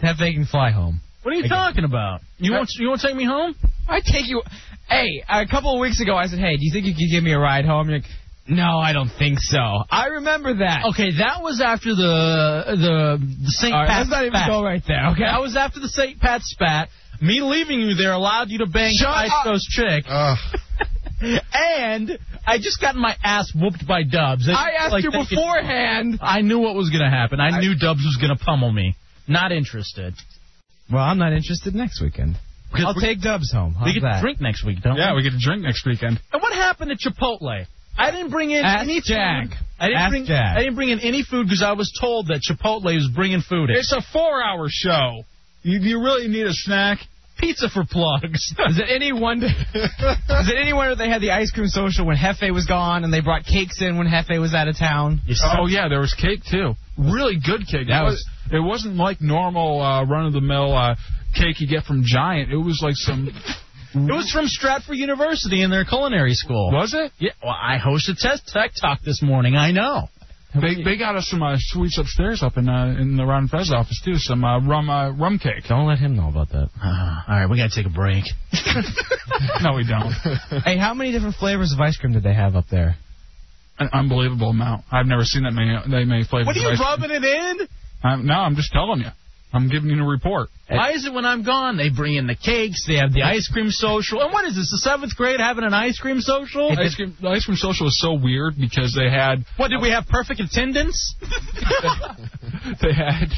Have they can fly home. What are you talking about? You won't you won't take me home? I take you. Hey, a couple of weeks ago, I said, "Hey, do you think you could give me a ride home?" You're like, "No, I don't think so." I remember that. Okay, that was after the the, the St. All right, Pat's let's not even spat. go right there, okay? that was after the St. Pat's spat. Me leaving you there allowed you to bang Shut Ice up. Coast chick. and I just got my ass whooped by Dubs. I asked you thinking- beforehand. I knew what was gonna happen. I, knew Dubs was gonna pummel me. Not interested. Well, I'm not interested next weekend. I'll take Dubs home. How's we get that? to drink next week, don't Yeah, we? we get to drink next weekend. And what happened at Chipotle? I didn't bring in Ask any Jack. food. I didn't Ask bring Jack. I didn't bring in any food because I was told that Chipotle was bringing food. In. It's a four-hour show. You, you really need a snack. Pizza for plugs. Is it any wonder? is it any wonder they had the ice cream social when Hefe was gone, and they brought cakes in when Hefe was out of town? Oh yeah, there was cake too. Really good cake. That it, was, it wasn't like normal uh, run-of-the-mill uh, cake you get from Giant. It was like some. It was from Stratford University in their culinary school. Was it? Yeah. Well, I hosted Test Tech Talk this morning. I know. They they got us some uh, sweets upstairs up in uh, in the Ron Fez office too. Some uh, rum uh, rum cake. Don't let him know about that. Uh, all right, we gotta take a break. no, we don't. hey, how many different flavors of ice cream did they have up there? An unbelievable amount. I've never seen that many that many flavors. What are you of ice rubbing cream. it in? I'm, no, I'm just telling you. I'm giving you a report. Why is it when I'm gone they bring in the cakes, they have the ice cream social, and what is this? The seventh grade having an ice cream social? Ice cream, the ice cream social is so weird because they had What did we have? Perfect attendance? they had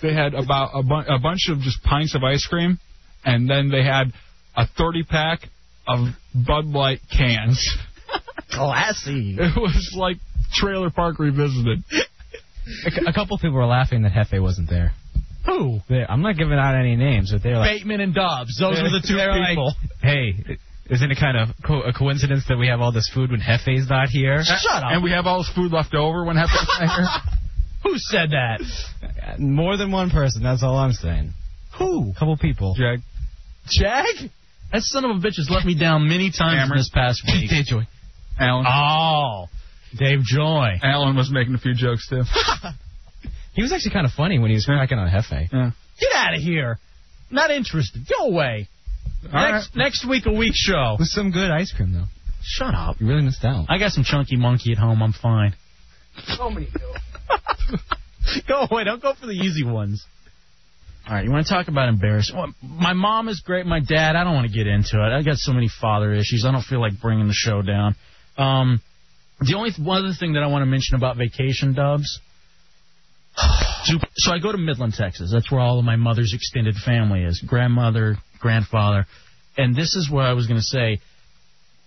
they had about a, bu- a bunch of just pints of ice cream, and then they had a 30 pack of Bud Light cans. Oh, Classy. It was like Trailer Park Revisited. A, cou- a couple people were laughing that Hefe wasn't there. Who? They, I'm not giving out any names, but they were like, Bateman and Dobbs. Those they- were the two they were like, people. hey, isn't it kind of co- a coincidence that we have all this food when Hefe's not here? Shut up. And we have all this food left over when Hefe's not here. Who said that? More than one person. That's all I'm saying. Who? A couple people. Jag. Jag? That son of a bitch has let me down many times Cameron. this past week. Dave Joy. Alan. Oh, Dave Joy. Alan was making a few jokes too. He was actually kind of funny when he was cracking on Hefe. Yeah. Get out of here. Not interested. Go away. next next week a week show. With some good ice cream though. Shut up. You really missed out. I got some chunky monkey at home. I'm fine. go away. Don't go for the easy ones. All right, you want to talk about embarrassing? Well, my mom is great. My dad, I don't want to get into it. I got so many father issues. I don't feel like bringing the show down. Um, the only th- one other thing that I want to mention about vacation dubs. So, so I go to Midland, Texas. That's where all of my mother's extended family is grandmother, grandfather. and this is what I was going to say.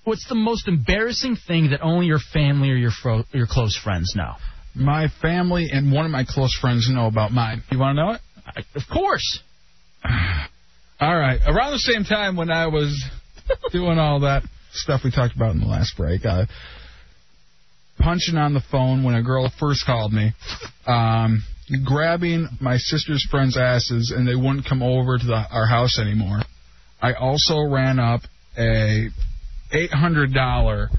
What's the most embarrassing thing that only your family or your fro- your close friends know? My family and one of my close friends know about mine. You want to know it? of course. all right. Around the same time when I was doing all that stuff we talked about in the last break, uh, punching on the phone when a girl first called me, um, grabbing my sister's friends' asses, and they wouldn't come over to the, our house anymore. I also ran up a eight hundred dollar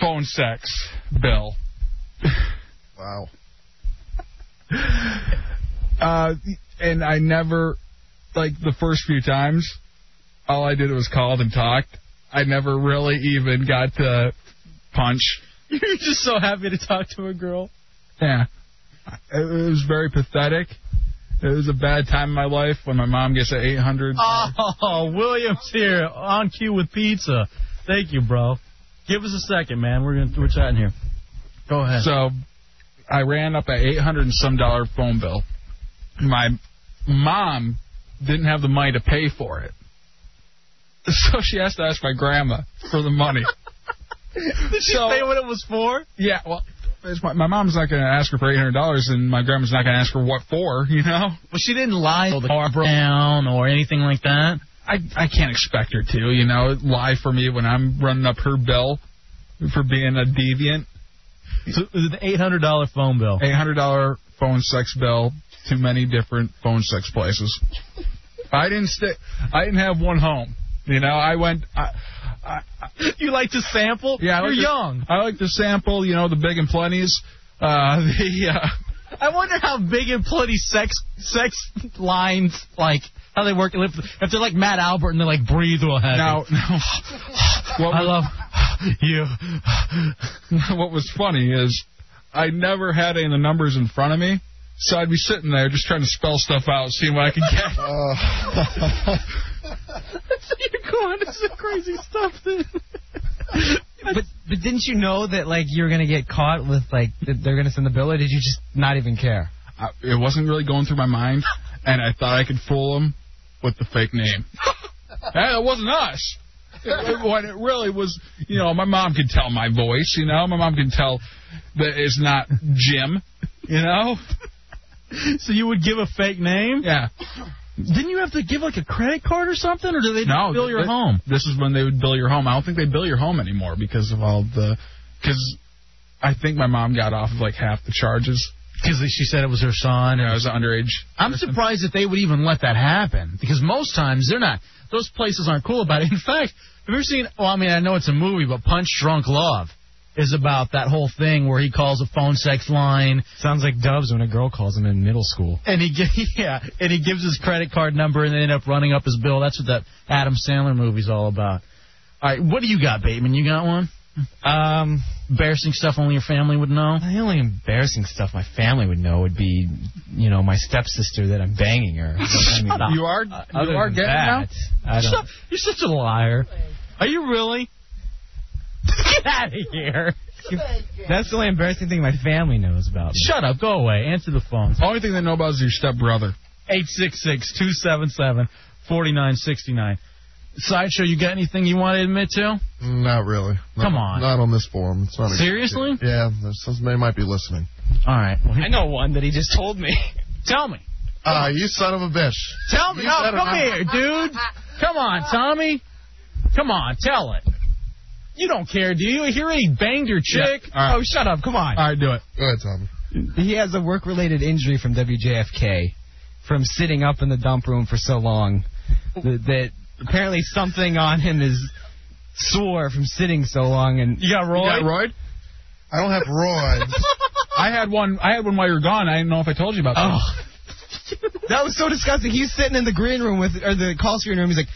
phone sex bill. Wow. Uh, and I never, like the first few times, all I did was called and talked. I never really even got to punch. You're just so happy to talk to a girl. Yeah. It it was very pathetic. It was a bad time in my life when my mom gets an 800. Oh, Williams here on cue with pizza. Thank you, bro. Give us a second, man. We're gonna we're chatting here. Go ahead. So I ran up an 800 and some dollar phone bill. My mom didn't have the money to pay for it. So she has to ask my grandma for the money. Did she say what it was for? Yeah, well, it's my, my mom's not going to ask her for $800 and my grandma's not going to ask her what for, you know? Well, she didn't lie the car broke down or anything like that. I I can't expect her to, you know, lie for me when I'm running up her bill for being a deviant. So it was an eight hundred dollar phone bill. Eight hundred dollar phone sex bill to many different phone sex places. I didn't stick. I didn't have one home. You know, I went. I, I, I- You like to sample? yeah, I you're like to- young. I like to sample. You know, the big and plenties. Uh, the uh, I wonder how big and bloody sex sex lines like how they work. If, if they're like Matt Albert and they're like breathe real heavy. now, now what I was, love you. what was funny is I never had any of the numbers in front of me, so I'd be sitting there just trying to spell stuff out, seeing what I could get. you're going to some crazy stuff. Then. But but didn't you know that like you're gonna get caught with like that they're gonna send the bill or did you just not even care? I, it wasn't really going through my mind, and I thought I could fool him with the fake name. hey, it wasn't us. It, it- when it really was, you know, my mom can tell my voice. You know, my mom can tell that it's not Jim. You know, So you would give a fake name? yeah. Didn't you have to give like a credit card or something, or do they just No, bill your thi- home? This is when they would bill your home. I don't think they bill your home anymore because of all the, because I think my mom got off of like half the charges. Because she said it was her son. I was an underage. I'm surprised that they would even let that happen because most times they're not. Those places aren't cool about it. In fact, have you ever seen? Well, I mean, I know it's a movie, but Punch Drunk Love is about that whole thing where he calls a phone sex line Sounds like Dubs when a girl calls him in middle school. and he gi- yeah, and he gives his credit card number and they end up running up his bill. That's what that Adam Sandler movie's all about. All right, what do you got, Bateman? You got one? Um Embarrassing stuff only your family would know. the only embarrassing stuff my family would know would be, you know, my stepsister that I'm banging her. I mean, You Uh, are you other are than getting now. that, I You're don't. su- You're such a liar. Are you really? Get out of here. That's the only embarrassing thing my family knows about. Me. Shut up. Go away. Answer the phone. Only thing they know about is your stepbrother. 866-277-4969. Sideshow, you got anything you want to admit to? Not really. Not, Come on. Not on this forum. It's not a- Seriously? yeah, there's some- they might be listening. All right. Well, I know one that he just told me. Tell me. Ah, you son of a bitch. Tell me. You Oh, said it. come here, dude. Come on, Tommy. Come on, tell it. You don't care, do you? He already banged your chick. Yeah. All right. Oh, shut up. Come on. All right, do it. Go ahead, Tommy. He has a work related injury from WJFK from sitting up in the dump room for so long that, that apparently something on him is sore from sitting so long and You got Roy? Yeah, Royd? I don't have roids. I had one. I had one while you were gone. I didn't know if I told you about that. that was so disgusting. He's sitting in the green room with or the call screen room. He's like,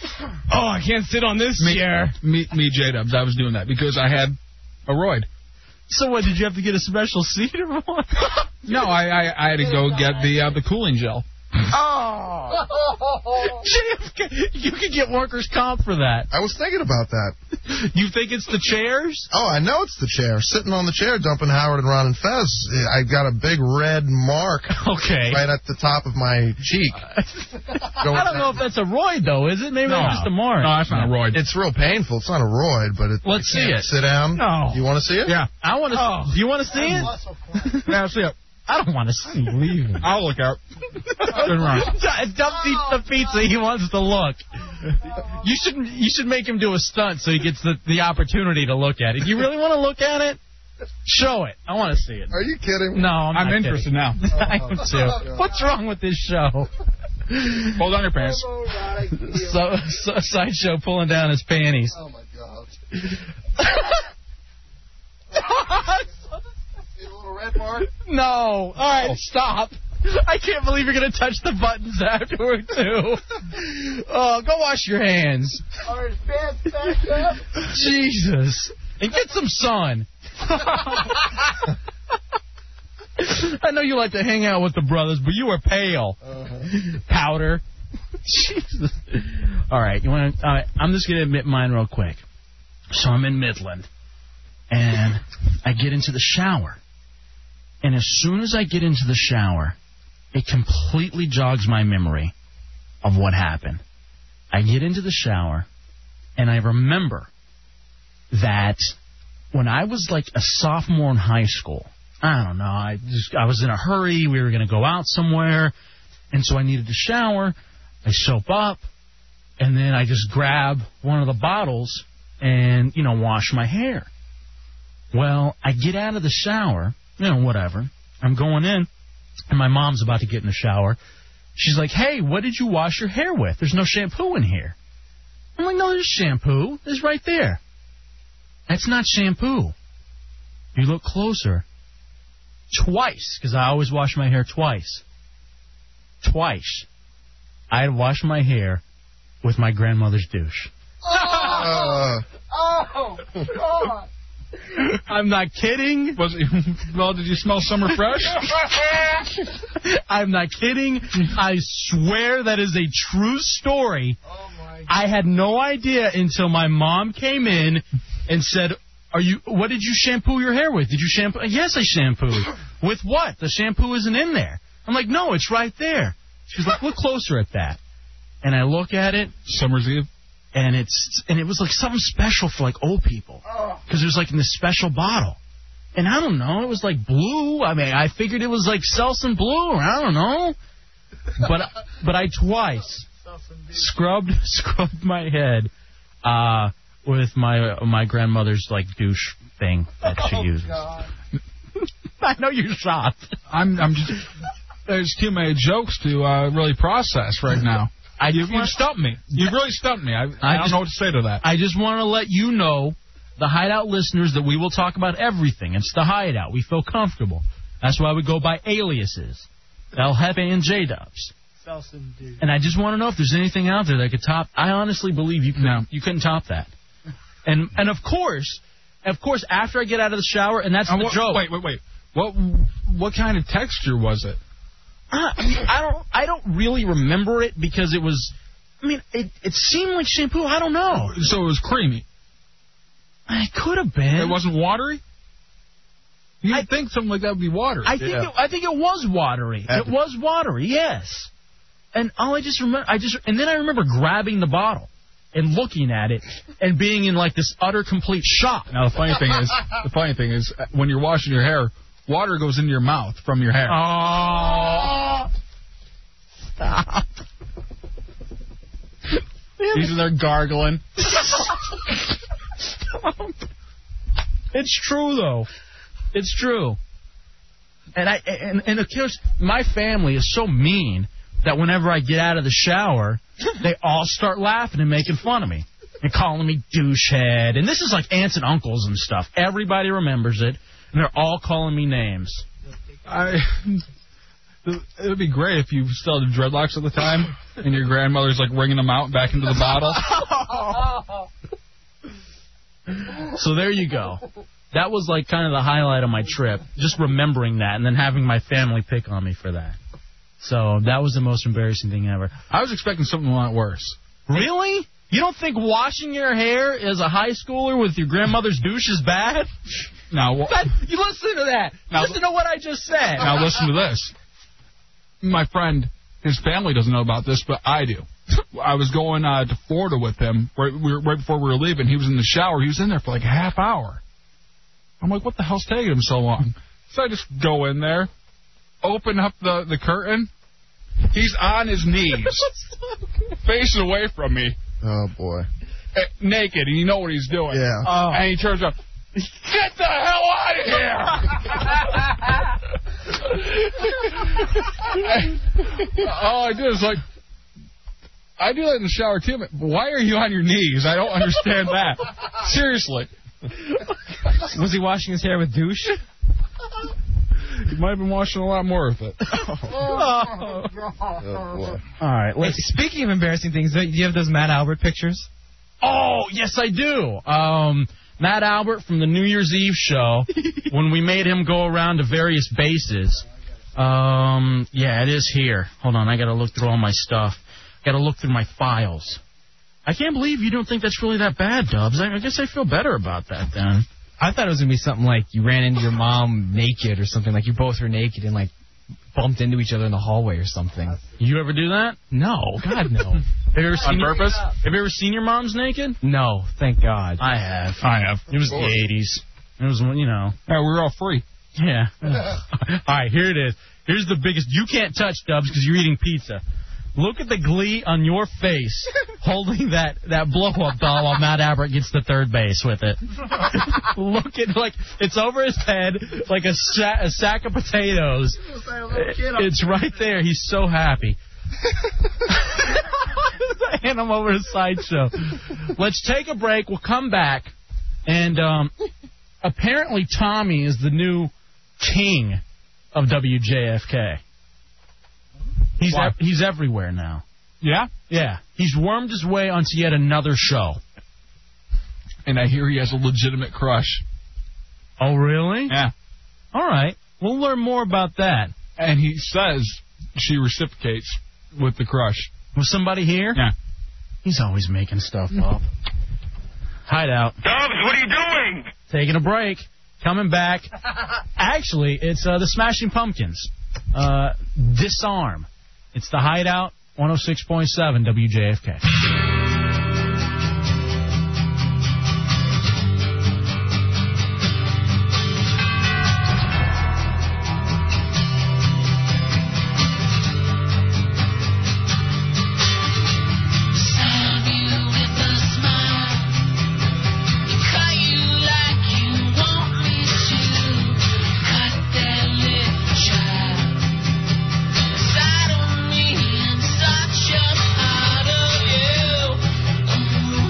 "Oh, I can't sit on this Me, chair." me, me, J Dubs. I was doing that because I had a roid. So what, did you have to get a special seat or what? No, I, I, I had to go get the uh, the cooling gel. Oh. JFK, you could get workers' comp for that. I was thinking about that. You think it's the chairs? Oh, I know it's the chair. Sitting on the chair, dumping Howard and Ron and Fez. I got a big red mark. Okay. Right at the top of my cheek. I don't know if that's a roid though, is it? Maybe No. that's just a mark. No, that's not a roid. It's real painful. It's not a roid, but it, Let's I see it. can't Sit down. No. You want to see it? Yeah. I want to. Oh. Do you want to see it? yeah, see it. I don't want to see. Leave. I'll look out. Duff eats the pizza. He wants to look. You should you should make him do a stunt so he gets the, the opportunity to look at it. You really want to look at it? Show it. I want to see it. Are you kidding? Oh, No, I'm, I'm not interested kidding. now. I am too. What's wrong with this show? Hold on your pants. Oh, So, so sideshow pulling down his panties. Oh my god. No. All right, Oh. stop. I can't believe you're gonna touch the buttons afterward too. Oh, go wash your hands. Are his pants back up? Jesus. And get some sun. I know you like to hang out with the brothers, but you are pale. Powder. Jesus. All right, you want to? All right, I'm just gonna admit mine real quick. So I'm in Midland, and I get into the shower, and as soon as I get into the shower, it completely jogs my memory of what happened. I get into the shower, and I remember that when I was like a sophomore in high school, I don't know, I just I was in a hurry, we were going to go out somewhere, and so I needed to shower. I soap up, and then I just grab one of the bottles and, you know, wash my hair. Well, I get out of the shower, you know, whatever. I'm going in, and my mom's about to get in the shower. She's like, "Hey, what did you wash your hair with? There's no shampoo in here." I'm like, "No, there's shampoo. It's right there." That's not shampoo. You look closer. Twice, because I always wash my hair twice. Twice, I had washed my hair with my grandmother's douche. Oh. Oh. God. I'm not kidding. Was well, did you smell summer fresh? I'm not kidding. I swear that is a true story. I had no idea until my mom came in and said, "Are you? What did you shampoo your hair with? Did you shampoo? Yes, I shampooed. with what? The shampoo isn't in there." I'm like, "No, it's right there." She's like, "Look closer at that." And I look at it. Summer's Eve. And it's and it was like something special for like old people because it was like in this special bottle. And I don't know, it was like blue. I mean, I figured it was like Selsun blue, or I don't know. But but I twice scrubbed scrubbed my head uh, with my my grandmother's like douche thing that she uses. I know you're shocked. I'm I'm just there's too many jokes to uh, really process right now. I you, just you want- stumped me. You really stumped me. I, I, I don't just- know what to say to that. I just want to let you know, the Hideout listeners, that we will talk about everything. It's the Hideout. We feel comfortable. That's why we go by aliases, El Jefe and J Dubs. And I just want to know if there's anything out there that could top. I honestly believe you couldn't, you couldn't top that. And and of course, of course, after I get out of the shower, and that's And the what- joke. Wait, wait, wait. What what kind of texture was it? I, Uh, I don't I don't really remember it because it was. I mean, it it seemed like shampoo. I don't know. So it was creamy. It could have been. It wasn't watery. You'd think something like that would be watery. I think it, I think it was watery. Had It was watery, yes. And all I just remember, I just, and then I remember grabbing the bottle and looking at it and being in like this utter complete shock. Now the funny thing is, the funny thing is, uh, when you're washing your hair, water goes into your mouth from your hair. Oh. Stop. These are their gargling. It's true though. It's true. And I and and of course my family is so mean that whenever I get out of the shower, they all start laughing and making fun of me and calling me douchehead. And this is like aunts and uncles and stuff. Everybody remembers it, and they're all calling me names. I. It would be great if you still had dreadlocks at the time, and your grandmother's like wringing them out back into the bottle. So there you go. That was like kind of the highlight of my trip, just remembering that and then having my family pick on me for that. So that was the most embarrassing thing ever. I was expecting something a lot worse. Really? You don't think washing your hair as a high schooler with your grandmother's douche is bad? No. wha- That, you listen to that. Now- listen to what I just said. Now listen to this. My friend, his family doesn't know about this, but I do. I was going uh, to Florida with him right, we were, right before we were leaving. He was in the shower. He was in there for like a half hour. I'm like, what the hell's taking him so long? So I just go in there, open up the, the curtain. He's on his knees, facing away from me, Oh boy. eh, naked, and you know what he's doing. Yeah. And he turns up. Get the hell out of here! Oh, All I did is like, I do that in the shower too. But why are you on your knees? I don't understand that. Seriously. Was he washing his hair with douche? You might have been washing a lot more of it. Oh. All right. Hey, speaking of embarrassing things, do you have those Matt Albert pictures? Oh, yes, I do. Um, Matt Albert from the New Year's Eve show, when we made him go around to various bases. Um, yeah, it is here. Hold on, I gotta look through all my stuff. Gotta look through my files. I can't believe you don't think that's really that bad, Dubs. I, I guess I feel better about that then. I thought it was gonna be something like you ran into your mom naked or something, like you both were naked and like bumped into each other in the hallway or something. You ever do that? No, God no. Have you ever seen On purpose? Have you ever seen your mom's naked? No, thank God. I have. I have. It was the Sure. 80s. It was when you know. Yeah, we were all free. Yeah. all right, here it is. Here's the biggest. You can't touch Dubs because you're eating pizza. Look at the glee on your face holding that that blow up doll while Matt Albert gets to third base with it. Look at like it's over his head like a, sa- a sack of potatoes. It's right there. He's so happy. Hand him over to sideshow. Let's take a break. We'll come back, and um, apparently Tommy is the new king of WJFK. He's Why? ev- he's everywhere now. Yeah? Yeah, he's wormed his way onto yet another show. And I hear he has a legitimate crush. Oh, really? Yeah. All right. We'll learn more about that. And he says she reciprocates with the crush. Was somebody here? Yeah. He's always making stuff up. Hideout. Dubs, what are you doing? Taking a break. Coming back. Actually, it's uh, the Smashing Pumpkins. Uh, Disarm. It's the Hideout 106.7 WJFK. Inside of me, and such a part of you.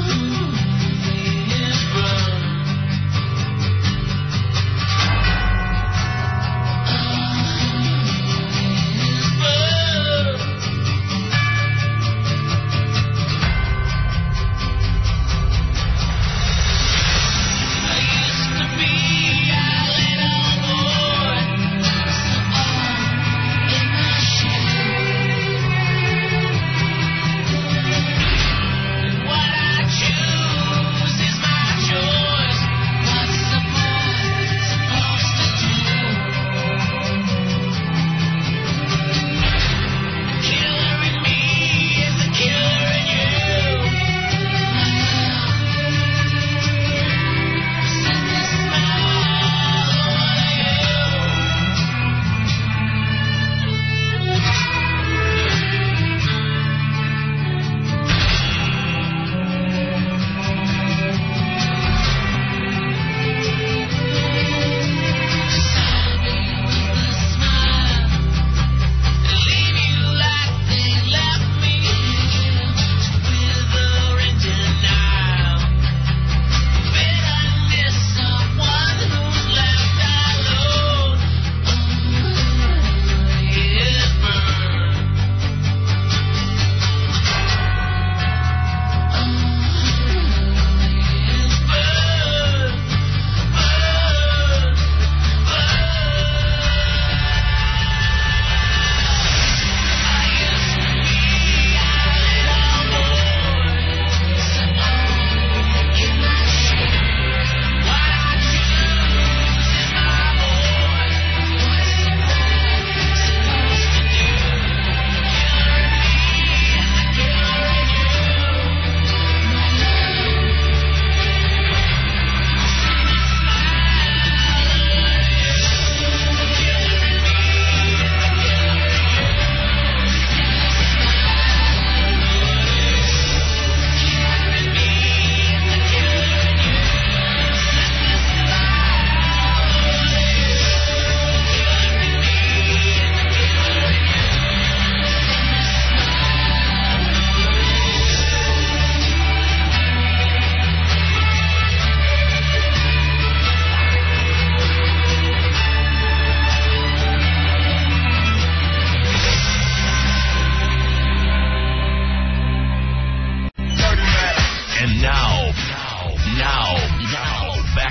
oh 96.7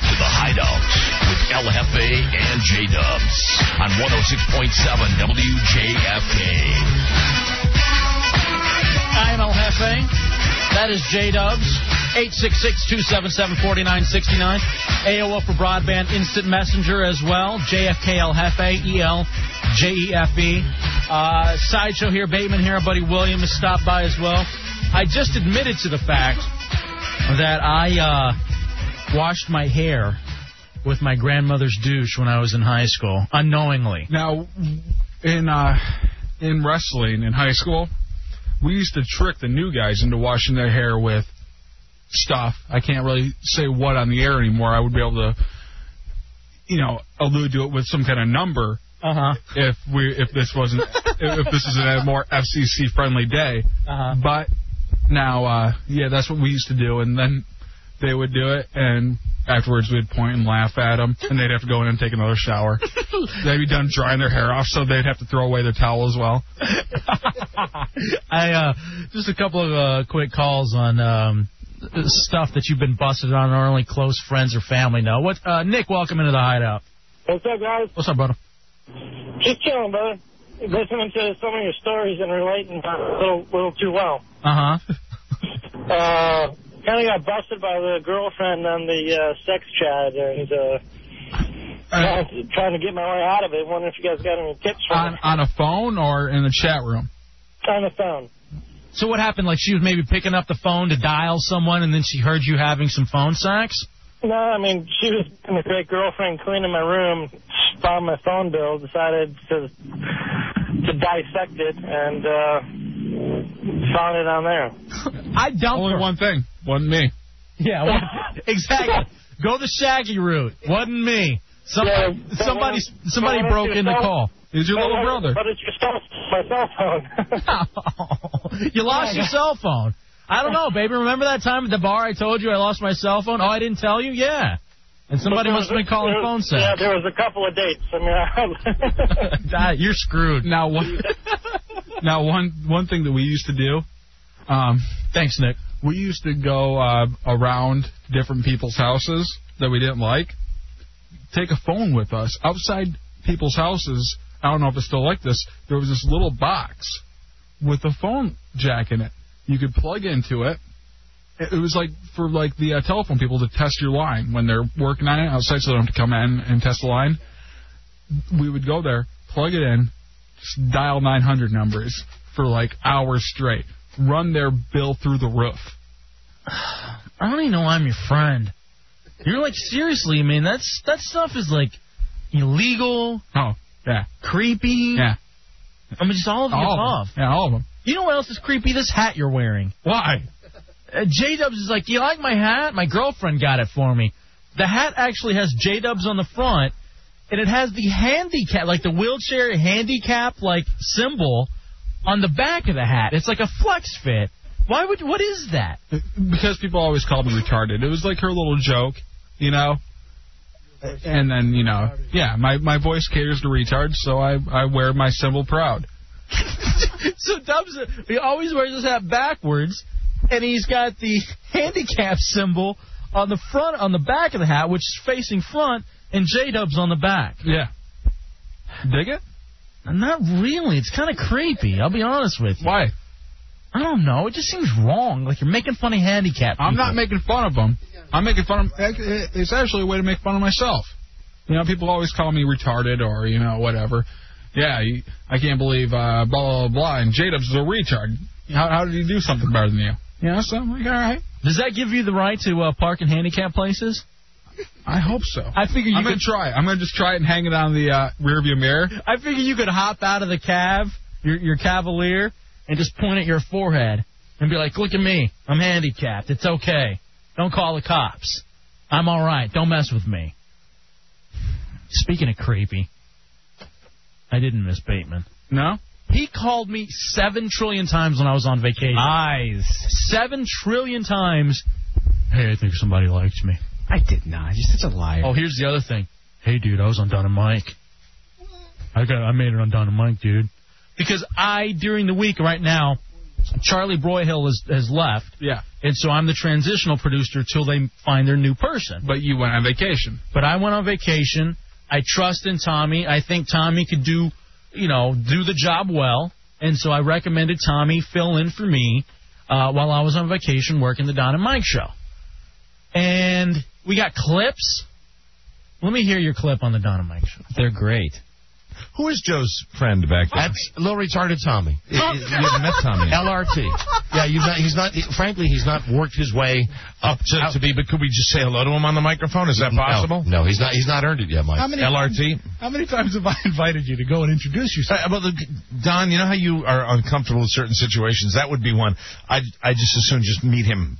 WJFK. I am El Jefe. That is J Dubs. 866-277-4969. AOL for broadband, instant messenger as well. JFK El Jefe, E E-L, J-E-F-E. E Uh, Sideshow here, Bateman here, buddy William has stopped by as well. I just admitted to the fact that I uh, washed my hair with my grandmother's douche when I was in high school, unknowingly. Now, in uh, in wrestling in high school, we used to trick the new guys into washing their hair with stuff. I can't really say what on the air anymore. I would be able to, you know, allude to it with some kind of number. Uh huh. If we if this wasn't if if this is a more FCC friendly day. Uh-huh. But now, uh, yeah, that's what we used to do, and then they would do it, and afterwards we'd point and laugh at them, and they'd have to go in and take another shower. they'd be done drying their hair off, so they'd have to throw away their towel as well. I uh, just a couple of uh, quick calls on um, stuff that you've been busted on, or only close friends or family know. What, uh, Nick? Welcome into the hideout. What's up, guys? What's up, brother? Just chilling, brother. Listening to some of your stories and relating a little, little too well. Uh huh. Uh, kind of got busted by the girlfriend on the uh, sex chat, and uh, trying, trying to get my way out of it. Wondering if you guys got any tips for On me on a phone or in the chat room? on the phone. So what happened? Like she was maybe picking up the phone to dial someone, and then she heard you having some phone sex. No, I mean she was being a great girlfriend, cleaning my room, found my phone bill, decided to to dissect it, and uh, found it on there. I dumped Only one thing. Wasn't me. Yeah, well, exactly. Go the shaggy route. Wasn't me. Somebody, Yeah, someone- somebody, somebody someone broke else's in the phone. call. Is your But little it- brother? But it's your cell, my cell phone. You lost your cell phone. I don't know, baby. Remember that time at the bar I told you I lost my cell phone? Oh, I didn't tell you? Yeah. And But somebody there must have was- been calling there phone was- sex. Yeah, there was a couple of dates. I mean, Ah, You're screwed. Now what? now one one thing that we used to do. Um, Thanks, Nick. We used to go uh, around different people's houses that we didn't like. Take a phone with us outside people's houses. I don't know if it's still like this. There was this little box with a phone jack in it. You could plug into it. It it was like for like the uh, telephone people to test your line when they're working on it outside, so they don't have to come in and test the line. We would go there, plug it in, just dial 900 numbers for like hours straight, run their bill through the roof. I don't even know why I'm your friend. You're like seriously, man. That's that stuff is like illegal. Oh yeah. Creepy. Yeah. I mean, just all of the All of 'em. above. Yeah, all of them. You know what else is creepy? This hat you're wearing. Why? Uh, J Dubs is like, you like my hat? My girlfriend got it for me. The hat actually has J Dubs on the front, and it has the handicap, like the wheelchair handicap, like symbol on the back of the hat. It's like a flex fit. Why would? What is that? Uh, Because people always called me retarded. It was like her little joke, you know. And then you know, yeah, my my voice caters to retards, so I I wear my symbol proud. so Dubs, he always wears his hat backwards, and he's got the handicap symbol on the front, on the back of the hat, which is facing front, and J Dubs on the back. Yeah. Dig it? Not really. It's kind of creepy. I'll be honest with you. Why? I don't know. It just seems wrong. Like you're making fun of handicap. I'm people. not making fun of them. I'm making fun of. It's actually a way to make fun of myself. You know, people always call me retarded or you know whatever. Yeah, you, I can't believe uh, blah blah blah. And J-Dubs is a retard. How, how did he do something better than you? Yeah, so I'm like, all right. Does that give you the right to uh, park in handicap places? I hope so. I figure you I'm could gonna try. it. I'm gonna just try it and hang it on the uh, rearview mirror. I figure you could hop out of the cab, your your cavalier, and just point at your forehead and be like, "Look at me. I'm handicapped. It's okay. Don't call the cops. I'm all right. Don't mess with me." Speaking of creepy, I didn't miss Bateman. No. He called me seven trillion times when I was on vacation. Eyes. Seven trillion times. Hey, I think somebody likes me. I did not. You're such a liar. Oh, here's the other thing. Hey, dude, I was on Don and Mike. I got, I made it on Don and Mike, dude. Because I, during the week right now, Charlie Broyhill has, has left. Yeah. And so I'm the transitional producer till they find their new person. But you went on vacation. But I went on vacation. I trust in Tommy. I think Tommy could do, you know, do the job well. And so I recommended Tommy fill in for me uh, while I was on vacation working the Don and Mike show. And we got clips. Let me hear your clip on the Don and Mike show. They're great. Who is Joe's friend back there? That's little retarded Tommy. You haven't Oh, met Tommy. LRT. Yeah, you've not, he's not. Frankly, he's not worked his way up to, to be. But could we just say hello to him on the microphone? Is that possible? No, he's not. He's not earned it yet, Mike. How many times- LRT. how many times have I invited you to go and introduce yourself? Uh, well, look, Don, you know how you are uncomfortable in certain situations. That would be one. I I just as soon just meet him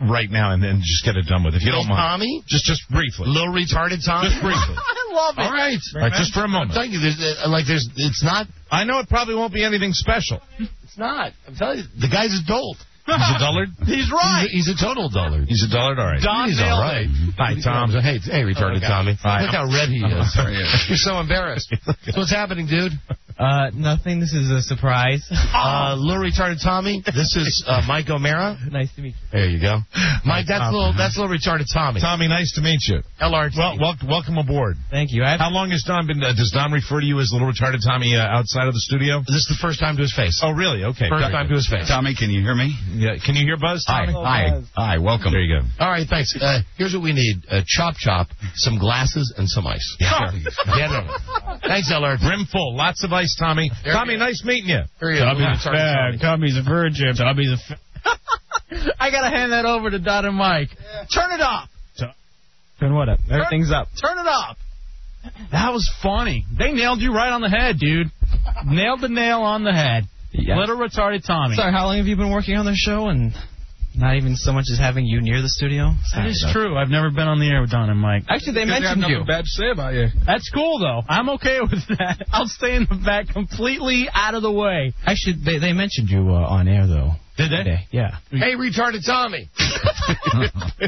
right now and then just get it done with. If you Little don't mind, Tommy? just just briefly, Little retarded Tommy, just briefly. I love All right. All right, just for a moment. Thank you. like there's, it's not. I know it probably won't be anything special. It's not. I'm telling you. The guy's a dolt. He's a dullard. He's right. He's a, total dullard. He's a dullard. All right. Don he's nailed all right. Hi, Tom. Hey, hey, retarded Oh, God. Tommy. Hi. Look how red he Oh, I'm is. sorry. You're so embarrassed. So what's happening, dude? Uh, nothing. This is a surprise. Uh, little retarded Tommy. This is uh, Mike O'Mara. nice to meet you. There you go. Mike, that's Tom. little that's little retarded Tommy. Tommy, nice to meet you. LRT. Well, wel- welcome aboard. Thank you. I How long has Don been? Uh, does Don refer to you as little retarded Tommy uh, outside of the studio? This is the first time to his face. Oh, really? Okay. First Very time good. to his face. Tommy, can you hear me? Yeah. Can you hear Buzz? Hi. Tommy? Hi. Buzz. Hi. Welcome. There you go. All right, thanks. Uh, here's what we need: uh, chop chop, some glasses, and some ice. Yeah. Get 'em. Thanks, LRT. Rim full. Lots of ice, Tommy. Tommy, nice meeting you. Here you go. Tommy, Little retarded Tommy. Tommy's a virgin. Tommy's a. F- I gotta hand that over to Don and Mike. Turn it up. Turn what up? Everything's up. Turn it up. That was funny. They nailed you right on the head, dude. Nailed the nail on the head. Little retarded Tommy. Sorry, how long have you been working on this show and not even so much as having you near the studio? That is true. I've never been on the air with Don and Mike. Actually, they Because mentioned have nothing you. bad to say about you. That's cool though. I'm okay with that. I'll stay in the back, completely out of the way. Actually, they, they mentioned you uh, on air, though. Did they? Yeah. Mm. Hey, retarded Tommy.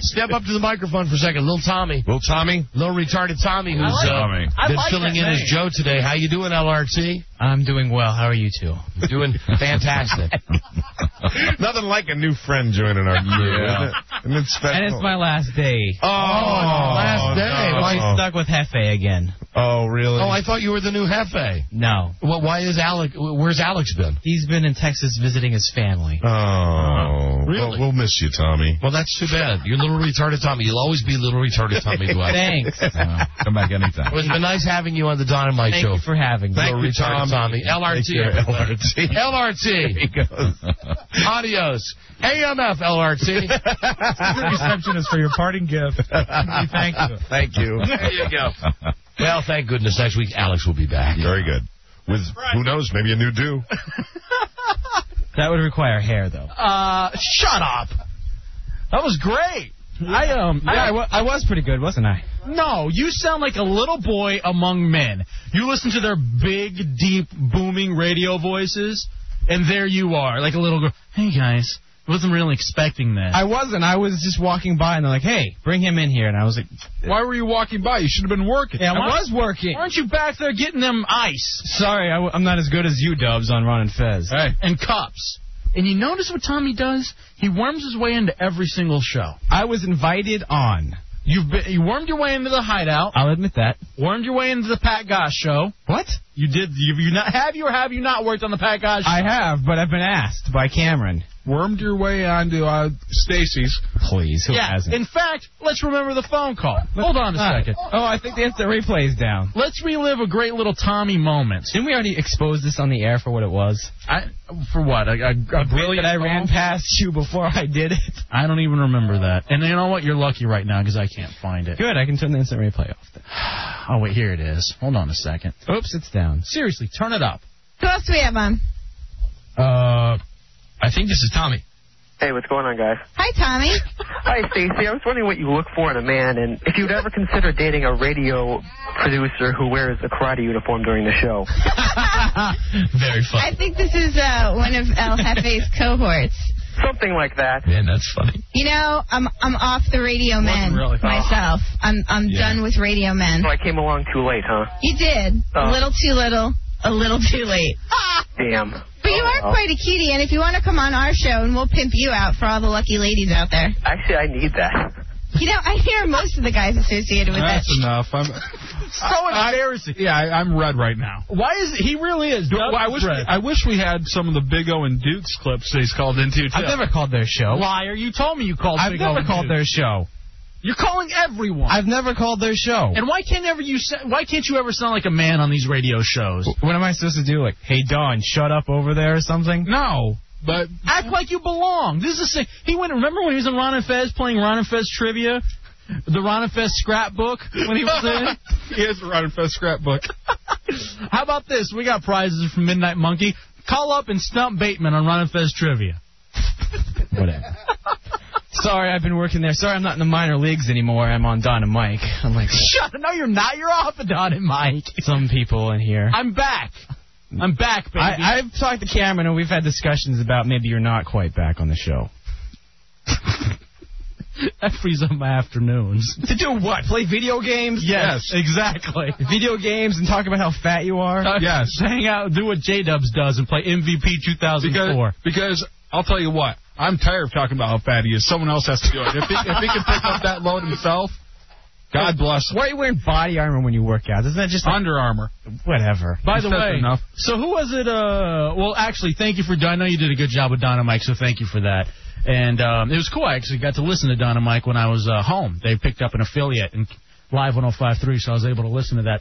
Step up to the microphone for a second, little Tommy. Little Tommy, little retarded Tommy, who's, uh, Tommy. been filling in as Joe today. How you doing, LRT? I'm doing well. How are you two? Doing fantastic. Nothing like a new friend joining our crew. Yeah. isn't it? And it's special. And it's my last day. Oh, last no. day. I'm stuck with Hefe again. Oh, really? Oh, I thought you were the new Hefe. No. Well, why is Alec? Where's Alex been? He's been in Texas visiting his family. Oh, Really? Well, we'll miss you, Tommy. Well, that's too bad. You're little retarded Tommy. You'll always be little retarded Tommy to us. Thanks. Come back anytime. Well, it's been nice having you on the Don and Mike Thank show. you for having me. Little Thank you, retarded Tommy. Tommy. LRT. Take care, LRT. LRT. He goes. Adios. AMF LRT. receptionist for your parting gift. Thank you. Thank you. There you go. Well, thank goodness next week Alex will be back. Very good. With who knows, maybe a new do. That would require hair, though. Uh, shut up. That was great. I um. Yeah, I wa- I was pretty good, wasn't I? No, you sound like a little boy among men. You listen to their big, deep, booming radio voices, and there you are, like a little girl. Hey guys, wasn't really expecting that. I wasn't. I was just walking by, and they're like, "Hey, bring him in here," and I was like, Why were you walking by? You should have been working. "Yeah, I was working." Aren't you back there getting them ice Sorry, I w- I'm not as good as you, Dubs, on Ron and Fez. and cups? And you notice what Tommy does? He worms his way into every single show. I was invited on. You've been, you wormed your way into the hideout. I'll admit that. Wormed your way into the Pat Gosh show. What? You did. You, you not have you or have you not worked on the Pat Gosh? Show? I have, but I've been asked by Cameron. Wormed your way onto uh, Stacy's. Please, who yeah. uh, hasn't? In fact, let's remember the phone call. Hold on a All right. second. Oh, I think the instant replay is down. Let's relive a great little Tommy moment. Didn't we already expose this on the air for what it was? I, for what? A, a, a brilliant. That I ran phone? past you before I did it. I don't even remember that. And you know what? You're lucky right now because I can't find it. Good, I can turn the instant replay off. Then. Oh wait, here it is. Hold on a second. Oops, it's down. Seriously, turn it up. Who else do we have on? Uh, I think this is Tommy. Hey, what's going on, guys? Hi, Tommy. Hi, Stacey. I was wondering what you look for in a man, and if you'd ever consider dating a radio producer who wears a karate uniform during the show. Very funny. I think this is uh, one of El Jefe's cohorts. Something like that. Man, that's funny. You know, I'm I'm off the radio men really. Oh. myself. I'm I'm done with radio men. So I came along too late, huh? You did Oh. a little too little, a little too late. Damn. But you are quite a cutie, and if you want to come on our show, and we'll pimp you out for all the lucky ladies out there. Actually, I need that. You know, I hear most of the guys associated with That's that. enough. I'm so embarrassing. yeah, I, I'm red right now. Why is he really is? Do- Doug well, I is wish red. I wish we had some of the Big O and Dukes clips that he's called into. Too. I've never called their show. Liar! You told me you called. I've Big never O and called Duke. their show. You're calling everyone. I've never called their show. And why can't ever you? sa- Why can't you ever sound like a man on these radio shows? What am I supposed to do? Like, hey Don, shut up over there or something? No, but Act like you belong. This is a, he went. Remember when he was in Ron and Fez playing Ron and Fez trivia, the Ron and Fez scrapbook when he was in. he is Ron and Fez scrapbook. How about this? We got prizes from Midnight Monkey. Call up and stump Bateman on Ron and Fez trivia. sorry, I've been working there. Sorry, I'm not in the minor leagues anymore. I'm on Don and Mike. I'm like Shut. No, you're not. You're off of Don and Mike. some people in here. I'm back. I'm back, baby. I, I've talked to Cameron and we've had discussions about maybe you're not quite back on the show. that frees up my afternoons. To do what? Play video games? Yes, exactly. Video games and talk about how fat you are? yes. Hang out, do what J Dubs does, and play MVP 2004. Because, because I'll tell you what, I'm tired of talking about how fat he is. Someone else has to do it. If he, if he can pick up that load himself, God bless him. Why are you wearing body armor when you work out? Isn't that just Under Armour. Whatever. By the He says way, enough. so who was it? Uh, well, actually, thank you for. I know you did a good job with Don and Mike, so thank you for that. And um, it was cool. I actually got to listen to Don and Mike when I was uh, home. They picked up an affiliate and live 105.3, so I was able to listen to that.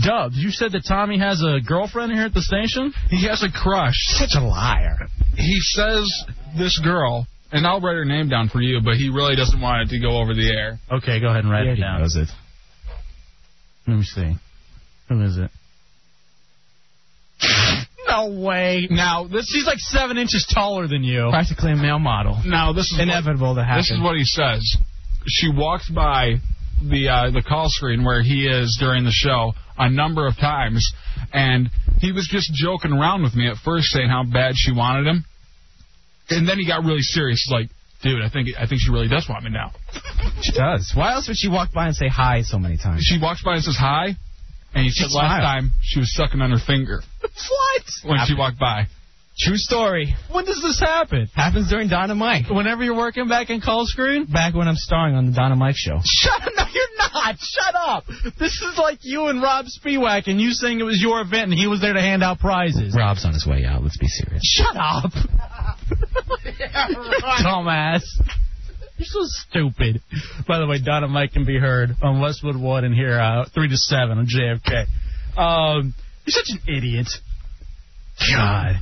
Dubs, you said that Tommy has a girlfriend here at the station. He has a crush. Such a liar. He says this girl, and I'll write her name down for you, but he really doesn't want it to go over the air. Okay, go ahead and write Yeah, it he down. knows it. Let me see. Who is it? No way. Now this he's like seven inches taller than you. Practically a male model. Now this is what- Inevitable to happen. This is what he says. She walked by the uh, the call screen where he is during the show a number of times, and he was just joking around with me at first, saying how bad she wanted him, and then he got really serious, like, dude, I think I think she really does want me now. She does. Why else would she walk by and say hi so many times? She walks by and says hi, and he said She last smiled. time she was sucking on her finger What? when she walked by. True story. When does this happen? Happens during Don and Mike. Whenever you're working back in call screen? Back when I'm starring on the Don and Mike show. Shut up. No, you're not. Shut up. This is like you and Rob Spiewak and you saying it was your event and he was there to hand out prizes. Rob's on his way out. Let's be serious. Shut up. Dumbass. You're so stupid. By the way, Don and Mike can be heard on Westwood One and here, uh, 3 to 7 on JFK. Um, you're such an idiot. God.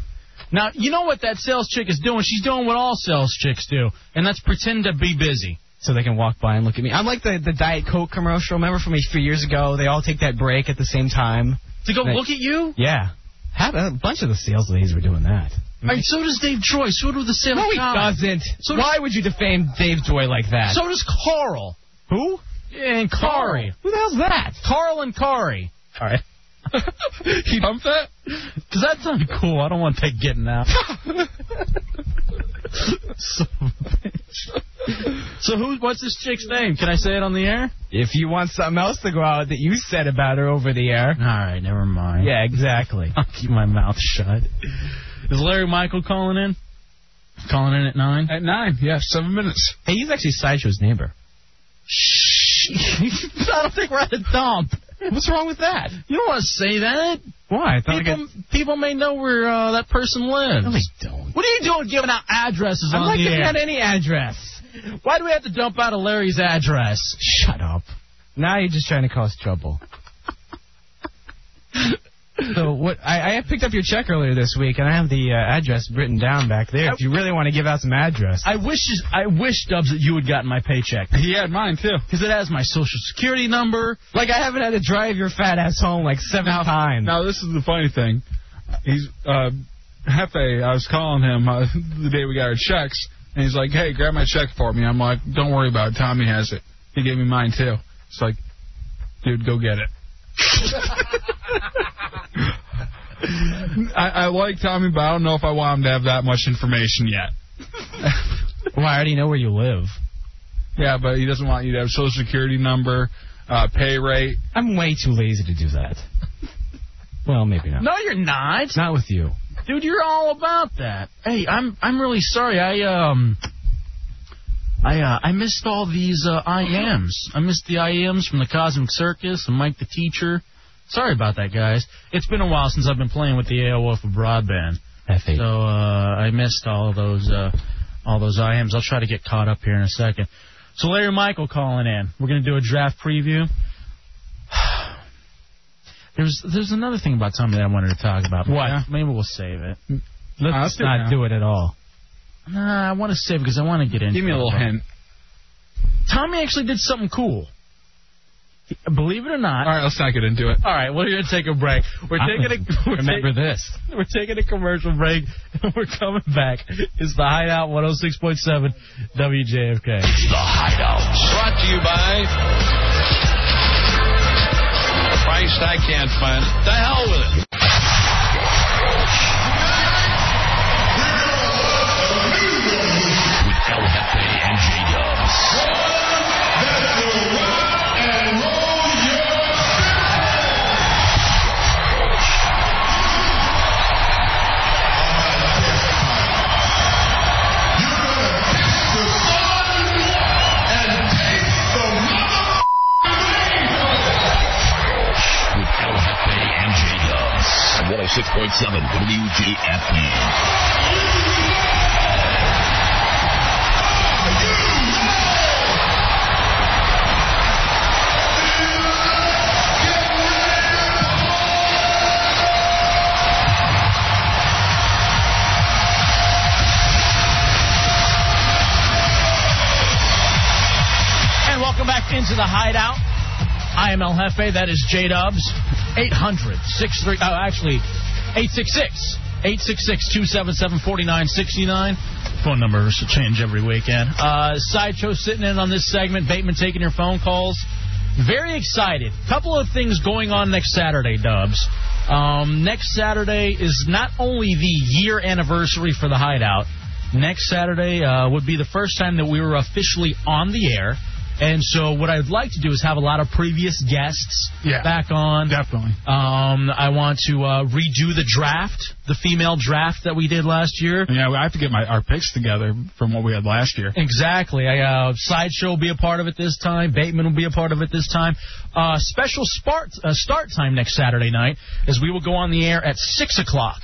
Now, you know what that sales chick is doing? She's doing what all sales chicks do, and that's pretend to be busy. So they can walk by and look at me. I'm like the, the Diet Coke commercial. Remember from a few years ago? They all take that break at the same time. To go Right. look at you? Yeah. Had a bunch of the sales ladies were doing that. All right, so does Dave Troy. So do the sales No, he guys. doesn't. So does- Why would you defame Dave Joy like that? So does Carl. Who? And Kari. Who the hell's that? Carl and Kari. All right. He dumped that. Does that sound cool? I don't want that getting out. so, so who? What's this chick's name? Can I say it on the air? If you want something else to go out that you said about her over the air. All right, never mind. Yeah, exactly. I'll keep my mouth shut. Is Larry Michael calling in? Calling in at nine. At nine, yeah, seven minutes. Hey, he's actually Sideshow's neighbor. Shh. I don't think we're at a dump. What's wrong with that? You don't want to say that. Why? I thought I People, people may know where uh, that person lives. No, they don't. What are you doing giving out addresses I'm on not the giving air? out any address. Why do we have to dump out of Larry's address? Shut up. Now you're just trying to cause trouble. so what? I, I picked up your check earlier this week, and I have the uh, address written down back there. If you really want to give out some address, I wish I wish Dubs that you had gotten my paycheck He had mine too. because it has my social security number. like I haven't had to drive your fat ass home like seven times. Now this is the funny thing. He's uh, Hefe. I was calling him uh, the day we got our checks, and he's like, "Hey, grab my check for me." I'm like, "Don't worry about it. Tommy has it. He gave me mine too." It's like, dude, go get it. I, I like Tommy, but I don't know if I want him to have that much information yet. Well, I already know where you live. Yeah, but he doesn't want you to have social security number, uh, pay rate. I'm way too lazy to do that. well, maybe not. No, you're not, Not with you. dude. You're all about that. Hey, I'm I'm really sorry. I um I uh, I missed all these uh, IMs. I missed the IMs from the Cosmic Circus and Mike the Teacher. Sorry about that, guys. It's been a while since I've been playing with the AOL for broadband. So uh, I missed all those uh, all those IMs. I'll try to get caught up here in a second. So Larry Michael calling in. We're gonna do a draft preview. There's there's another thing about Tommy that I wanted to talk about. What? Maybe we'll save it. Let's do it not now. do it at all. Nah, I want to save because I want to get into. Give me a it. little hint. Tommy actually did something cool. He- Believe it or not. All right, let's not get into it. All right, well, you're gonna take a break. We're I taking a we're remember taking- this. We're taking a commercial break. and We're coming back. It's the Hideout 106.7 WJFK. Hideout. Brought to you by Christ, I can't find it. The hell with it. With El Jefe and J Dubs. With El Jefe and J Dubs. 106.7 WJFE. And welcome back into the hideout. I am El Jefe. That is J Dubs. 800 63. Oh, actually, 866. 866 277 4969. Phone numbers change every weekend. Uh, Sideshow sitting in on this segment. Bateman taking your phone calls. Very excited. Couple of things going on next Saturday, Dubs. Um, next Saturday is not only the year anniversary for the hideout, next Saturday uh, would be the first time that we were officially on the air. And so what I'd like to do is have a lot of previous guests back on. Definitely. Um, I want to uh, redo the draft, the female draft that we did last year. Yeah, I have to get my our picks together from what we had last year. Exactly. I, uh, Sideshow will be a part of it this time. Bateman will be a part of it this time. Uh, special start, uh, start time next Saturday night as we will go on the air at 6 o'clock.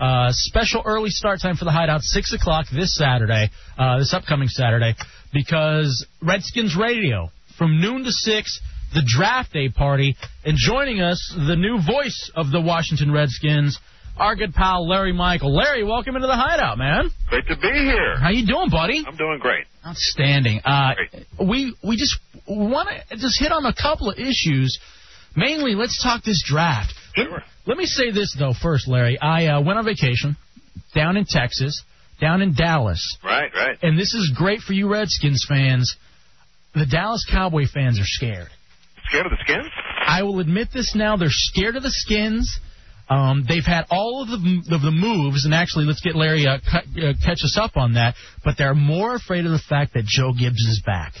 Uh, special early start time for the Hideout, 6 o'clock this Saturday, uh, this upcoming Saturday, because Redskins Radio from noon to 6, the draft day party, and joining us, the new voice of the Washington Redskins, our good pal Larry Michael. Larry, welcome into the Hideout, man. Great to be here. How you doing, buddy? I'm doing great. Outstanding. Uh, we we just want to just hit on a couple of issues. Mainly, let's talk this draft. Let, let me say this though first, Larry. I uh, went on vacation down in Texas, down in Dallas, Right, right. and this is great for you Redskins fans. The Dallas Cowboy fans are scared. Scared of the skins? I will admit this now. They're scared of the skins. Um, they've had all of the of the moves, and actually, let's get Larry uh, cut, uh, catch us up on that. But they're more afraid of the fact that Joe Gibbs is back.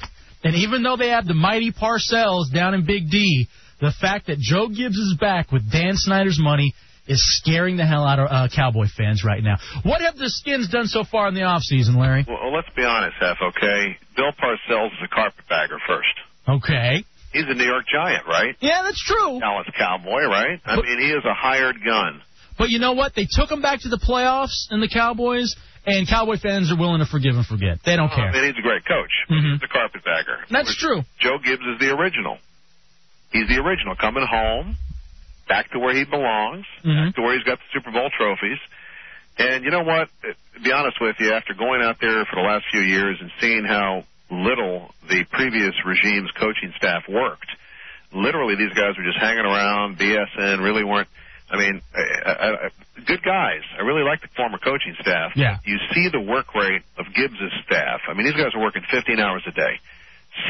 And even though they have the mighty Parcells down in Big D, the fact that Joe Gibbs is back with Dan Snyder's money is scaring the hell out of uh, Cowboy fans right now. What have the Skins done so far in the offseason, Larry? Well, let's be honest, Hef, okay? Bill Parcells is a carpetbagger first. Okay. He's a New York Giant, right? Yeah, that's true. Dallas Cowboy, right? I mean, he is a hired gun. But you know what? They took him back to the playoffs and the Cowboys, and Cowboy fans are willing to forgive and forget. They don't care. I mean, he's a great coach. but He's a carpetbagger. Mm-hmm. That's true. Joe Gibbs is the original. He's the original. Coming home, back to where he belongs, Mm-hmm. back to where he's got the Super Bowl trophies. And you know what? To be honest with you, after going out there for the last few years and seeing how little the previous regime's coaching staff worked, literally these guys were just hanging around, BSN, really weren't. I mean, I, I, I, good guys. I really like the former coaching staff. Yeah. You see the work rate of Gibbs' staff. I mean, these guys are working 15 hours a day.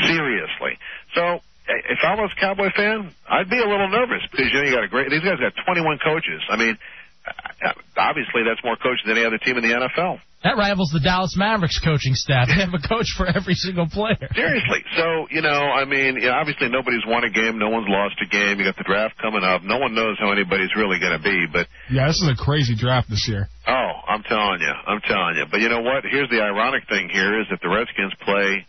Seriously. So i- if I was a Cowboy fan, I'd be a little nervous because you know you got a great. These guys got 21 coaches. I mean, I- I- obviously that's more coaches than any other team in the NFL. That rivals the Dallas Mavericks coaching staff. They have a coach for every single player. Seriously. So you know, I mean, you know, obviously nobody's won a game. No one's lost a game. You got the draft coming up. No one knows how anybody's really going to be. But Yeah, this is a crazy draft this year. oh, I'm telling you. I'm telling you. But you know what? Here's the ironic thing here is that the Redskins play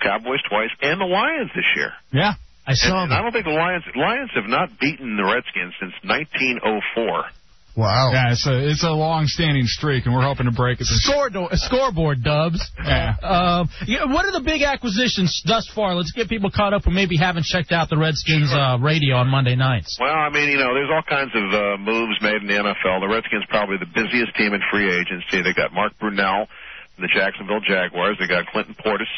Cowboys twice and the Lions this year. Yeah, I saw And I don't think the Lions Lions have not beaten the Redskins since 1904. Wow. Yeah, it's a it's a long standing streak, and we're hoping to break it. Score, scoreboard dubs. Yeah. Um, yeah, what are the big acquisitions thus far? Let's get people caught up who maybe haven't checked out the Redskins uh, radio on Monday nights. Well, I mean, you know, there's all kinds of uh, moves made in the NFL. The Redskins probably the busiest team in free agency. They got Mark Brunell from the Jacksonville Jaguars. They got Clinton Portis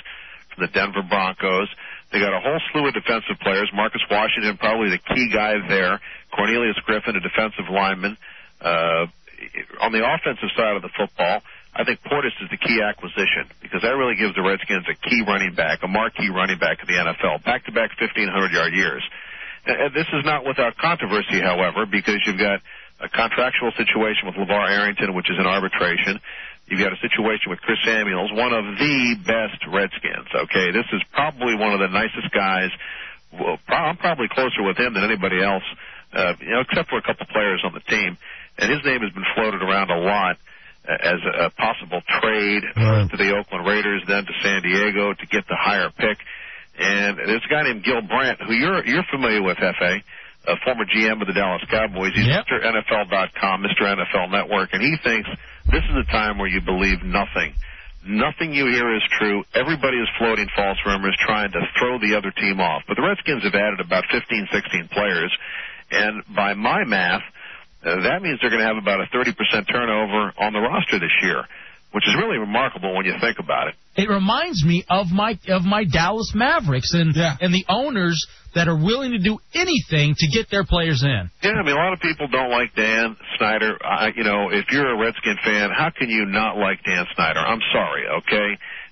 from the Denver Broncos. They got a whole slew of defensive players. Marcus Washington, probably the key guy there. Cornelius Griffin, a defensive lineman. Uh, on the offensive side of the football, I think Portis is the key acquisition because that really gives the Redskins a key running back, a marquee running back in the NFL, back-to-back 1,500 yard years. Uh, This is not without controversy, however, because you've got a contractual situation with LeVar Arrington, which is in arbitration. You've got a situation with Chris Samuels, one of the best Redskins. Okay, this is probably one of the nicest guys. Well, pro- I'm probably closer with him than anybody else, uh, you know, except for a couple players on the team. And his name has been floated around a lot uh, as a, a possible trade first to the Oakland Raiders, then to San Diego to get the higher pick. And there's a guy named Gil Brandt, who you're you're familiar with, FA, a former GM of the Dallas Cowboys. He's Mr. NFL.com, Mr. NFL Network, and he thinks this is a time where you believe nothing. Nothing you hear is true. Everybody is floating false rumors, trying to throw the other team off. But the Redskins have added about 15, 16 players, and by my math, uh, that means they're going to have about a 30% turnover on the roster this year, which is really remarkable when you think about it. It reminds me of my of my Dallas Mavericks and and the owners that are willing to do anything to get their players in. Yeah, I mean, a lot of people don't like Dan Snyder. I, you know, if you're a Redskin fan, how can you not like Dan Snyder? I'm sorry, okay?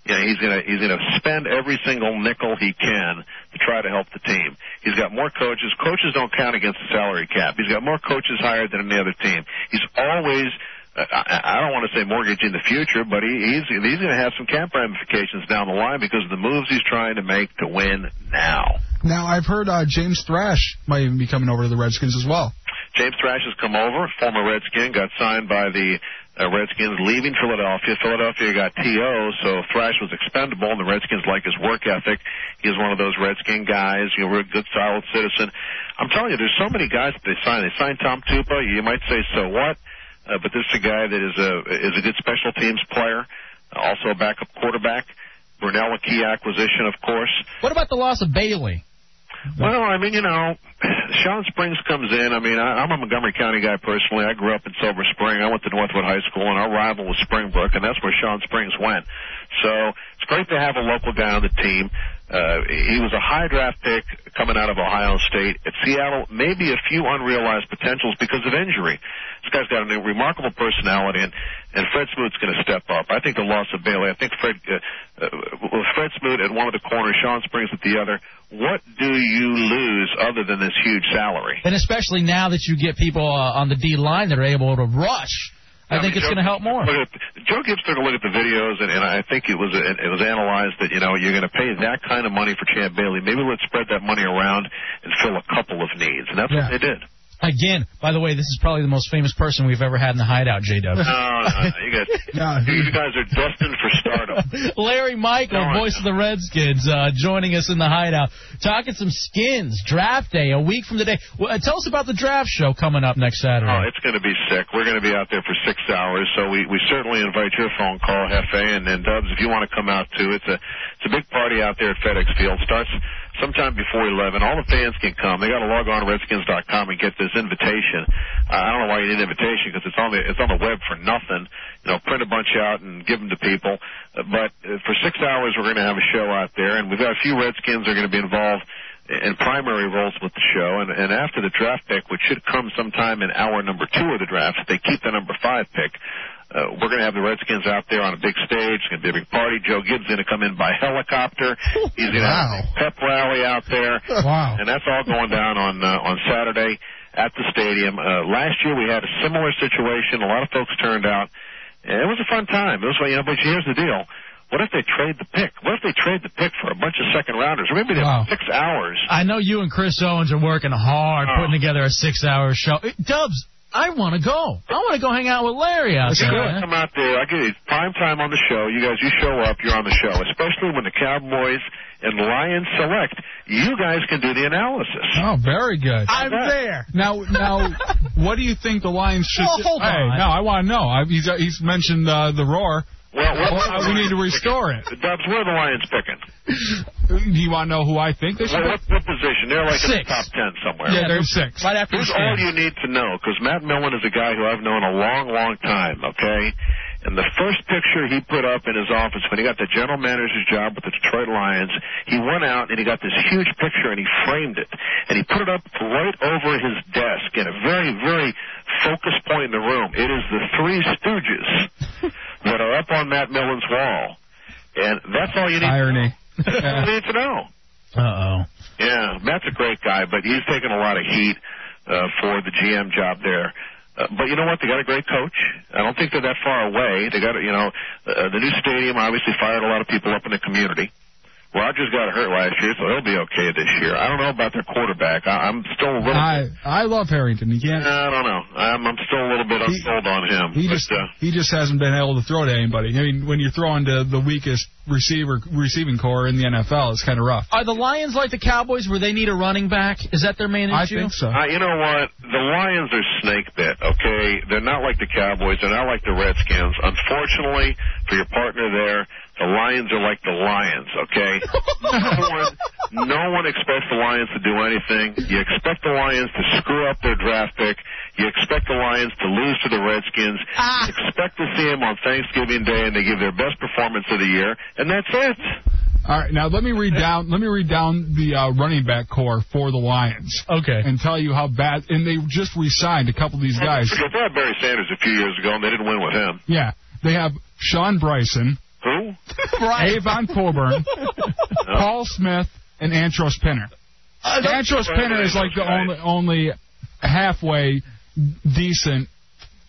You know, he's gonna he's gonna spend every single nickel he can to try to help the team. He's got more coaches. Coaches don't count against the salary cap. He's got more coaches hired than any other team. He's always I- I I don't want to say mortgage in the future, but he, he's he's going to have some cap ramifications down the line because of the moves he's trying to make to win now. Now I've heard uh, James Thrash might even be coming over to the Redskins as well. James Thrash has come over, former Redskin, got signed by the uh, Redskins leaving Philadelphia. Philadelphia got T.O., so Thrash was expendable, and the Redskins like his work ethic. He's one of those Redskin guys, you know, real good, solid citizen. I'm telling you, there's so many guys that they signed. They signed Tom Tupa. You might say, so what? Uh, but this is a guy that is a, is a good special teams player, also a backup quarterback. Brunel, a key acquisition, of course. What about the loss of Bailey? Well, I mean, you know, Sean Springs comes in. I mean, I, I'm a Montgomery County guy personally. I grew up in Silver Spring. I went to Northwood High School, and our rival was Springbrook, and that's where Sean Springs went. So it's great to have a local guy on the team. Uh, he was a high draft pick coming out of Ohio State. At Seattle, maybe a few unrealized potentials because of injury. This guy's got a remarkable personality, and, and Fred Smoot's going to step up. I think the loss of Bailey, I think Fred, uh, uh, with Fred Smoot at one of the corners, Sean Springs at the other, what do you lose other than this huge salary? And especially now that you get people uh, on the D line that are able to rush, I, think mean, it's Joe- going to help more. Look at, Joe Gibbs took a look at the videos, and, and I think it was it, was analyzed that you know you're going to pay that kind of money for Chad Bailey. Maybe let's spread that money around and fill a couple of needs, and that's what they did. Again, by the way, this is probably the most famous person we've ever had in the hideout, J Dub. No, no, no, you guys, you guys are destined for stardom. Larry Michael, voice of the Redskins, uh, joining us in the hideout, talking some skins. Draft day, a week from today. Well, uh, tell us about the draft show coming up next Saturday. Oh, it's going to be sick. We're going to be out there for six hours, so we, we certainly invite your phone call, Hefe, and, and Dubs, if you want to come out too. It's a it's a big party out there at FedEx Field. Starts sometime before 11. All the fans can come. They got to log on to Redskins.com and get this invitation. Uh, I don't know why you need an invitation because it's on the it's on the web for nothing. You know, print a bunch out and give them to people. Uh, but uh, for six hours, we're going to have a show out there, and we've got a few Redskins that are going to be involved in primary roles with the show, and, and after the draft pick, which should come sometime in hour number two of the draft, if they keep the number five pick, uh, we're going to have the Redskins out there on a big stage. It's going to be a big party. Joe Gibbs going to come in by helicopter. He's going to have a pep rally out there. Wow. And that's all going down on uh, on Saturday at the stadium. Uh, last year we had a similar situation. A lot of folks turned out. And it was a fun time. It was fun, you know, but here's the deal. What if they trade the pick? What if they trade the pick for a bunch of second rounders? Or maybe they have six hours. Oh. I know you and Chris Owens are working hard putting together a six hour show. It- Dubs, I want to go. I want to go hang out with Larry out You there. gotta man. come out there. I get it. It's prime time on the show. You guys, you show up. You're on the show, especially when the Cowboys and Lions select. You guys can do the analysis. Oh, very good. I'm there. Now, now, what do you think the Lions should? Well, do? hold hey, on. No, I want to know. I, he's, he's mentioned uh, the roar. Well, what- Uh, we need to restore it. The Dubs, where are the Lions picking? Do you want to know who I think they should? What, what, pick? what position? They're like in the Six. top ten somewhere. Yeah, they're six. Right after Here's the all Steelers. you need to know, because Matt Millen is a guy who I've known a long, long time, okay? And the first picture he put up in his office when he got the general manager's job with the Detroit Lions, he went out and he got this huge picture and he framed it. And he put it up right over his desk in a very, very focused point in the room. It is the Three Stooges that are up on Matt Millen's wall. And that's all you need to Irony. know. That's all you need to know. Uh oh. Yeah, Matt's a great guy, but he's taken a lot of heat uh, for the GM job there. Uh, but you know what? They got a great coach. I don't think they're that far away. They got, a- you know, uh, the new stadium obviously fired a lot of people up in the community. Rogers got hurt last year, so he'll be okay this year. I don't know about their quarterback. I, I'm still a little. I I love Harrington. He can't. I don't know. I'm, I'm still a little bit unsold on him. He but, just uh, he just hasn't been able to throw to anybody. I mean, when you're throwing to the weakest receiver receiving core in the NFL, it's kind of rough. Are the Lions like the Cowboys where they need a running back? Is that their main I issue? think so. Uh, you know what? The Lions are snake bit, okay? They're not like the Cowboys. They're not like the Redskins. Unfortunately, for your partner there, the Lions are like the Lions, okay? no, one, no one expects the Lions to do anything. You expect the Lions to screw up their draft pick. You expect the Lions to lose to the Redskins. Ah. You expect to see them on Thanksgiving Day, and they give their best performance of the year, and that's it. All right, now let me read down. Let me read down the uh, running back core for the Lions. Okay. And tell you how bad. And they just re-signed a couple of these guys. Forget that Barry Sanders a few years ago, and they didn't win with him. Yeah, they have Sean Bryson, Who? Avon Coburn, Paul Smith, and Antros Pinner. Uh, that's- Antros Pinner is like the only only halfway decent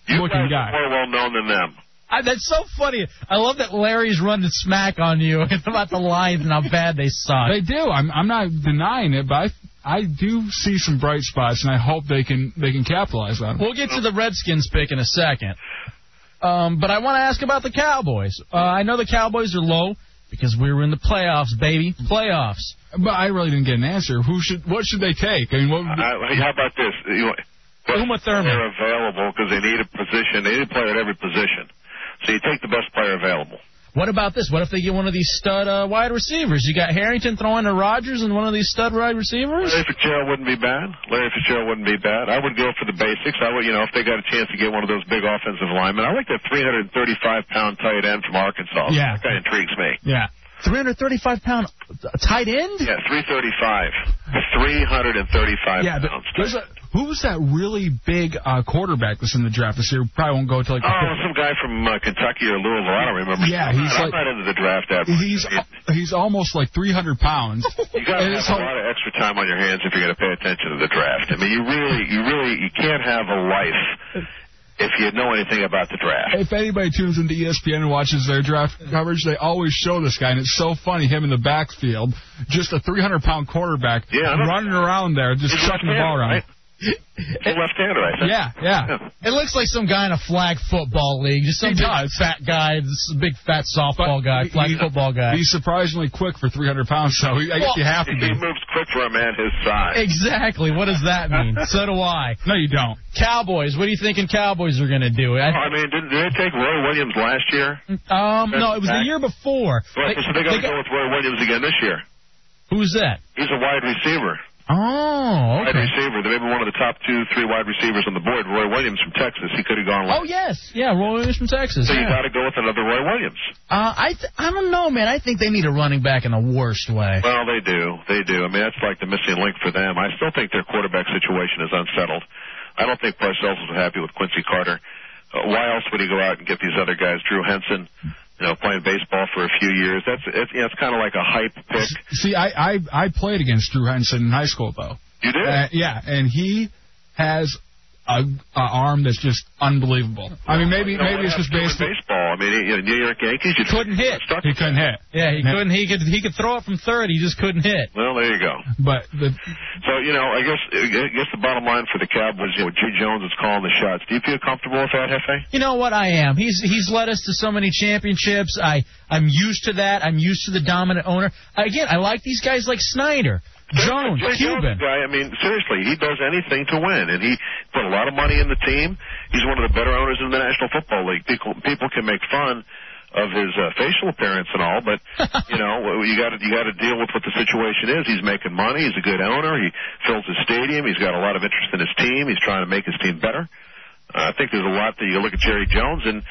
looking guy. More well known than them. I, that's so funny. I love that Larry's running smack on you about the Lions and how bad they suck. They do. I'm I'm not denying it, but I I do see some bright spots, and I hope they can they can capitalize on. it. We'll get to the Redskins pick in a second. Um, but I want to ask about the Cowboys. Uh, I know the Cowboys are low because we were in the playoffs, baby. Playoffs. But I really didn't get an answer. Who should what should they take? I mean, what would be- I, how about this? You, Uma Thurman. They're available because they need a position. They need a player at every position. So you take the best player available. What about this? What if they get one of these stud uh, wide receivers? You got Harrington throwing to Rodgers and one of these stud wide receivers? Larry Fitzgerald wouldn't be bad. Larry Fitzgerald wouldn't be bad. I would go for the basics. I would, you know, if they got a chance to get one of those big offensive linemen. I like that 335 pound tight end from Arkansas. Yeah. That guy intrigues me. Yeah. 335 pound uh, tight end? Yeah, 335. 335 Yeah, but pounds. there's a, who was that really big uh, quarterback that's in the draft this year? Probably won't go to like. the Oh, some guy from uh, Kentucky or Louisville. I don't remember. Yeah, he's I'm like- not into the draft that much. He's he's almost like 300 pounds. You got to And have it's a like- lot of extra time on your hands if you're going to pay attention to the draft. I mean, you really, you really, you can't have a life if you know anything about the draft. If anybody tunes into E ESPN and watches their draft coverage, they always show this guy, and it's so funny. Him in the backfield, just a 300 pound quarterback Yeah, I don't- running around there, just chucking the ball around. He's a left-hander, I think. Yeah, yeah. It looks like some guy in a flag football league. Just some He big does. fat guy, this big fat softball guy, flag He- football guy. He's surprisingly quick for 300 pounds, so he- I guess Well- you have to He be. moves quick for a man his size. Exactly. What does that mean? so do I. No, you don't. Cowboys. What are you thinking Cowboys are going to do? Oh, I- I mean, did, did they take Roy Williams last year? um, no, it was the year before. Well, so they got to go with Roy Williams again this year. Who's that? He's a wide receiver. Oh, Wide okay. receiver. They may be one of the top two, three wide receivers on the board. Roy Williams from Texas. He could have gone Oh last. yes, yeah, Roy Williams from Texas. so you yeah. got to go with another Roy Williams. Uh, I th- I don't know, man. I think they need a running back in the worst way. Well, they do. They do. I mean, that's like the missing link for them. I still think their quarterback situation is unsettled. I don't think Parcells was happy with Quincy Carter. Uh, why else would he go out and get these other guys? Drew Henson, you know, playing baseball for a few years. That's it's, you know, it's kind of like a hype pick. See, I, I Uh, I played against Drew Henson in high school though. You did? Uh, yeah, and he has a, a arm that's just unbelievable. I mean, maybe You know, what maybe it's just happened basically. in baseball. I mean, you know, New York Yankees. You couldn't hit. Stuck He couldn't hit. Yeah, he Yeah. couldn't. He could he could throw it from third. He just couldn't hit. Well, there you go. But the So you know, I guess I guess the bottom line for the Cowboys, you know, G. Jones is calling the shots. Do you feel comfortable with that, Hefe? You know what I am. He's he's led us to so many championships. I I'm used to that. I'm used to the dominant owner. Again, I like these guys like Snyder, Jones, Jay Cuban. Jones guy. I mean, seriously, he does anything to win, and he put a lot of money in the team. He's one of the better owners in the National Football League. People people can make fun of his uh, facial appearance and all, but you know, you got to you got to deal with what the situation is. He's making money. He's a good owner. He fills his stadium. He's got a lot of interest in his team. He's trying to make his team better. Uh, I think there's a lot that you look at Jerry Jones and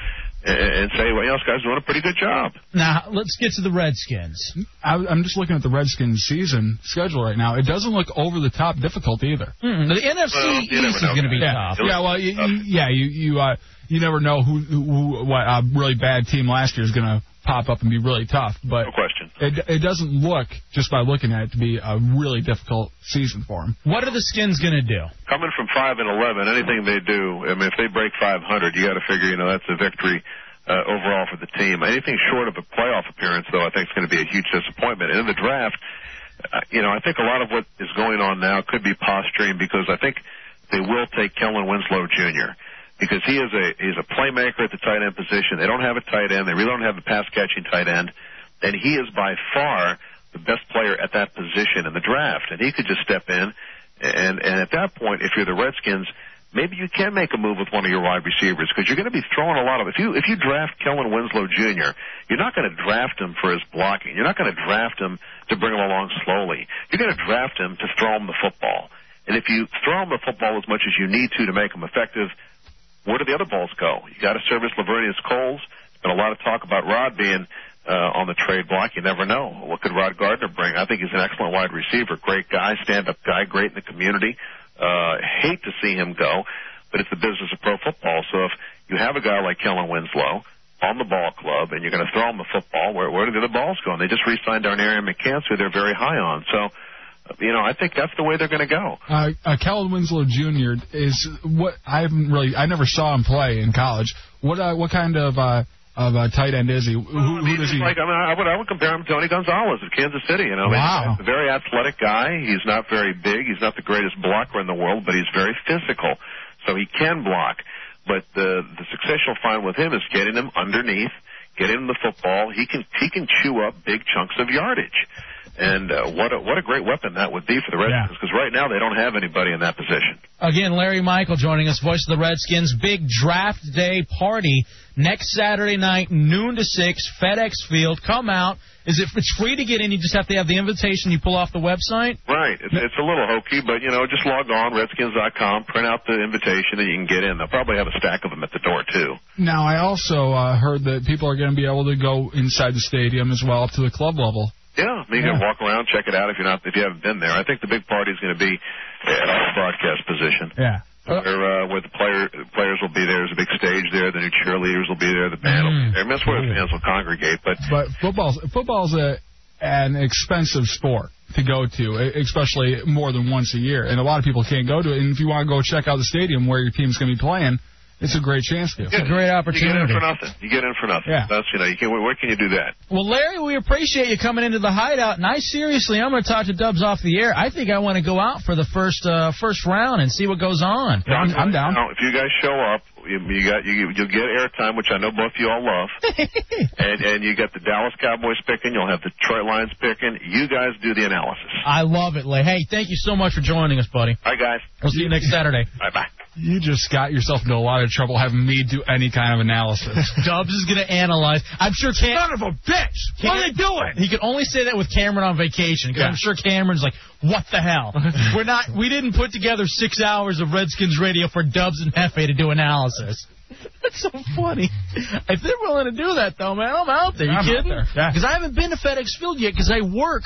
and say, well, you know, this guy's doing a pretty good job. Now let's get to the Redskins. I, I'm just looking at the Redskins season schedule right now. It doesn't look over the top difficult either. Mm, the NFC Well, you never East is know, going to be guys. tough. Yeah, well, you, you, yeah, you you uh, you never know who, who, who what a really bad team last year is going to pop up and be really tough. But no question, it it doesn't look just by looking at it to be a really difficult season for them. What are the Skins going to do? Coming from five and eleven, anything they do, I mean, if they break five hundred, you got to figure, you know, that's a victory uh, overall for the team. Anything short of a playoff appearance, though, I think is going to be a huge disappointment. And in the draft, uh, you know, I think a lot of what is going on now could be posturing because I think they will take Kellen Winslow Jr. because he is a he's a playmaker at the tight end position. They don't have a tight end. They really don't have a pass catching tight end, and he is by far the best player at that position in the draft. And he could just step in, and and at that point, if you're the Redskins. Maybe you can make a move with one of your wide receivers because you're going to be throwing a lot of. If you if you draft Kellen Winslow Jr., you're not going to draft him for his blocking. You're not going to draft him to bring him along slowly. You're going to draft him to throw him the football. And if you throw him the football as much as you need to to make him effective, where do the other balls go? You got to service Lavernius Coles. There's been a lot of talk about Rod being uh, on the trade block. You never know. What could Rod Gardner bring? I think he's an excellent wide receiver, great guy, stand-up guy, great in the community. Uh, hate to see him go, but it's the business of pro football. So if you have a guy like Kellen Winslow on the ball club and you're going to throw him the football, where where do the other balls go? And they just re-signed Darnarian McCants, who they're very high on. So. You know, I think that's the way they're going to go. Uh, uh, Kellen Winslow Jr. is what I haven't really. I never saw him play in college. What uh, what kind of uh, of uh, tight end is he? Who, who does He's he? like I, mean, I would I would compare him to Tony Gonzalez of Kansas City. You know, Wow. he's a very athletic guy. He's not very big. He's not the greatest blocker in the world, but he's very physical, so he can block. But the the success you'll find with him is getting him underneath, getting him the football. He can he can chew up big chunks of yardage. And uh, what a, what a great weapon that would be for the Redskins because right now they don't have anybody in that position. Again, Larry Michael joining us, voice of the Redskins. Big draft day party next Saturday night, noon to six, FedEx Field. Come out. Is it? It's free to get in. You just have to have the invitation. You pull off the website. Right. It's, it's a little hokey, but you know, just log on Redskins.com, print out the invitation, and you can get in. They'll probably have a stack of them at the door too. Now I also uh, heard that people are going to be able to go inside the stadium as well up to the club level. Yeah, I mean, you can walk around, check it out if you're not if you haven't been there. I think the big party is going to be at our broadcast position. Yeah. Where, uh, where the player players will be there. There's a big stage there. The new cheerleaders will be there. The band will be there. I mean, that's where the fans will congregate. But But football's football's a an expensive sport to go to, e- especially more than once a year, and a lot of people can't go to it. And if you want to go check out the stadium where your team's going to be playing, it's a great chance to. You get in for nothing. You get in for nothing. Yeah. That's you know you can where, where can you do that? Well, Larry, we appreciate you coming into the hideout, and I seriously, I'm going to talk to Dubs off the air. I think I want to go out for the first uh, first round and see what goes on. Now, if you guys show up, you, you got you you'll get airtime, which I know both you all love. and and you got the Dallas Cowboys picking. You'll have the Detroit Lions picking. You guys do the analysis. I love it, Larry. Hey, thank you so much for joining us, buddy. All right, guys. We'll see you next Saturday. Bye bye. You just got yourself into a lot of trouble having me do any kind of analysis. Dubs is going to analyze. I'm sure Cam. Son of a bitch! What are they doing? He can only say that with Cameron on vacation 'cause I'm sure Cameron's like, what the hell? We're not. We didn't put together six hours of Redskins radio for Dubs and Hefe to do analysis. That's so funny. If they're willing to do that, though, man, I'm out there. You I'm out kidding? there, yeah. Because I haven't been to FedEx Field yet because I work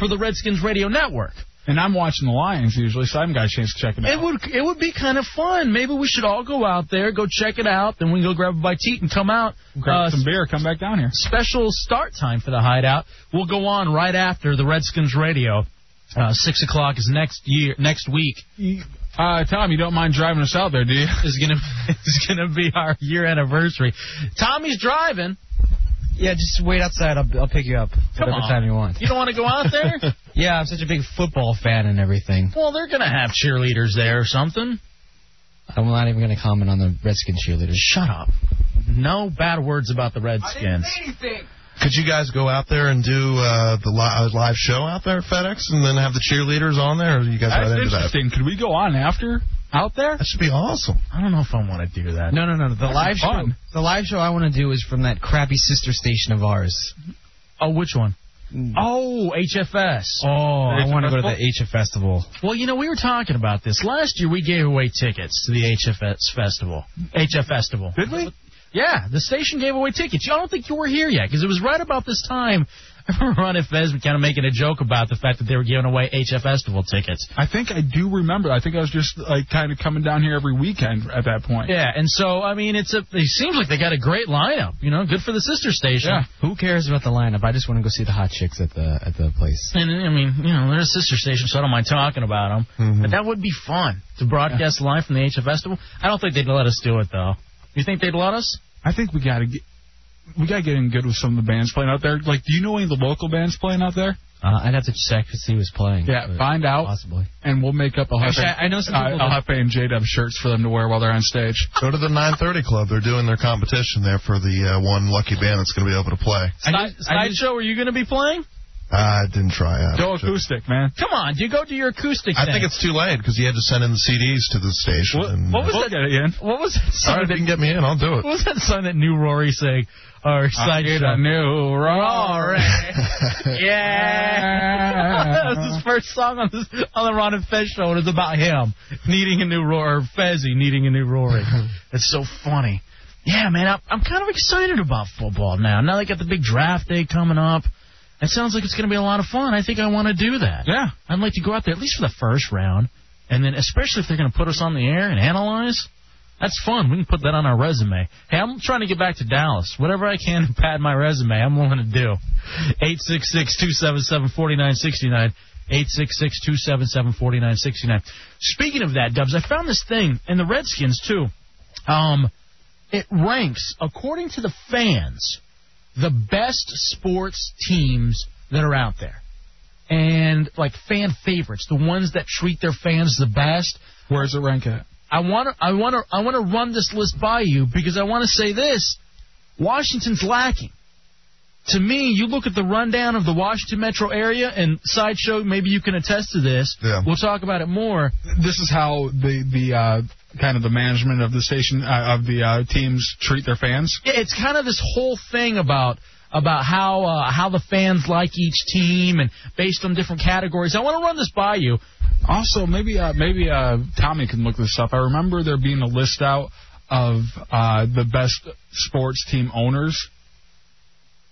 for the Redskins radio network. And I'm watching the Lions usually, so I haven't got a chance to check it out. It would it would be kind of fun. Maybe we should all go out there, go check it out, then we can go grab a bite to eat and come out. uh, Grab some beer, come back down here. Special start time for the hideout. We'll go on right after the Redskins radio. Uh, Six o'clock is next year next week. Uh, Tom, you don't mind driving us out there, do you? It's gonna it's gonna be our year anniversary. Tommy's driving. Yeah, just wait outside. I'll, I'll pick you up Come whatever on. time you want. You don't want to go out there? yeah, I'm such a big football fan and everything. well, they're gonna have cheerleaders there or something. I'm not even going to comment on the Redskin cheerleaders. Shut up. No bad words about the Redskins. Could you guys go out there and do uh, the li- uh, live show out there at FedEx, and then have the cheerleaders on there? Or are you guys That's not into that? interesting. Could we go on after out there? That should be awesome. I don't know if I want to do that. No, no, no. no. The That'd be live show. fun. The live show I want to do is from that crappy sister station of ours. Oh, which one? Oh, HFS. Oh, I want to go to the Asia Festival. Well, you know, we were talking about this last year. We gave away tickets to the HFS festival. HF festival. Did we? Yeah, the station gave away tickets. I don't think you were here yet because it was right about this time. I remember Ron and Fez kind of making a joke about the fact that they were giving away HF festival tickets. I think I do remember. I think I was just like kind of coming down here every weekend at that point. Yeah, and so I mean, it's a. It seems like they got a great lineup. You know, good for the sister station. Yeah. Who cares about the lineup? I just want to go see the hot chicks at the at the place. And I mean, you know, they're a sister station, so I don't mind talking about them. Mm-hmm. But that would be fun to broadcast live from the HF Festival. I don't think they'd let us do it though. You think they'd let us? I think we gotta get we gotta get in good with some of the bands playing out there. Like, do you know any of the local bands playing out there? Uh, I'd have to check to see who's playing. Yeah, find out, possibly, and we'll make up. I'll have Actually, I- I know some people I'll that- have and J Dub shirts for them to wear while they're on stage. Go to the 930 Club. They're doing their competition there for the uh, one lucky band that's going to be able to play. Side, sideshow, are you going to be playing? I didn't try out. Go acoustic, man. Come on, you go do your acoustic. I thing. think it's too late because you had to send in the CDs to the station. What, and, what was uh, that? What was that song? All right, if that, you can get me in, I'll do it. What was that song that New Rory sang? Or sideshow? a new Rory. yeah, that was his first song on this on the Ron and Fez show, and it's about him needing a new Rory, or Fezzy needing a new Rory. It's so funny. Yeah, man, I'm, I'm kind of excited about football now. Now they got the big draft day coming up. It sounds like it's going to be a lot of fun. I think I want to do that. Yeah, I'd like to go out there at least for the first round, and then especially if they're going to put us on the air and analyze. That's fun. We can put that on our resume. Hey, I'm trying to get back to Dallas. Whatever I can to pad my resume, I'm willing to do. 866-277-4969. 866-277-4969. Speaking of that, Dubs, I found this thing, and the Redskins, too. Um, it ranks, according to the fans, the best sports teams that are out there. And, like, fan favorites, the ones that treat their fans the best. Where's it rank at? I want to I want to I want to run this list by you because I want to say this. Washington's lacking. To me, you look at the rundown of the Washington metro area and sideshow. Maybe you can attest to this. We'll talk about it more. This is how the the uh, kind of the management of the station uh, of the uh, teams treat their fans. Yeah, it's kind of this whole thing about about how uh, how the fans like each team and based on different categories. I want to run this by you. Also, maybe uh, maybe uh, Tommy can look this up. I remember there being a list out of uh, the best sports team owners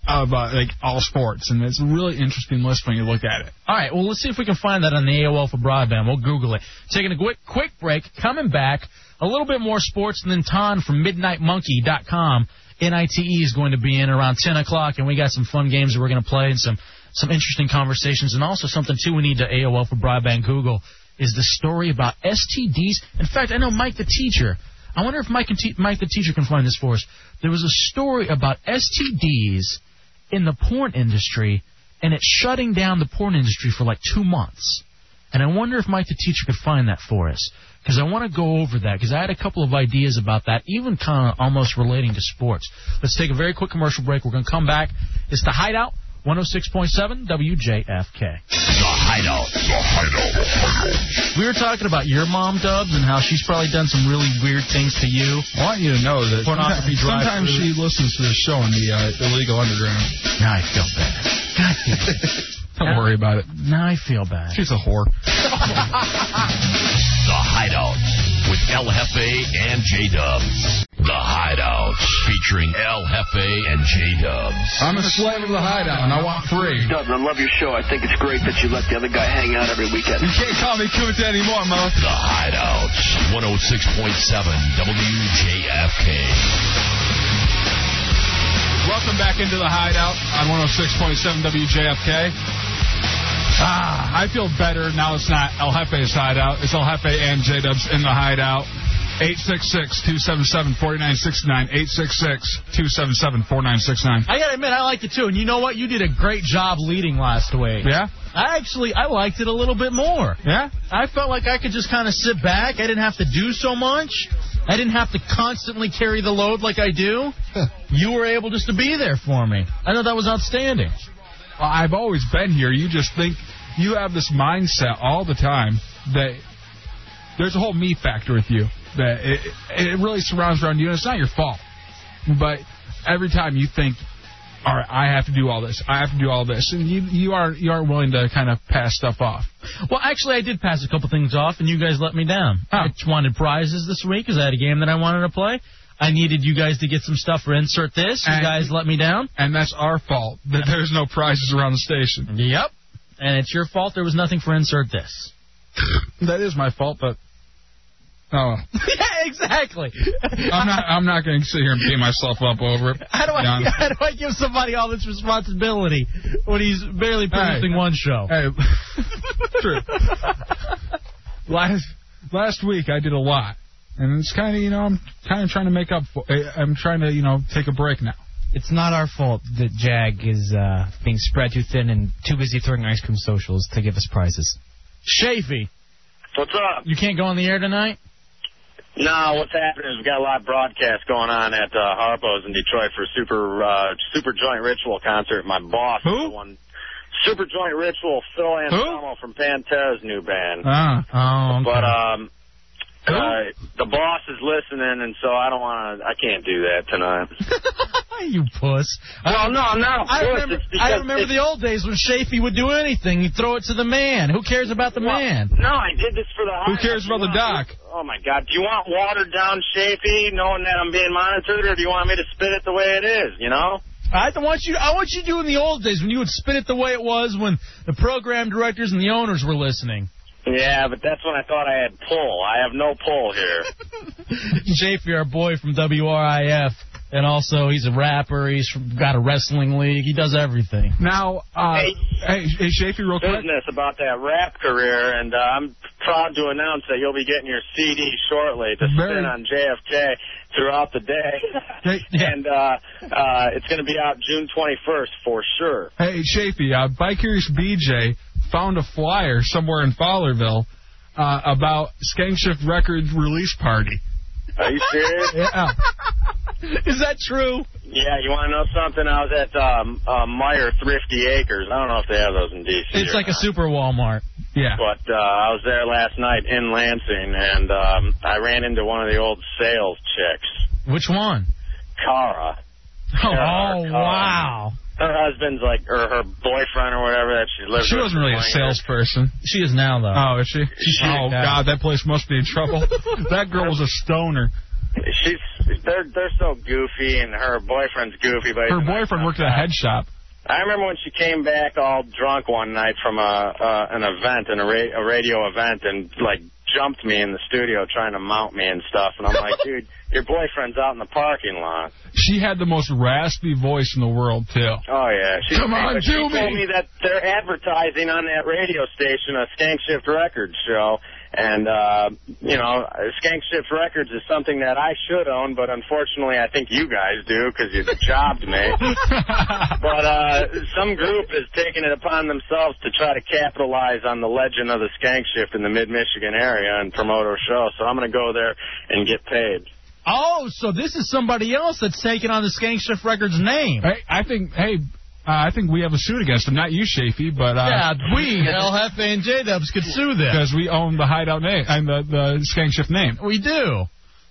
of uh, like all sports, and it's a really interesting list when you look at it. All right, well, let's see if we can find that on the AOL for broadband. We'll Google it. Taking a quick, quick break, coming back, a little bit more sports, and then Ton from MidnightMonkey.com. NITE E, is going to be in around 10 o'clock, and we got some fun games that we're going to play and some, some interesting conversations. And also something, too, we need to AOL for broadband Google is the story about STDs. In fact, I know Mike the teacher. I wonder if Mike, and te- Mike the teacher can find this for us. There was a story about STDs in the porn industry, and it's shutting down the porn industry for like two months. And I wonder if Mike the teacher could find that for us. Because I want to go over that, because I had a couple of ideas about that, even kind of almost relating to sports. Let's take a very quick commercial break. We're going to come back. It's the Hideout, 106.7 WJFK. The Hideout. The Hideout. We were talking about your mom, Dubs, and how she's probably done some really weird things to you. I want you to know that Pornography drive sometimes she listens to the show on the uh, illegal underground. Now I feel bad. God damn it. Don't worry about it. Now I feel bad. She's a whore. The Hideout with El Jefe and J Dubs. The Hideout featuring El Jefe and J Dubs. I'm a slave of the hideout, and I want free. Dubs, I love your show. I think it's great that you let the other guy hang out every weekend. You can't call me coot anymore, Mo. The oh Hideout 106.7 WJFK. oh Welcome back into the hideout on 106.7 WJFK. Ah, I feel better. Now it's not El Jefe's hideout. It's El Jefe and J Dubs in the hideout. 866 277 4969. 866 277 4969. I gotta admit, I liked it too. And you know what? You did a great job leading last week. Yeah? I actually I liked it a little bit more. Yeah? I felt like I could just kind of sit back. I didn't have to do so much. I didn't have to constantly carry the load like I do. you were able just to be there for me. I know that was outstanding. Well, I've always been here. You just think you have this mindset all the time that there's a whole me factor with you that it, it really surrounds around you, and it's not your fault. But every time you think, all right, I have to do all this, I have to do all this, and you you are you are willing to kind of pass stuff off. Well, actually, I did pass a couple things off, and you guys let me down. I just wanted prizes this week because I had a game that I wanted to play. I needed you guys to get some stuff for insert this. You guys let me down. And that's our fault that there's no prizes around the station. Yep. And it's your fault there was nothing for insert this. That is my fault, but oh, well. yeah, exactly. I'm not I'm not going to sit here and beat myself up over it. How do, to be I, honest. how do I give somebody all this responsibility when he's barely producing one show? Hey, true. last last week I did a lot, and it's kind of you know I'm kind of trying to make up. For, I- I'm trying to you know take a break now. It's not our fault that Jag is uh, being spread too thin and too busy throwing ice cream socials to give us prizes. Shafee. What's up? You can't go on the air tonight? No, what's happening is we got a live broadcast going on at uh, Harpo's in Detroit for a super uh, super joint ritual concert. My boss, Who? the one super joint ritual, Phil Anselmo from Pantera's new band. Ah, oh, okay. But um, uh, the boss is listening, and so I don't want to. I can't do that tonight. you puss. Well, no, no. I Puss, remember, it's because I remember it- the old days when Shafee would do anything. He'd throw it to the man. Who cares about the man? No, I did this for the. Who cares about the doc? Oh my God! Do you want watered down Shafee, knowing that I'm being monitored, or do you want me to spit it the way it is? You know. I don't want you. I want you doing the old days when you would spin it the way it was when the program directors and the owners were listening. Yeah, but that's when I thought I had pull. I have no pull here. Shafee, our boy from WRIF, and also he's a rapper. He's from- got a wrestling league. He does everything. Now, uh, hey, hey, Shafee, real quick. Business about that rap career, and uh, I'm proud to announce that you'll be getting your CD shortly to spin Very- on JFK throughout the day, and uh, uh, it's going to be out June 21st for sure. Hey, Shafee, uh, Bikers BJ found a flyer somewhere in Fowlerville uh, about Skank Shift Records release party. Are you serious? Yeah. Is that true? Yeah, you want to know something? I was at um, uh, Meyer Thrifty Acres. I don't know if they have those in D.C. It's or like a super Walmart. Yeah. But uh, I was there last night in Lansing, and um, I ran into one of the old sales chicks, Which one? Cara. Oh, Cara, oh, Cara. wow. Her husband's like, or her boyfriend or whatever that she lives She with. wasn't really a Like, salesperson. She is now, though. Oh, is she? oh, God, that place must be in trouble. that girl was a stoner. She's they're they're so goofy, and her boyfriend's goofy. But he's Her a nice boyfriend worked at a head shop. I remember when she came back all drunk one night from a uh, an event, and a, ra- a radio event, and like jumped me in the studio trying to mount me and stuff. And I'm like, dude, your boyfriend's out in the parking lot. She had the most raspy voice in the world, too. Oh yeah, she, Come on, she do told me me. that they're advertising on that radio station a Skank Shift Records show, and uh, you know, Skank Shift Records is something that I should own, but unfortunately, I think you guys do because you jobbed me. but uh, some group is taking it upon themselves to try to capitalize on the legend of the Skank Shift in the Mid Michigan area and promote our show. So I'm going to go there and get paid. Oh, so this is somebody else that's taking on the Skank Shift Records name. Hey, I think, hey, uh, I think we have a suit against them. Not you, Shafee, but uh, yeah, we, El Jefe and J-Dubs could sue them. because we own the hideout name and the, the skank shift name. We do.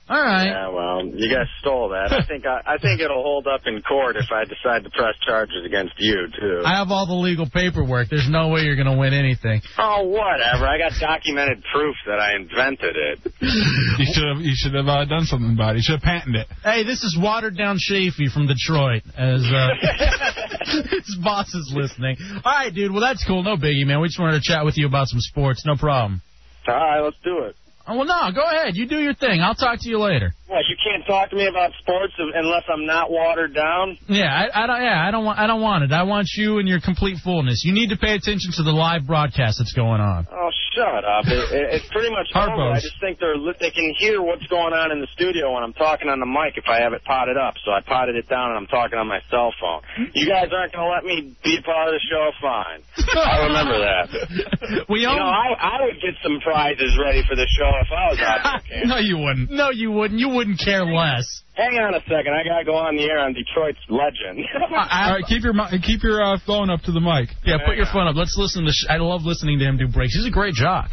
All right. Yeah, well, you guys stole that. I think I, I think it'll hold up in court if I decide to press charges against you too. I have all the legal paperwork. There's no way you're going to win anything. Oh, whatever. I got documented proof that I invented it. You should have you should have uh, done something about it. You should have patented it. Hey, this is watered down Shafee from Detroit. As uh, his boss is listening. All right, dude. Well, that's cool. No biggie, man. We just wanted to chat with you about some sports. No problem. All right, let's do it. Oh, well, no, go ahead. You do your thing. I'll talk to you later. What, you can't talk to me about sports unless I'm not watered down? Yeah, I, I don't. Yeah, I don't want. I don't want it. I want you in your complete fullness. You need to pay attention to the live broadcast that's going on. Oh, shut up. It, it, it's pretty much Harpo's. over. I just think they're li- they can hear what's going on in the studio when I'm talking on the mic if I have it potted up. So I potted it down and I'm talking on my cell phone. You guys aren't going to let me be a part of the show? Fine. I remember that. We you own- know, I, I would get some prizes ready for the show if I was out there. Cam. No, you wouldn't. No, you wouldn't. You wouldn't care less. Hang on a second. I got to go on the air on Detroit's legend. All right, keep your mi- keep your uh, phone up to the mic. Yeah, put your phone up. Let's listen to. Sh- I love listening to him do breaks. He's a great jock.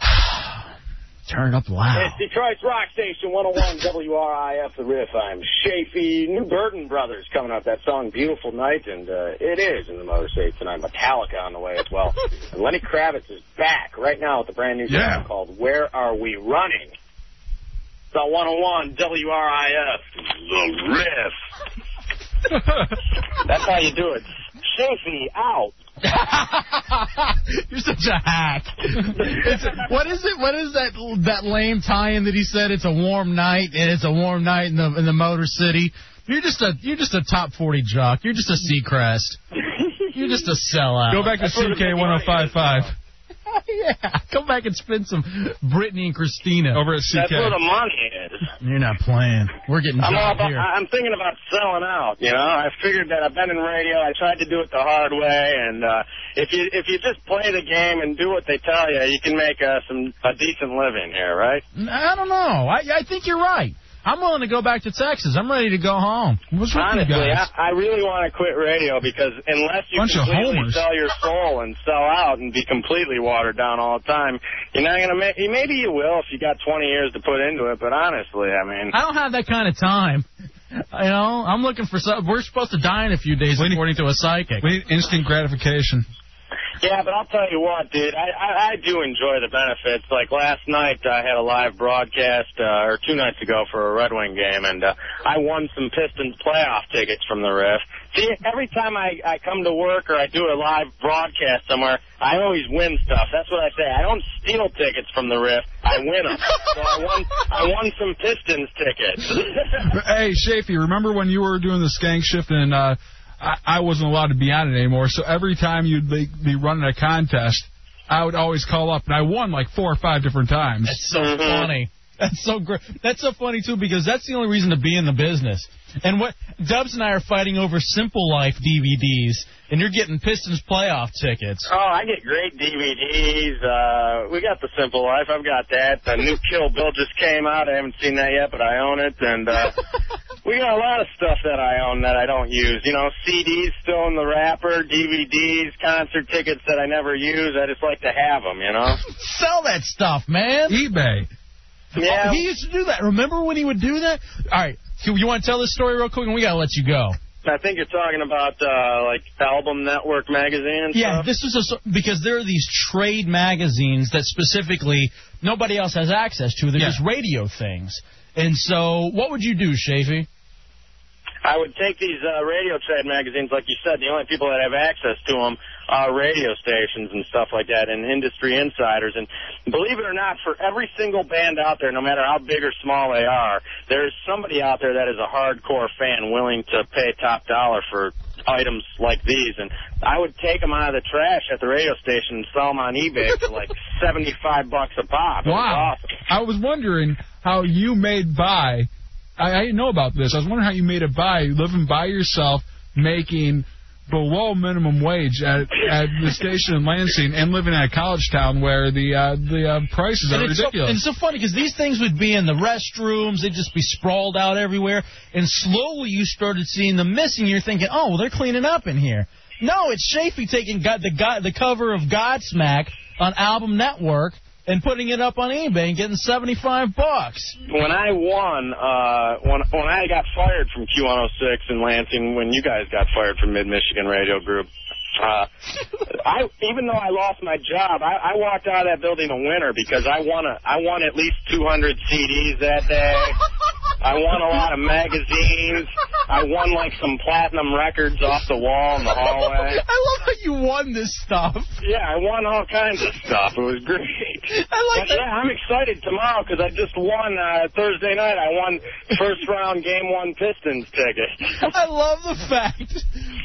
Turn it up loud. It's Detroit's Rock Station 101 WRIF The Riff. I'm Shafee. New Burden Brothers coming up. That song, Beautiful Night, and uh, it is in the Mother State tonight. Metallica on the way as well. and Lenny Kravitz is back right now with a brand new Yeah. song called Where Are We Running? It's on 101 WRIF The Riff. That's how you do it. Shafee out. You're such a hack. It's, what is it? What is that that lame tie-in that he said? It's a warm night, and it's a warm night in the in the Motor City. You're just a you're just a top forty jock. You're just a Seacrest. You're just a sellout. Go back to oh CK 1055. yeah, come back and spend some Brittany and Christina over at That's where the money is. You're not playing. We're getting I'm, all jobbed about, here. I- I'm thinking about selling out. You know, I figured that I've been in radio. I tried to do it the hard way, and uh, if you if you just play the game and do what they tell you, you can make uh, some a decent living here, right? I don't know. I I think you're right. I'm willing to go back to Texas. I'm ready to go home. What's wrong with you Honestly, guys? I, I really want to quit radio because unless you Bunch of completely homers. sell your soul and sell out and be completely watered down all the time, you're not gonna make. Maybe you will if you got 20 years to put into it, but honestly, I mean, I don't have that kind of time. You know, I'm looking for some. We're supposed to die in a few days, according to a psychic. We need instant gratification. Yeah, but I'll tell you what, dude. I, I, I do enjoy the benefits. Like last night, I had a live broadcast, uh, or two nights ago for a Red Wing game, and uh, I won some Pistons playoff tickets from the Riff. See, every time I, I come to work or I do a live broadcast somewhere, I always win stuff. That's what I say. I don't steal tickets from the Riff. I win them. so I won, I won some Pistons tickets. hey, Shafee, remember when you were doing the skank shift and uh, I, I wasn't allowed to be on it anymore? So every time you'd be, be running a contest, I would always call up, and I won like four or five different times. That's so funny. That's so great. That's so funny too because that's the only reason to be in the business. And what Dubs and I are fighting over Simple Life DVDs, and you're getting Pistons playoff tickets. Oh, I get great DVDs. Uh, we got The Simple Life. I've got that. The new Kill Bill just came out. I haven't seen that yet, but I own it. And uh, we got a lot of stuff that I own that I don't use. You know, CDs still in the wrapper, DVDs, concert tickets that I never use. I just like to have them, you know? Sell that stuff, man. eBay. Yeah. he used to do that. Remember when he would do that? All right. so You want to tell this story real quick, and we gotta let you go. I think you're talking about, uh, like, Album Network magazine and Yeah, stuff. this was a so- because there are these trade magazines that specifically nobody else has access to. They're just radio things. And so, what would you do, Shafee? I would take these uh, radio trade magazines, like you said. The only people that have access to them are radio stations and stuff like that, and industry insiders. And believe it or not, for every single band out there, no matter how big or small they are, there is somebody out there that is a hardcore fan willing to pay top dollar for items like these. And I would take them out of the trash at the radio station and sell them on eBay for like seventy-five bucks a pop. It was Wow. awesome. I was wondering how you made by. I, I didn't know about this. I was wondering how you made it by living by yourself, making below minimum wage at, at the station in Lansing, and living in a college town where the uh, the uh, prices are and it's So, and ridiculous. it's so funny because these things would be in the restrooms, they'd just be sprawled out everywhere, and slowly you started seeing them missing. You're thinking, oh, well, they're cleaning up in here. No, it's Shafee taking God, the God, the cover of Godsmack on Album Network and putting it up on eBay and getting 75 bucks. when I won, uh, when when I got fired from Q106 in Lansing, when you guys got fired from Mid Michigan Radio Group, uh, I even though I lost my job, I, I walked out of that building a winner because I won a I won at least 200 CDs that day. I won a lot of magazines. I won like some platinum records off the wall in the hallway. I love how you won this stuff. Yeah, I won all kinds of stuff. It was great. I like but, Yeah, I'm excited tomorrow because I just won uh, Thursday night. I won first round game one Pistons ticket. I love the fact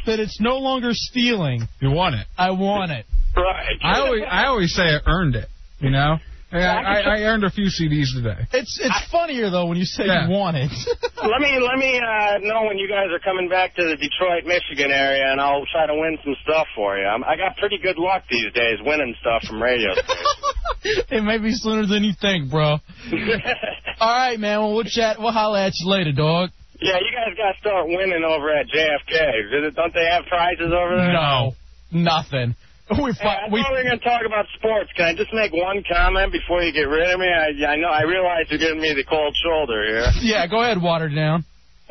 that it's no longer stealing. You won it. I want it. Right. I always, I always say I earned it. You know, I, I, I earned a few CDs today. It's it's funnier though when you say Yeah. you want it. let me let me uh, know when you guys are coming back to the Detroit, Michigan area, and I'll try to win some stuff for you. I'm, I got pretty good luck these days winning stuff from radio. it may be sooner than you think, bro. All right, man. Well, we'll chat. We'll holler at you later, dog. yeah, you guys got to start winning over at JFK. Don't they have prizes over there? No, nothing. We Hey, I thought we were going to talk about sports. Can I just make one comment before you get rid of me? I, I know I realize you're giving me the cold shoulder here. Yeah, go ahead, water down.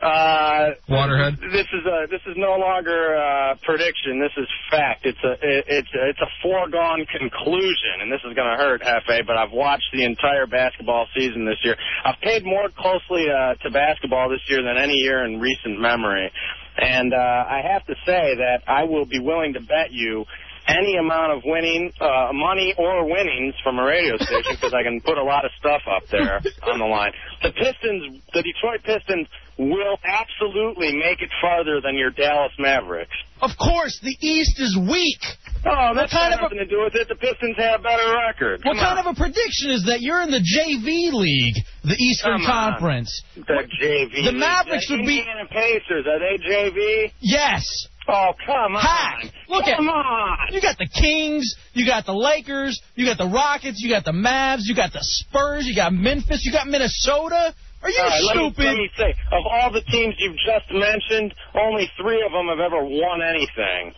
Uh, Waterhead. This is a this is no longer uh, prediction. This is fact. It's a it, it's a- it's a foregone conclusion, and this is going to hurt Hefe. But I've watched the entire basketball season this year. I've paid more closely uh, to basketball this year than any year in recent memory, and uh, I have to say that I will be willing to bet you any amount of winning, uh, money or winnings from a radio station because I can put a lot of stuff up there on the line. The Pistons, the Detroit Pistons will absolutely make it farther than your Dallas Mavericks. Of course, the East is weak. what Oh, that's kind got of nothing to do with it. The Pistons have a better record. what Come kind on. of a prediction is that? You're in the JV league, the Eastern Come on. Conference. The JV. The Mavericks The would be- Indiana Pacers. Are they JV? Yes. Oh, come on. Look at Come on. You got the Kings, you got the Lakers, you got the Rockets, you got the Mavs, you got the Spurs, you got Memphis, you got Minnesota. Are you All right, let me- stupid? Let me, say, of all the teams you've just mentioned, only three of them have ever won anything.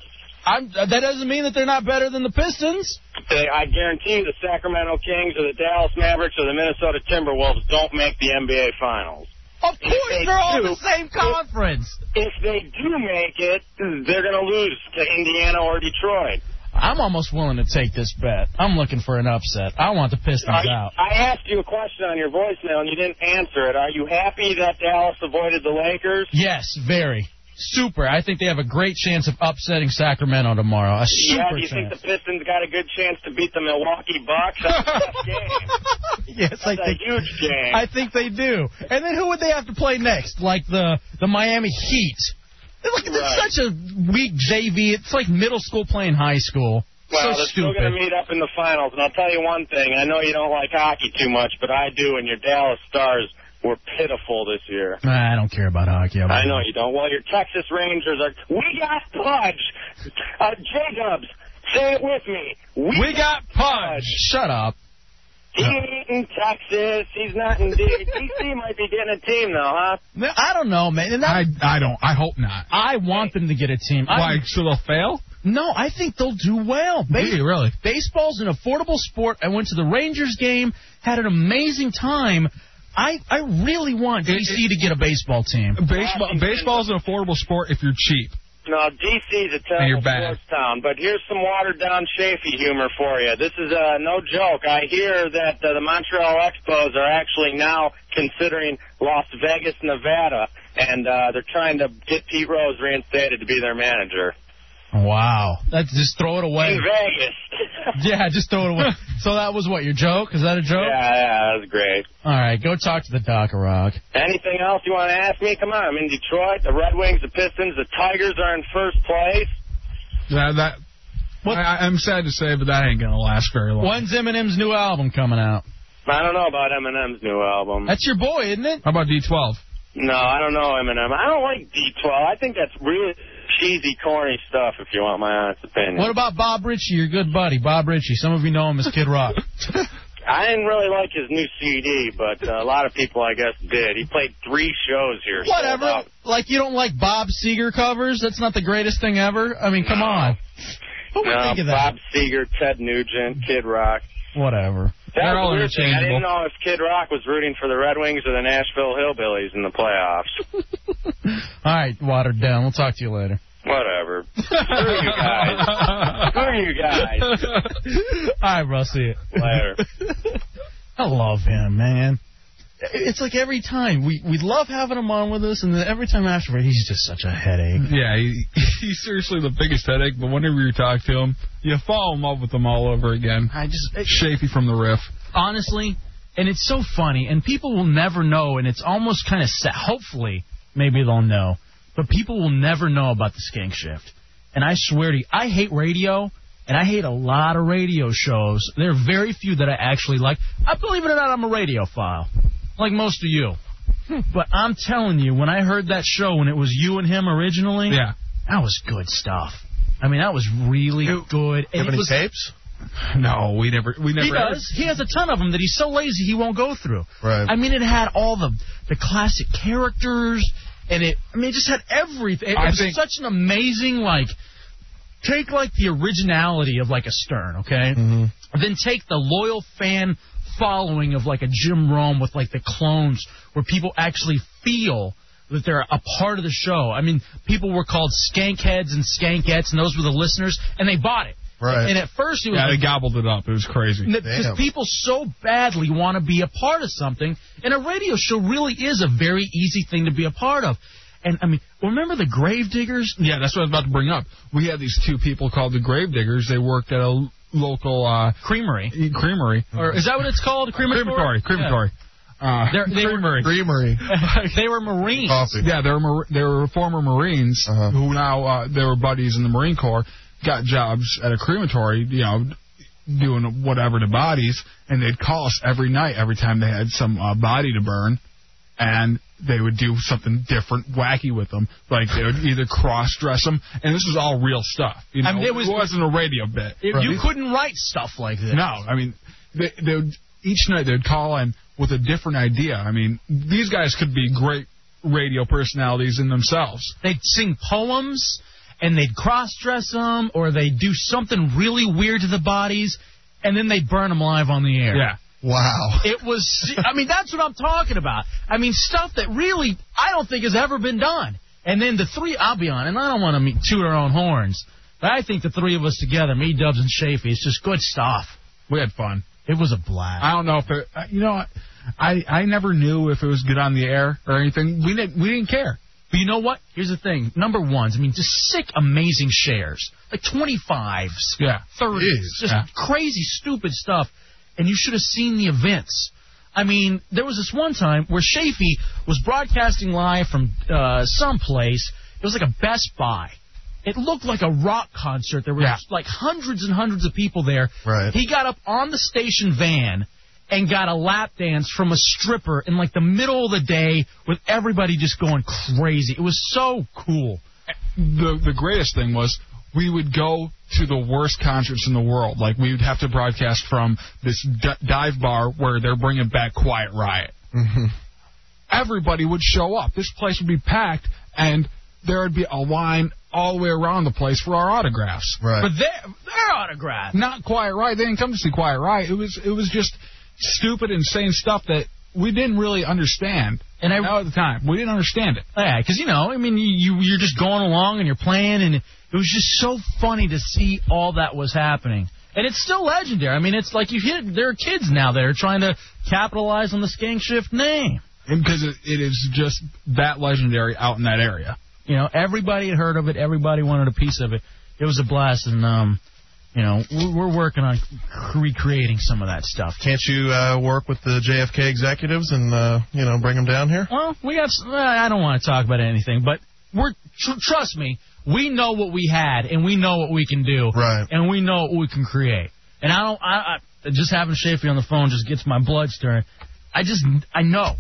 I'm, that doesn't mean that they're not better than the Pistons. They, I guarantee you the Sacramento Kings or the Dallas Mavericks or the Minnesota Timberwolves don't make the NBA Finals. Of course, they they're all in do, the same conference. If they do make it, they're going to lose to Indiana or Detroit. I'm almost willing to take this bet. I'm looking for an upset. I want the Pistons Are you- out. I asked you a question on your voicemail and you didn't answer it. Are you happy that Dallas avoided the Lakers? Yes, very. Super. I think they have a great chance of upsetting Sacramento tomorrow. A super yeah, do you chance. think the Pistons got a good chance to beat the Milwaukee Bucks? That's a tough game. Yes, I That's think- a huge game. I think they do. And then who would they have to play next? Like the the Miami Heat. Look, it's such a weak JV. It's like middle school playing high school. Well, so they're still stupid. going to meet up in the finals, and I'll tell you one thing. I know you don't like hockey too much, but I do, and your Dallas Stars were pitiful this year. Nah, I don't care about hockey. I'm- I know you don't. Well, your Texas Rangers are. We got Pudge! Uh, J Dubs, say it with me. We, got Pudge! Shut up. He ain't in Texas. He's not in D. DC might be getting a team, though, huh? No, I don't know, man. And that, I I don't. I hope not. I want them to get a team. Why? I, So they'll fail? no, I think they'll do well. Do Base- you really? Baseball's an affordable sport. I went to the Rangers game, had an amazing time. I I really want DC to get a baseball team. Baseball baseball's an affordable sport if you're cheap. No, DC's a And terrible you're bad. sports town, but here's some watered down Chafee humor for you. This is uh, no joke. I hear that uh, the Montreal Expos are actually now considering Las Vegas, Nevada, and uh, they're trying to get Pete Rose reinstated to be their manager. Wow. That's just throw it away. In Vegas. yeah, just throw it away. so that was what your joke? Is that a joke? Yeah, yeah, that was great. All right, go talk to the doc, Rock. Anything else you want to ask me? Come on, I'm in Detroit. The Red Wings, the Pistons, the Tigers are in first place. That, that I, I'm sad to say, but that ain't gonna last very long. When's Eminem's new album coming out? I don't know about Eminem's new album. That's your boy, isn't it? How about D12? No, I don't know Eminem. I don't like D12. I think that's really cheesy, corny stuff. If you want my honest opinion, What about Bob Ritchie, your good buddy, Bob Ritchie? Some of you know him as Kid Rock. I didn't really like his new CD, but uh, a lot of people, I guess, did. He played three shows here. sold Whatever. out. Like you don't like Bob Seger covers? That's not the greatest thing ever. I mean, come on. What would No, think of that? Bob Seger, Ted Nugent, Kid Rock. Whatever. That was the weird thing. I didn't know if Kid Rock was rooting for the Red Wings or the Nashville Hillbillies in the playoffs. All right, watered down. We'll talk to you later. Whatever. Screw you guys. Screw you guys. All right, bro. See you Later. I love him, man. It's like every time we we love having him on with us, and then every time afterward he's just such a headache. Yeah, he, he's seriously the biggest headache. But whenever you talk to him, you fall in love with him all over again. I just Shafee from the riff. honestly, and it's so funny, and people will never know, and it's almost kind of set. Hopefully, maybe they'll know, but people will never know about the skank shift. And I swear to you, I hate radio, and I hate a lot of radio shows. There are very few that I actually like. I believe it or not, I'm a radiophile, like most of you. Hmm. But I'm telling you, when I heard that show, when it was you and him originally, yeah, that was good stuff. I mean, that was really good. you have And it any was- tapes? No, we never we never. he does. He has a ton of them that he's so lazy he won't go through. Right. I mean, it had all the the classic characters, and it. I mean, it just had everything. It I was think- such an amazing like. Take like the originality of like a Stern, okay? Mm-hmm. Then take the loyal fan following of like a Jim Rome with like the clones, where people actually feel that they're a part of the show. I mean, people were called skankheads and skankettes, and those were the listeners, and they bought it. Right. And at first it was Yeah, like, they gobbled it up. It was crazy. because people so badly want to be a part of something, and a radio show really is a very easy thing to be a part of. And I mean, remember the grave diggers? Yeah, that's what I was about to bring up. We had these two people called the Gravediggers. They worked at a l- local uh, creamery. Creamery, Or is that what it's called? A crematory? Crematory. Crematory. Uh, They're- they were- creamery. creamery. they were Marines. Yeah, they were Mar- they were former Marines who now uh, they were buddies in the Marine Corps. Got jobs at a crematory, you know, doing whatever to bodies, and they'd call us every night every time they had some uh, body to burn, and they would do something different, wacky with them. Like they would either cross dress them, and this was all real stuff. You know, I mean, it it, was- was, not a radio bit. If You couldn't write stuff like this. No, I mean, they, they would, each night they'd call in with a different idea. I mean, these guys could be great radio personalities in themselves. They'd sing poems, and they'd cross-dress them, or they'd do something really weird to the bodies, and then they'd burn them live on the air. Yeah. Wow. It was, I mean, that's what I'm talking about. I mean, stuff that really I don't think has ever been done. And then the three, I'll be on, and I don't want to meet, toot our own horns, but I think the three of us together, me, Dubs, and Chafee, it's just good stuff. We had fun. It was a blast. I don't know if it, uh, you know, I I never knew if it was good on the air or anything. We didn't we didn't care. But you know what? Here's the thing. Number ones, I mean, just sick, amazing shares. Like 25s, Yeah. 30s, just Yeah. crazy, stupid stuff. And you should have seen the events. I mean, there was this one time where Shafee was broadcasting live from uh, someplace. It was like a Best Buy. It looked like a rock concert. There were like hundreds and hundreds of people there. Right. He got up on the station van and got a lap dance from a stripper in like the middle of the day with everybody just going crazy. It was so cool. The the greatest thing was we would go to the worst concerts in the world. Like we would have to broadcast from this d- dive bar where they're bringing back Quiet Riot. everybody would show up. This place would be packed, and there would be a line all the way around the place for our autographs. Right. But their their autograph. Not Quiet Riot. They didn't come to see Quiet Riot. It was it was just stupid, insane stuff that we didn't really understand. And I know at the time we didn't understand it. Yeah, because you know, I mean, you you- you're just going along and you're playing, and it was just so funny to see all that was happening. And it's still legendary. I mean, it's like you hit. There are kids now that are trying to capitalize on the skank shift name. Because it, it is just that legendary out in that area. You know, everybody had heard of it. Everybody wanted a piece of it. It was a blast, and um, you know, we're, we're working on recreating some of that stuff. Can't you uh, work with the JFK executives and uh, you know bring them down here? Well, we have. s- uh, I don't want to talk about anything, but we're tr- trust me. We know what we had, and we know what we can do, right? And we know what we can create. And I don't. I, I just having Shafee on the phone just gets my blood stirring. I just. I know.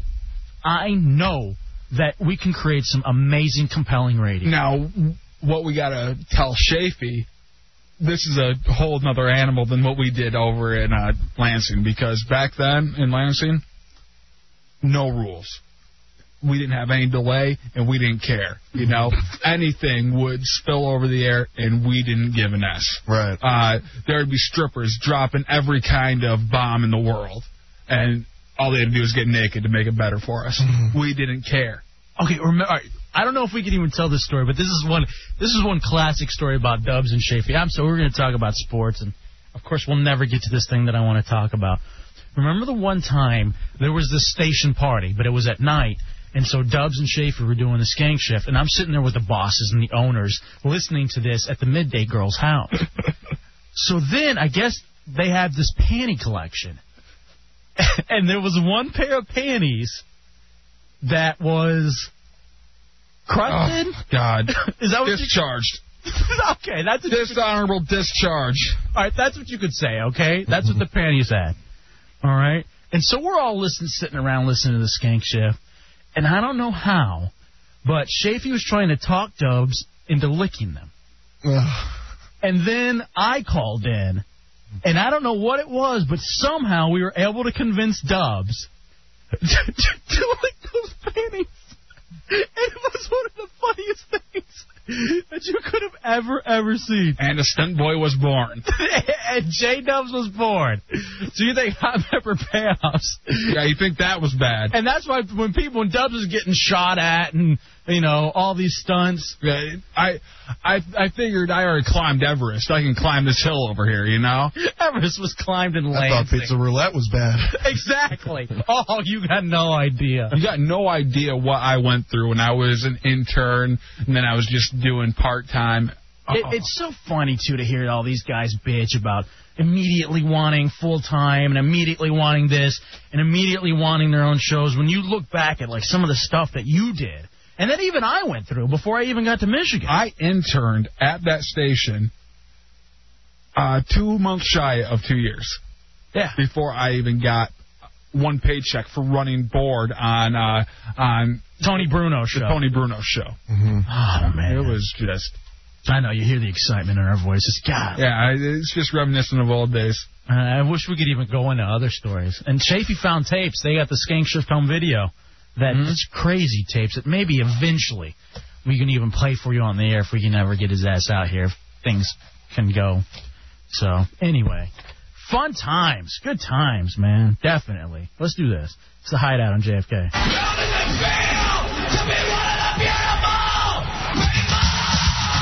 I know that we can create some amazing, compelling radio. Now, what we gotta tell Shafee, this is a whole nother animal than what we did over in uh, Lansing because back then in Lansing, no rules. We didn't have any delay and we didn't care. You know, anything would spill over the air and we didn't give an S. Right. Uh, there would be strippers dropping every kind of bomb in the world, and all they had to do was get naked to make it better for us. We didn't care. Okay, remember. I don't know if we can even tell this story, but this is one. This is one classic story about Dubs and Shafee. I'm so we're going to talk about sports, and of course we'll never get to this thing that I want to talk about. Remember the one time there was this station party, but it was at night, and so Dubs and Schaefer were doing the skank shift, and I'm sitting there with the bosses and the owners listening to this at the midday girl's house. so then I guess they have this panty collection, and there was one pair of panties that was crusted. Oh, God. Is that what you- Discharged. okay, that's a dishonorable discharge. All right, that's what you could say. Okay, that's what the panties had. All right, and so we're all listening, sitting around listening to the Skank Shift, and I don't know how, but Shafee was trying to talk Dubs into licking them, and then I called in, and I don't know what it was, but somehow we were able to convince Dubs to, to lick those panties. It was one of the funniest things that you could have ever, ever seen. And the stunt boy was born. and J Dubs was born. So you think hot pepper payoffs? Yeah, you think that was bad? And that's why when people when Dubs is getting shot at and you know all these stunts. Yeah, I, I, I figured I already climbed Everest. I can climb this hill over here, you know. Everest was climbed in I thought Lansing. pizza roulette was bad. exactly. Oh, you got no idea. You got no idea what I went through when I was an intern, and then I was just doing part time. It, Uh-huh. it's so funny too to hear all these guys bitch about immediately wanting full time and immediately wanting this and immediately wanting their own shows. When you look back at like some of the stuff that you did, and that even I went through before I even got to Michigan. I interned at that station, uh, two months shy of two years. Yeah. Before I even got one paycheck for running board on uh, on Tony Bruno the show. Tony Bruno show. Oh man, Mm-hmm. it was just. I know you hear the excitement in our voices. God, Yeah, I- it's just reminiscent of old days. uh, I wish we could even go into other stories. And Chafee found tapes. They got the Skank Shift home video. That it's crazy tapes that maybe eventually we can even play for you on the air if we can ever get his ass out here. If things can go. So anyway, fun times, good times, man. Definitely. Let's do this. It's the hideout on JFK.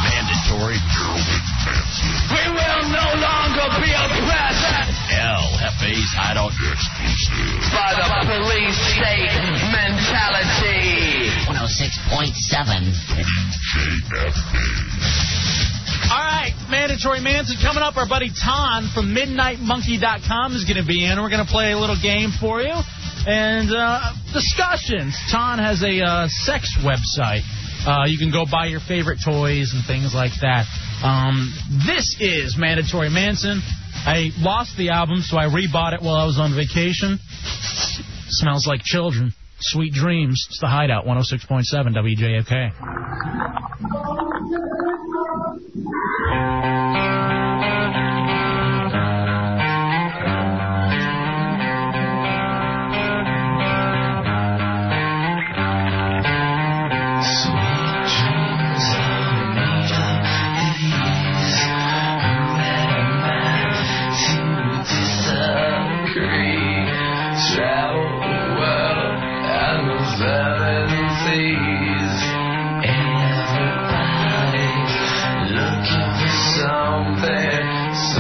Mandatory We will no longer be oppressed LFA's Hideout exclusive. by the police state mentality. 106.7. All right, Mandatory Manson coming up. Our buddy Ton from MidnightMonkey.com is going to be in. We're going to play a little game for you and uh, discussions. Ton has a uh, sex website. Uh, you can go buy your favorite toys and things like that. Um, this is Mandatory Manson. I lost the album, so I rebought it while I was on vacation. Smells like children. Sweet dreams. It's the Hideout 106.7 WJFK. Something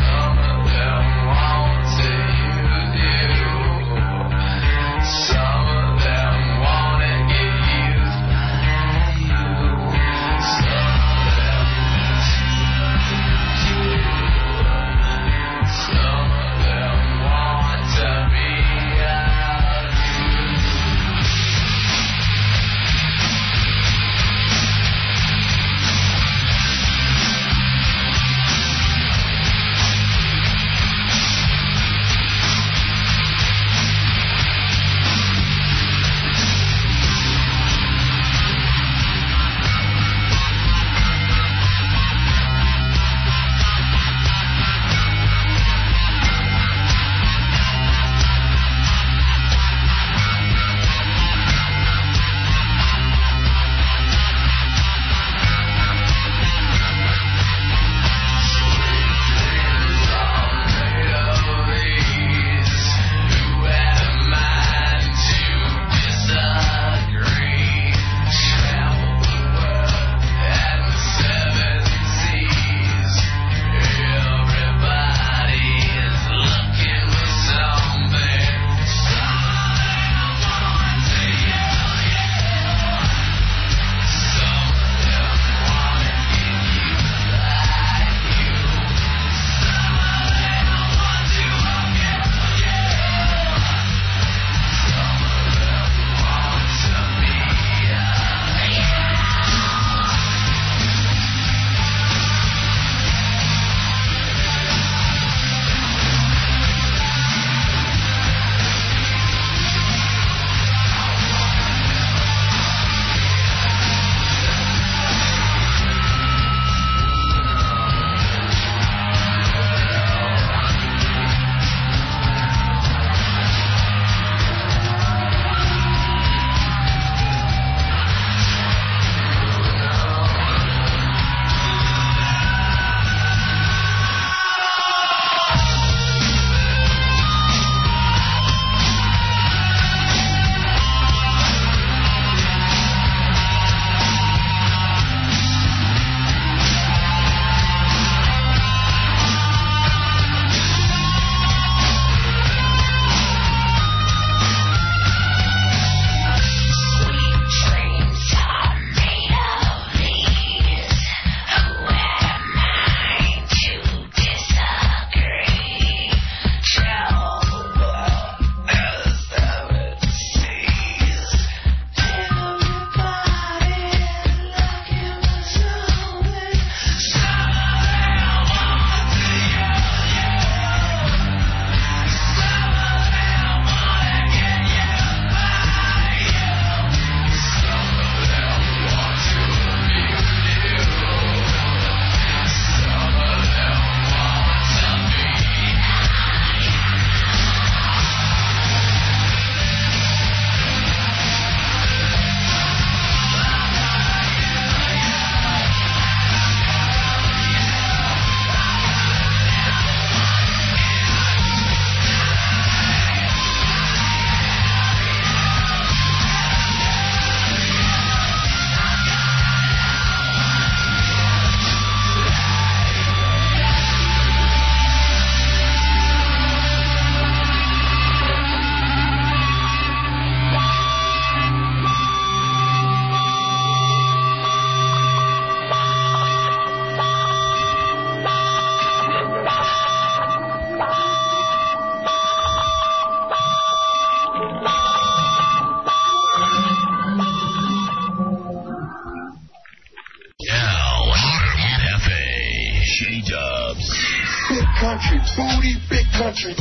Big country, booty, big country.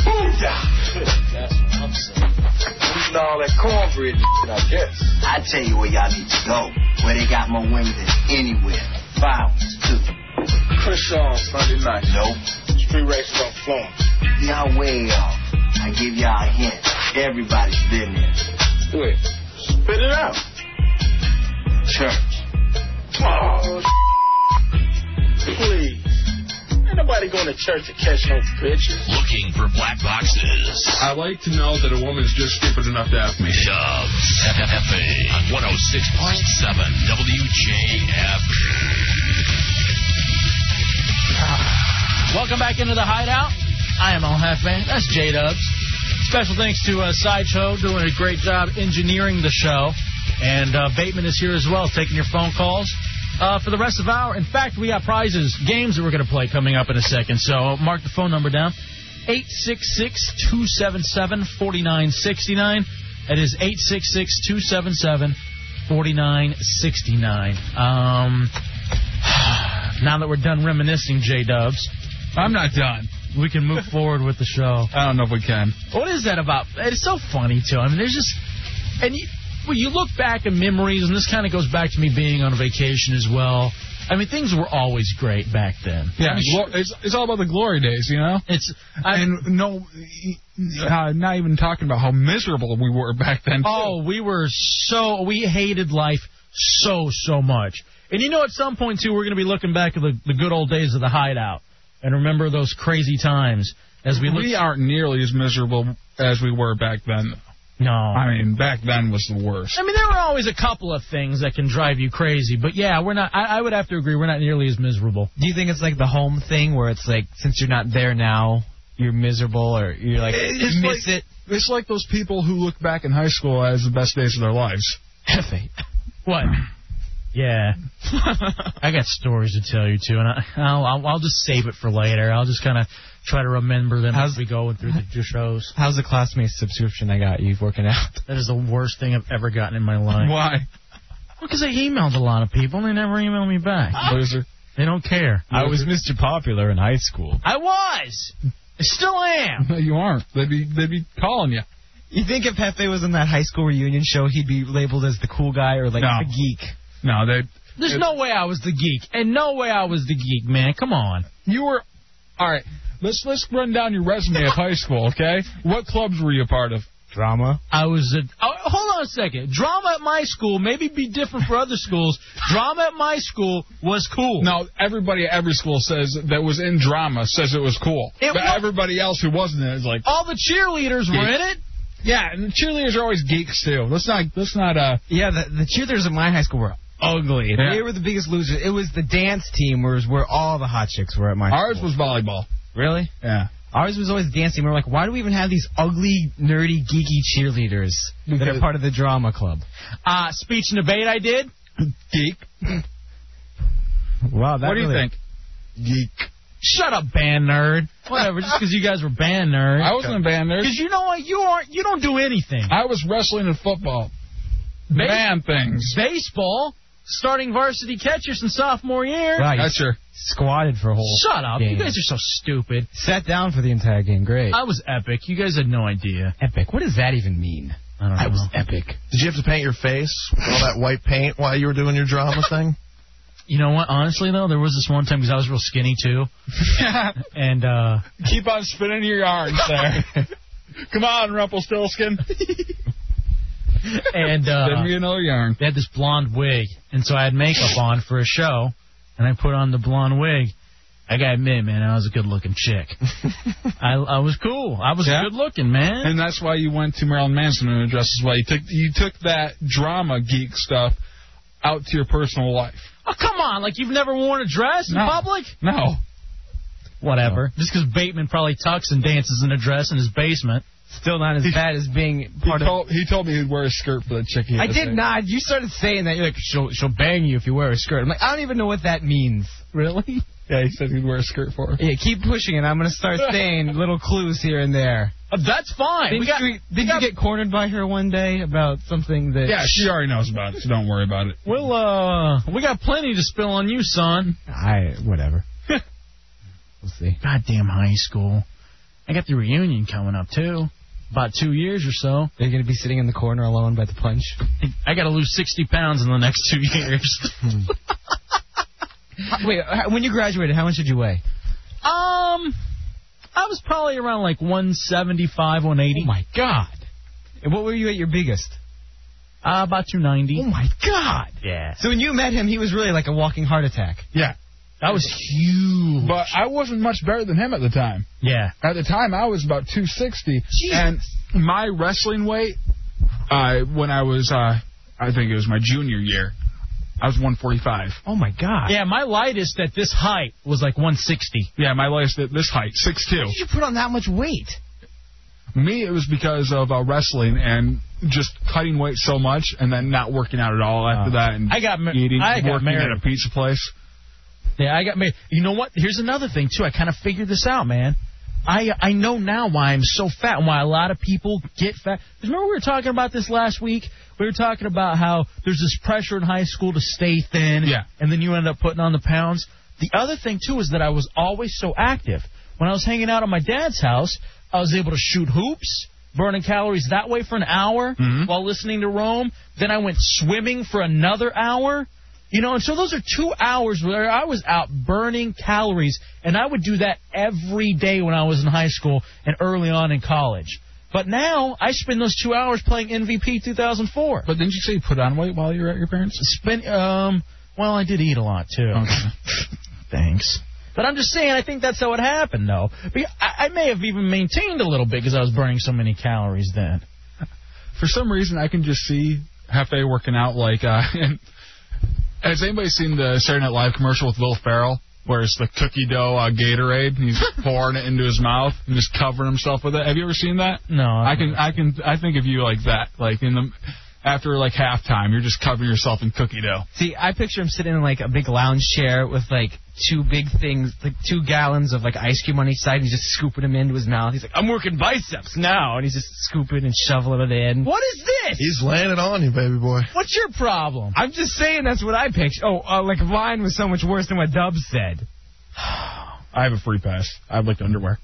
Booyah! Eating all that cornbread, I guess. I tell you where y'all need to go, where they got more women than anywhere. Violence, too. Chris on Sunday night. Nope. Street races on Florence. Y'all way off. I give y'all a hint. Everybody's been there. Wait, spit it out. Church. Oh, please. Ain't nobody going to church to catch no bitches. Looking for black boxes. I like to know that a woman's just stupid enough to ask me. Dubs. FFA on 106.7 WJFK. Welcome back into the hideout. I am Al Halfman. That's J Dubs. Special thanks to uh, Sideshow doing a great job engineering the show. And uh, Bateman is here as well, taking your phone calls uh, for the rest of the hour. In fact, we got prizes, games that we're going to play coming up in a second. So uh, mark the phone number down 866 277 4969. That is 866 277 4969. Um. now that we're done reminiscing, J Dubs. I'm not done. We can move forward with the show. I don't know if we can. What is that about? It's so funny too. I mean, there's just and you, when you look back at memories, and this kind of goes back to me being on vacation as well. I mean, things were always great back then. Yeah, I mean, glo- it's, it's all about the glory days, you know. It's and no, uh, not even talking about how miserable we were back then. Oh, we were so we hated life so so much. And you know, at some point too, we're going to be looking back at the, the good old days of the hideout and remember those crazy times as we look. we aren't nearly as miserable as we were back then. No, I mean back then was the worst. I mean, there are always a couple of things that can drive you crazy, but yeah, we're not. I, I would have to agree, we're not nearly as miserable. Do you think it's like the home thing where it's like since you're not there now, you're miserable or you're like you miss like, it? It's like those people who look back in high school as the best days of their lives. What? Yeah, I got stories to tell you too, and I, I'll, I'll I'll just save it for later. I'll just kind of try to remember them as we go through the, the shows. How's the classmate subscription I got you working out? That is the worst thing I've ever gotten in my life. Why? Because I emailed a lot of people and they never emailed me back. Loser. They don't care. I was Mr. Popular in high school. I was. I still am. No, you aren't. They'd be they'd be calling you. You think if Hefe was in that high school reunion show, he'd be labeled as the cool guy or like No. the geek? No, they. There's no way I was the geek, and no way I was the geek, man. Come on. You were. All right. Let's let's run down your resume of high school, okay? What clubs were you a part of? Drama. I was a. Oh, hold on a second. Drama at my school maybe be different for other schools. Drama at my school was cool. No, everybody at every school says that was in drama says it was cool. It but was- everybody else who wasn't in it is like All the cheerleaders were in it. Yeah, and cheerleaders are always geeks too. Let's not let's not uh Yeah, the, the cheerleaders at my high school were ugly. Yeah. They were the biggest losers. It was the dance team where, where all the hot chicks were at my ours school. was volleyball. Really? Yeah. Ours was always dancing. We were like, why do we even have these ugly, nerdy, geeky cheerleaders that are part of the drama club? Uh, speech and debate I did. Geek. Wow, Oh, that What do you really- think? Geek. Shut up, band nerd. Whatever, just because you guys were band nerds. I wasn't a band nerd. Because you know what? You aren't. You don't do anything. I was wrestling and football. Base- Man things. Baseball, starting varsity catchers in sophomore year. Right. That's your Squatted for a whole. Shut up. You game. guys are so stupid. Sat down for the entire game. Great. I was epic. You guys had no idea. epic. What does that even mean? I don't know. was epic. Did you have to paint your face with all that white paint while you were doing your drama thing? You know what? Honestly, though, there was this one time because I was real skinny too, and uh, Keep on spinning your yarns there. Come on, Rumpelstiltskin. and Give uh, me another yarn. they had this blonde wig, and so I had makeup on for a show, and I put on the blonde wig. I gotta admit, man, I was a good-looking chick. I, I was cool. I was Yeah? good-looking, man. And that's why you went to Marilyn Manson and addressed as well. You took you took that drama geek stuff out to your personal life. Oh, come on. Like, you've never worn a dress in No. public? No. Whatever. Just 'cause Bateman probably tucks and dances in a dress in his basement. Still not as bad as being He part of. told, he told me he'd wear a skirt for the chick he I had to did date. not. You started saying that. You're like, she'll she'll bang you if you wear a skirt. I'm like, I don't even know what that means. Really? Yeah, he said he'd wear a skirt for her. Yeah, keep pushing it. I'm gonna start saying little clues here and there. Uh, That's fine. Did, we got, you, did you get cornered by her one day about something that? Yeah, she already knows about it, so don't worry about it. we'll, uh, we got plenty to spill on you, son. I whatever. We'll see. Goddamn high school. I got the reunion coming up too. About two years or so. They're going to be sitting in the corner alone by the punch. I got to lose 60 pounds in the next two years. Wait, uh, h- when you graduated, how much did you weigh? Um, I was probably around like 175, 180. Oh my god! And what were you at your biggest? Uh, about 290. Oh my god! Yeah. So when you met him, he was really like a walking heart attack. Yeah. That was huge. But I wasn't much better than him at the time. Yeah. At the time, I was about 260. And my wrestling weight, uh, when I was, uh, I think it was my junior year, I was 145. Oh my god! Yeah, my lightest at this height was like 160. Yeah, my lightest at this height, 6'2. Did you put on that much weight? Me, it was because of uh, wrestling and just cutting weight so much, and then not working out at all after that, and Uh, I got ma- eating, I got working married. at a pizza place. Yeah, I got married. You know what? Here's another thing too. I kind of figured this out, man. I I know now why I'm so fat and why a lot of people get fat. 'Cause Remember we were talking about this last week. We were talking about how there's this pressure in high school to stay thin, yeah. and then you end up putting on the pounds. The other thing too is that I was always so active. When I was hanging out at my dad's house, I was able to shoot hoops, burning calories that way for an hour while listening to Rome. Then I went swimming for another hour. You know, and so those are two hours where I was out burning calories, and I would do that every day when I was in high school and early on in college. But now I spend those two hours playing MVP 2004. But didn't you say you put on weight while you were at your parents? Spent um. Well, I did eat a lot too. Thanks. But I'm just saying, I think that's how it happened, though. Because I, I may have even maintained a little bit because I was burning so many calories then. For some reason, I can just see Hefe working out like. Uh, has anybody seen the Saturday Night Live commercial with Will Ferrell? Where it's the cookie dough uh, Gatorade, and he's pouring it into his mouth and just covering himself with it. Have you ever seen that? No. I can, I can, I think of you like that. Like in the after like halftime, you're just covering yourself in cookie dough. See, I picture him sitting in like a big lounge chair with like two big things, like two gallons of like ice cream on each side, and he's just scooping them into his mouth. He's like, I'm working biceps now, and he's just scooping and shoveling it in. What is this? He's laying it on you, baby boy. What's your problem? I'm just saying that's what I picture. Oh, uh, like Vine was so much worse than what Dub said. I have a free pass. I have like underwear.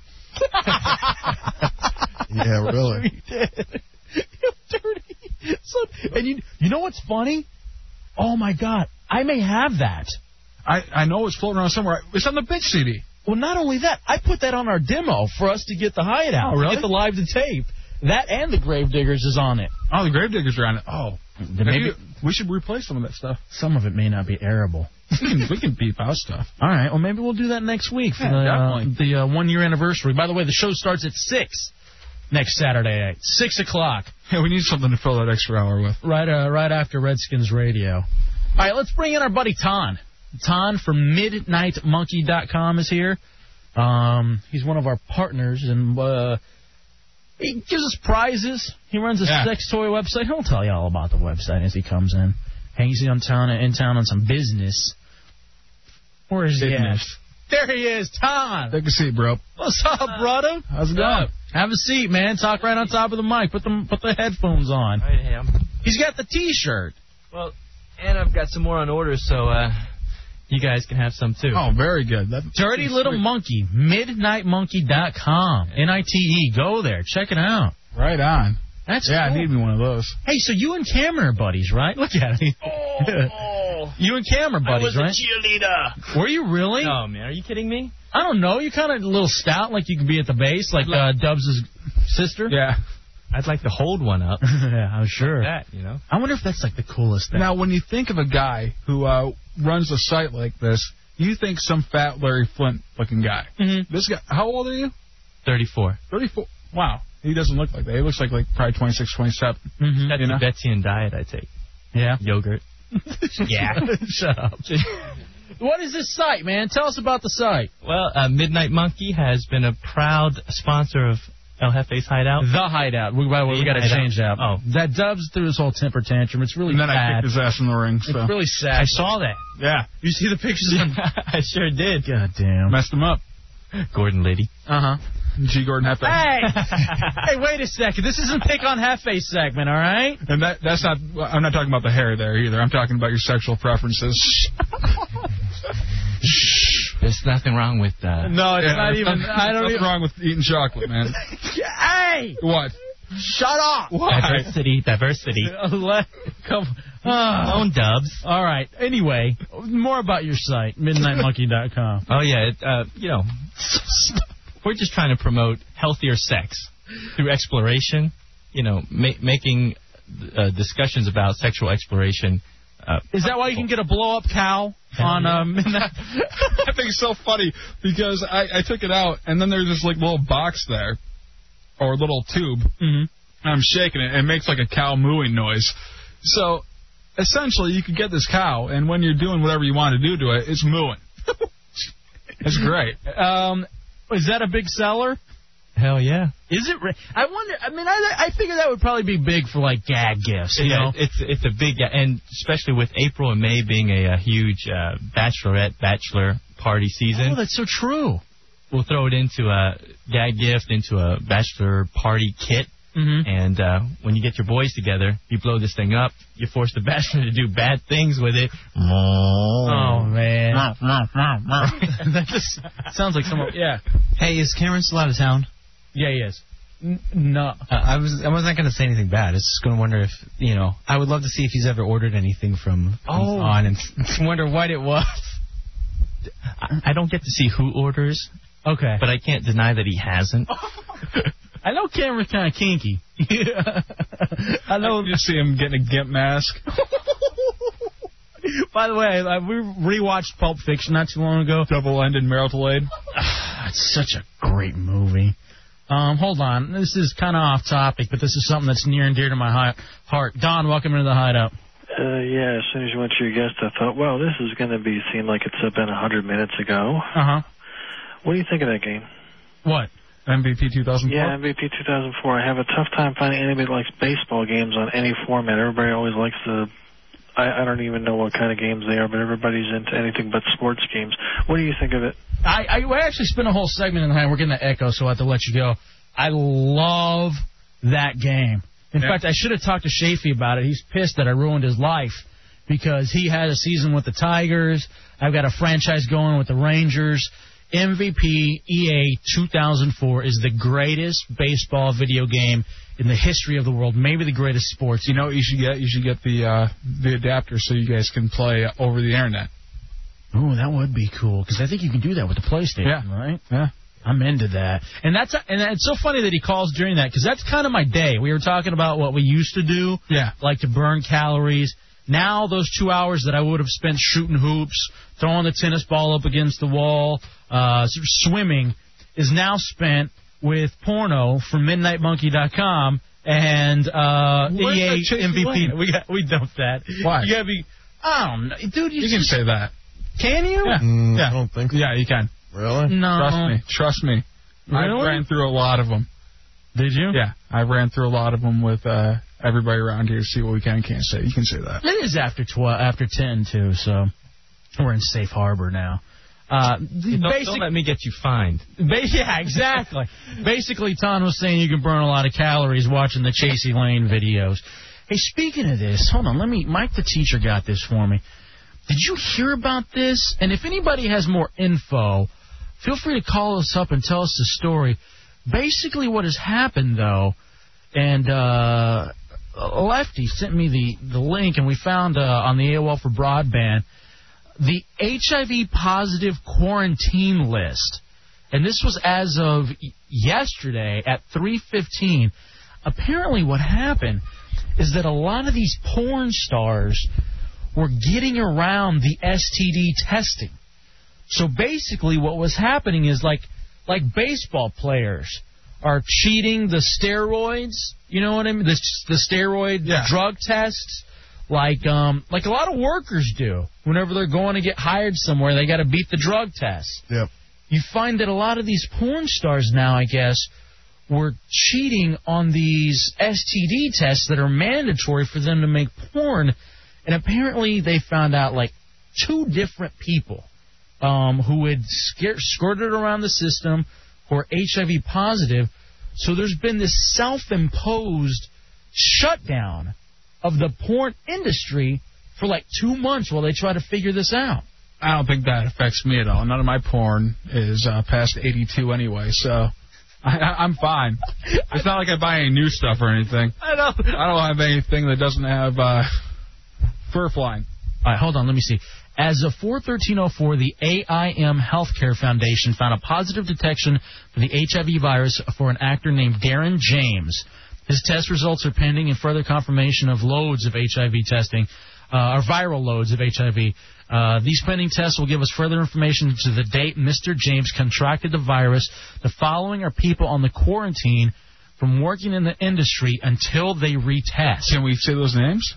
yeah, really. So, and you, you know what's funny? Oh my God, I may have that. I I know it's floating around somewhere. It's on the big CD. Well, not only that, I put that on our demo for us to get the hideout, Oh, really? get the live to tape. That and the Gravediggers is on it. Oh, the Gravediggers are on it. Oh, maybe- Have you- we should replace some of that stuff. Some of it may not be airable. we, can, we can beep out stuff. All right. Well, maybe we'll do that next week for Yeah, the, uh, the uh, one year anniversary. By the way, the show starts at six next Saturday at six o'clock. Yeah, we need something to fill that extra hour with. Right, uh, right after Redskins radio. All right, let's bring in our buddy Ton. Ton from MidnightMonkey.com is here. Um, he's one of our partners, and uh, he gives us prizes. He runs a Yeah. sex toy website. He'll tell you all about the website as he comes in. Hangs in town, in town on some business. Where is he? At? There he is, Ton. Take a seat, bro. What's up, brother? How's it going? Have a seat, man. Talk right on top of the mic. Put the put the headphones on. Right, hey, I'm, He's got the T-shirt. well, and I've got some more on order, so uh, you guys can have some too. Oh, very good. That, Dirty Little Monkey, midnightmonkey.com. N-I-T-E. E, Go there. Check it out. Right on. That's yeah. cool. I need me one of those. Hey, so you and Cameron are buddies, right? Look at me. you and Cameron I buddies, was right? a cheerleader. Were you really? No, man. Are you kidding me? I don't know. You're kind of a little stout, like you could be at the base, like uh, Dubs' sister. Yeah. I'd like to hold one up. yeah, I'm sure. That you know. I wonder if that's like the coolest thing. Now, when you think of a guy who uh, runs a site like this, you think some fat Larry Flint looking guy. Mm-hmm. This guy. How old are you? Thirty-four. 34. Wow. He doesn't look like that. He looks like like probably 26, 27. That's You know? the Vetsian diet I take. Yeah. Yogurt. yeah. Shut up. What is this site, man? Tell us about the site. Well, uh, Midnight Monkey has been a proud sponsor of El Jefe's Hideout. The Hideout. We, by the way, we The got to Hideout. change that. Oh. That Dubs threw his whole temper tantrum. It's really And then I sad. kicked his ass in the ring. So. It's really sad. I saw that. Yeah. You see the pictures? I sure did. God damn. Messed him up. Uh-huh. Gordon Liddy. Uh huh. G. Gordon Hefe. Hey! hey, wait a second. This isn't pick on Hefe segment, all right? And that that's not. I'm not talking about the hair there either. I'm talking about your sexual preferences. There's nothing wrong with uh No, it's not even- I don't. What's wrong with eating chocolate, man? Hey! What? Shut up! diversity. Diversity. Let- Come Oh. on, dubs. All right. Anyway, more about your site, midnightmonkey.com. Oh yeah, it, uh, you know, we're just trying to promote healthier sex through exploration. You know, ma- making uh, discussions about sexual exploration. Uh, Is that why you can get a blow up cow on uh, midnight? I think it's so funny because I, I took it out and then there's this like little box there or little tube. Mm-hmm. I'm shaking it and it makes like a cow mooing noise. So essentially, you could get this cow and when you're doing whatever you want to do to it, it's mooing. it's great. Um, is that a big seller? Hell yeah. Is it? Re- I wonder. I mean, I I figure that would probably be big for like gag gifts. You yeah, know? it's it's a big and especially with April and May being a, a huge uh, bachelorette bachelor party season. Oh, that's so true. we'll throw it into a gag gift, into a bachelor party kit. Mhm. And uh, when you get your boys together, you blow this thing up. You force the bachelor to do bad things with it. Oh man. that just sounds like someone. Yeah. Hey, is Cameron still out of town? Yeah, he is. N- no. Uh, I was I was not going to say anything bad. I was just going to wonder if you know. I would love to see if he's ever ordered anything from, from Oh. on and wonder what it was. I, I don't get to see who orders. Okay. But I can't deny that he hasn't. I know Cameron's kind of kinky. I know. You see him getting a gimp mask. By the way, uh, we rewatched Pulp Fiction not too long ago. Double-ended marital aid. it's such a great movie. Um, hold on. This is kind of off topic, but this is something that's near and dear to my hi- heart. Don, welcome into the hideout. Uh, yeah, as soon as you went to your guest, I thought, well, this is going to be seem like it's been a hundred minutes ago. Uh-huh. Uh huh. What do you think of that game? What? MVP 2004. Yeah, MVP 2004. I have a tough time finding anybody that likes baseball games on any format. Everybody always likes the. I, I don't even know what kind of games they are, but everybody's into anything but sports games. What do you think of it? I, I we actually spent a whole segment in the We're getting the echo, so I have to let you go. I love that game. In fact, I should have talked to Shafi about it. He's pissed that I ruined his life because he had a season with the Tigers. I've got a franchise going with the Rangers. MVP EA 2004 is the greatest baseball video game in the history of the world, maybe the greatest sports. You know what you should get? You should get the uh, the adapter so you guys can play over the internet. Oh, that would be cool because I think you can do that with the PlayStation, right? Yeah. I'm into that, and that's and it's so funny that he calls during that because that's kind of my day. We were talking about what we used to do, yeah, like to burn calories. Now those two hours that I would have spent shooting hoops, throwing the tennis ball up against the wall, uh, s- swimming, is now spent with porno from MidnightMonkey.com and uh, Where's that EA Chase MVP. Lane? We got, we dumped that. Why? You gotta be. I don't know, dude. You, You can say that. Can you? Yeah. Mm, I don't think. Yeah, you can. Really? No. Trust me. Trust me. Really? I ran through a lot of them. Did you? Yeah, I ran through a lot of them with uh, everybody around here to see what we can and can't say. You can say that. It is after twelve, after ten too. So we're in safe harbor now. Uh, the Don't, basic, don't let me get you fined. ba- yeah, exactly. Basically, Tom was saying you can burn a lot of calories watching the Chasey Lane videos. Hey, speaking of this, hold on. Let me. Mike, the teacher, got this for me. Did you hear about this? And if anybody has more info, feel free to call us up and tell us the story. Basically, what has happened though, and uh, Lefty sent me the the link, and we found uh, on the AOL for broadband the HIV positive quarantine list, and this was as of y- yesterday at 3:15. Apparently, what happened is that a lot of these porn stars were getting around the STD testing. So basically, what was happening is like like baseball players are cheating the steroids. You know what I mean? The, the steroid drug tests, like um, like a lot of workers do. Whenever they're going to get hired somewhere, they got to beat the drug test. Yep. You find that a lot of these porn stars now, I guess, were cheating on these STD tests that are mandatory for them to make porn, and apparently they found out like two different people um, who had scare, skirted around the system or HIV positive. So there's been this self-imposed shutdown of the porn industry for like two months while they try to figure this out. I don't think that affects me at all. None of my porn is uh, past 82 anyway, so I, I, I'm fine. It's not like I buy any new stuff or anything. I don't. I don't have anything that doesn't have uh, fur flying. All right, hold on. Let me see. As of 41304, the AIM Healthcare Foundation found a positive detection for the HIV virus for an actor named Darren James. His test results are pending and further confirmation of loads of HIV testing, uh, or viral loads of HIV. Uh, these pending tests will give us further information to the date Mr. James contracted the virus. The following are people on the quarantine from working in the industry until they retest. Can we say those names?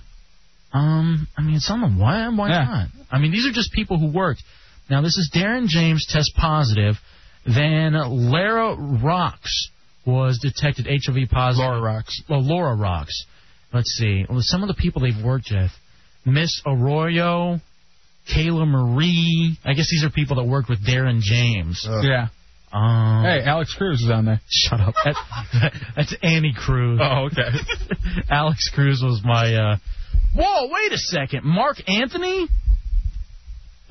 Um, I mean, some of them. Why, why Yeah. not? I mean, these are just people who worked. Now, this is Darren James test positive. Then Lara Rocks was detected HIV positive. Laura Rocks. Well, Laura Rocks. Let's see. Well, some of the people they've worked with. Miss Arroyo, Kayla Marie. I guess these are people that worked with Darren James. Yeah. Um, Hey, Alex Cruz is on there. Shut up. That- that's Annie Cruz. Oh, okay. Alex Cruz was my. Uh... Whoa, wait a second. Mark Anthony?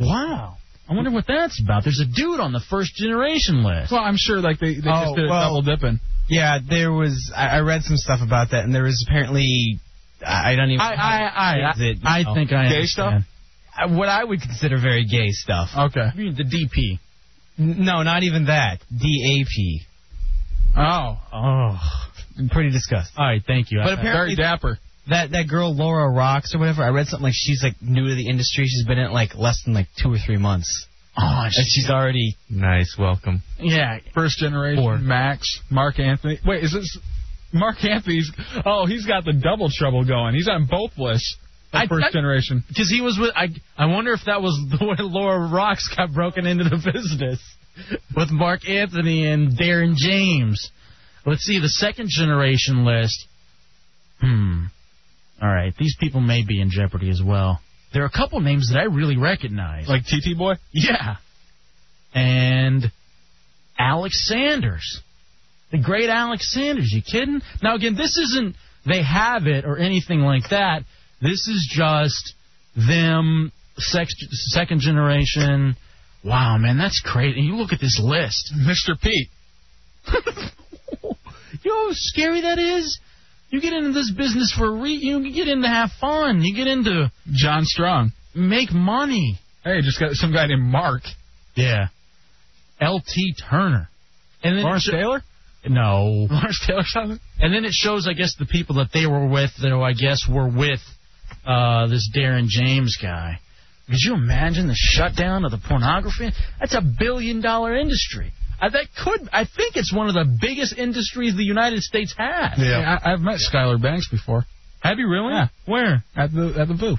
Wow. I wonder what that's about. There's a dude on the first generation list. Oh, Well, I'm sure like they, they just did a double dipping. Oh, Yeah, there was. I, I read some stuff about that, and there was apparently. I I don't even. I- I- I- Is it, you I know, think I Gay understand. stuff? Uh, What I would consider very gay stuff. Okay. the DP. No, not even that. DAP. Oh. Oh. Pretty disgusting. All right, thank you. But I- Very apparently, dapper. That that girl Laura Rocks or whatever. I read something like she's like new to the industry. She's been in it like less than like two or three months. Oh, and she's already nice. Welcome. Yeah. First generation. Max. Mark Anthony. Wait, is this Mark Anthony's? Oh, he's got the double trouble going. He's on both lists. of I- first I- generation. Because he was with. I, I wonder if that was the way Laura Rocks got broken into the business with Mark Anthony and Darren James. Let's see, the second generation list. Hmm. All right, these people may be in jeopardy as well. There are a couple names that I really recognize. Like TT Boy? Yeah. And Alex Sanders. The great Alex Sanders. You kidding? Now, again, this isn't they have it or anything like that. This is just them, sex, second generation. Wow, man, that's crazy. And you look at this list. Mr. Pete. you know how scary that is? You get into this business for a re- you get in to have fun. You get into John Strong. Make money. Hey, just got some guy named Mark. Yeah. LT Turner. And then Lawrence it sho- Taylor? No. Lawrence Taylor something? And then it shows, I guess, the people that they were with, though I guess were with uh, this Darren James guy. Could you imagine the shutdown of the pornography? That's a billion dollar industry. I, that could, I think it's one of the biggest industries the United States has. I, I've met Skylar Banks before. Have you really? Yeah. Where? At the at the Boo.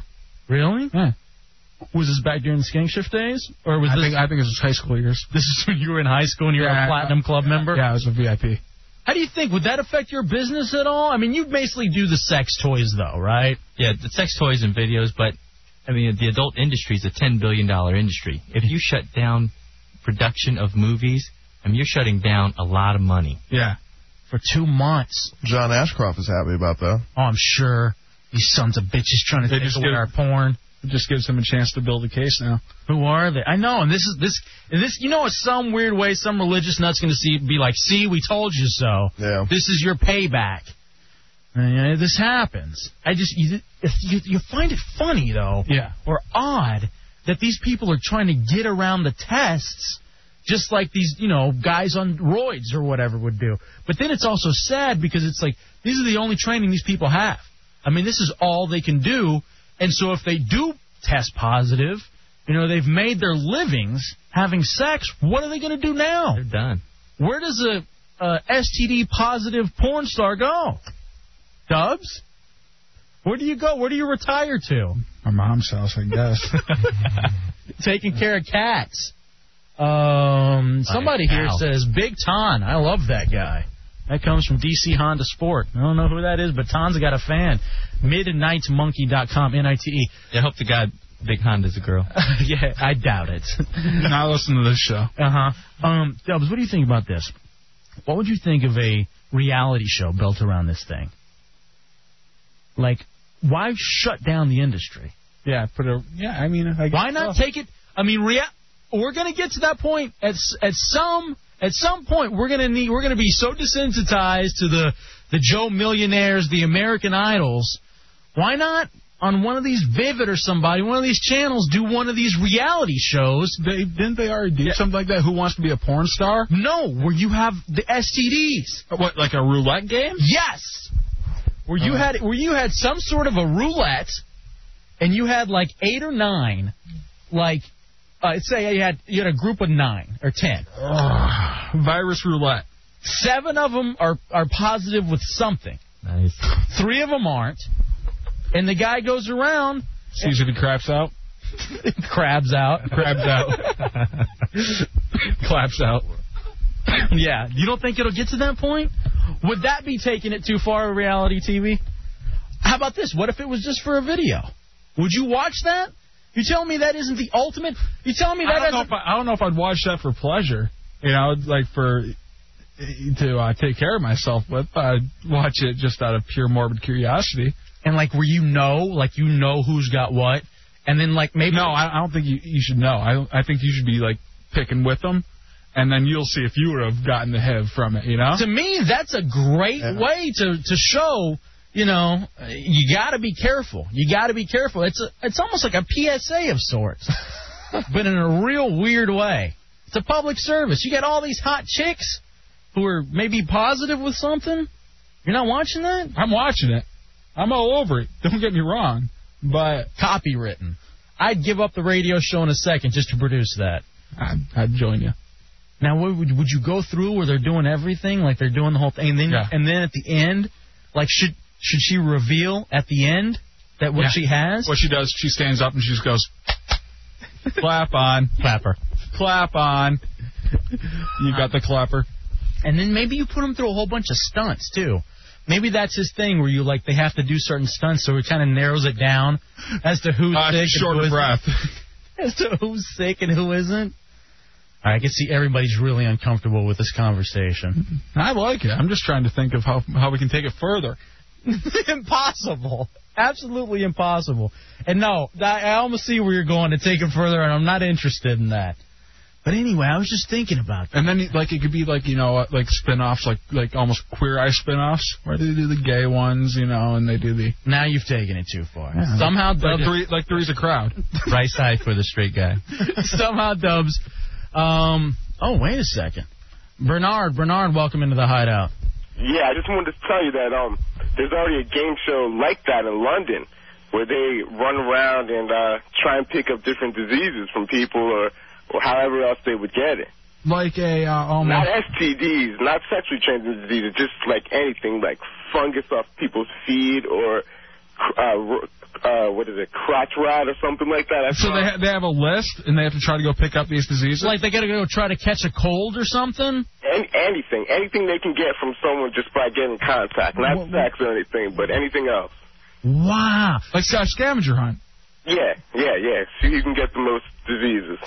Really? Yeah. Hmm. Was this back during the skank shift days, or was I this? think I think it was high school years. This is when you were in high school and you were Yeah, a platinum club member. Yeah, I was a VIP. How do you think would that affect your business at all? I mean, you basically do the sex toys though, right? Yeah, the sex toys and videos, but I mean, the adult industry is a ten billion dollar industry. If you shut down production of movies, I mean, you're shutting down a lot of money. Yeah. For two months. John Ashcroft is happy about that. Oh, I'm sure these sons of bitches trying to They take just away give- our porn. It just gives him a chance to build a case now. Who are they? I know, and this is this and this. You know, in some weird way, some religious nut's going to see be like, "See, we told you so. Yeah. This is your payback." And, uh, this happens. I just you, you you find it funny though, Yeah. or odd that these people are trying to get around the tests, just like these you know guys on roids or whatever would do. But then it's also sad because it's like these are the only training these people have. I mean, this is all they can do. And so if they do test positive, you know, they've made their livings having sex. What are they going to do now? They're done. Where does uh, a, a STD positive porn star go? Dubs? Where do you go? Where do you retire to? My mom's house, I guess. Taking care of cats. Um, somebody here Ow. says Big Ton. I love that guy. That comes from DC Honda Sport. I don't know who that is, but Ton's got a fan. Midnightmonkey.com, N-I-T-E. I hope to God Big Honda's a girl. yeah, I doubt it. now listen to this show. Uh huh. Um, Dubs, what do you think about this? What would you think of a reality show built around this thing? Like, why shut down the industry? Yeah, put a yeah. I mean, I guess Why not so. take it? I mean, rea- we're going to get to that point at s- at some at some point. We're going to need. We're going to be so desensitized to the the Joe millionaires, the American idols. Why not on one of these Vivid or somebody, one of these channels, do one of these reality shows? They didn't they already do something like that? Who wants to be a porn star? Uh, No, where you have the STDs. What like a roulette game? Uh-huh. Yes. Where you had where you had some sort of a roulette, and you had like eight or nine, like uh, say you had you had a group of nine or ten. virus roulette. Seven of them are are positive with something. Nice. Three of them aren't, and the guy goes around. Sees who the craps out. crabs out. Crabs out. Claps out. yeah. You don't think it'll get to that point? Would that be taking it too far, reality TV? How about this? What if it was just for a video? Would you watch that? You tell me that isn't the ultimate. You tell me that I don't, know doesn't- if I, I don't know if I'd watch that for pleasure. You know, like for to uh, take care of myself with. But I'd watch it just out of pure morbid curiosity. And like where you know, like you know who's got what, and then like maybe. No, I, I don't think you you should know. I don't- I think you should be like picking with them, and then you'll see if you would have gotten the head from it. You know. To me, that's a great way to to show. You know, you got to be careful. You got to be careful. It's a, it's almost like a PSA of sorts, but in a real weird way. It's a public service. You got all these hot chicks who are maybe positive with something. You're not watching that? I'm watching it. I'm all over it. Don't get me wrong, but copywritten. I'd give up the radio show in a second just to produce that. I'd, I'd join you. Now, what would would you go through where they're doing everything, like they're doing the whole thing, and then and then at the end, like should should she reveal at the end that what Yeah. she has? What she does, she stands up and she just goes, clap on, clapper, clap on. You got the clapper. And then maybe you put them through a whole bunch of stunts too. Maybe that's his thing where you like they have to do certain stunts, so it kind of narrows it down as to who's Uh, sick. short and of who breath. As to who's sick and who isn't. All right, I can see everybody's really uncomfortable with this conversation. Mm-hmm. I like it. I'm just trying to think of how how we can take it further. impossible. Absolutely impossible. And no, I I almost see where you're going to take it further, and I'm not interested in that. But anyway, I was just thinking about And then like it could be like you know uh, like spin-offs like like almost queer eye spin-offs where they do the gay ones you know and they do the Now you've taken it too far. Yeah. Somehow like dubbed- three like three's a crowd. right side for the straight guy. Somehow dubs. Um, oh, wait a second. Bernard, Bernard, welcome into the hideout. Yeah, I just wanted to tell you that um, there's already a game show like that in London where they run around and uh, try and pick up different diseases from people or, or however else they would get it. Like a uh, Not almost STDs, not sexually transmitted diseases, just like anything like fungus off people's feet or uh, r- uh, what is it, crotch rot or something like that. I so they ha- they have a list and they have to try to go pick up these diseases. Like they gotta go try to catch a cold or something. Any, anything, anything they can get from someone just by getting contact, not sex or anything, but anything else. Wow. Like Scotch scavenger hunt. Yeah, yeah, yeah. So you can get the most diseases.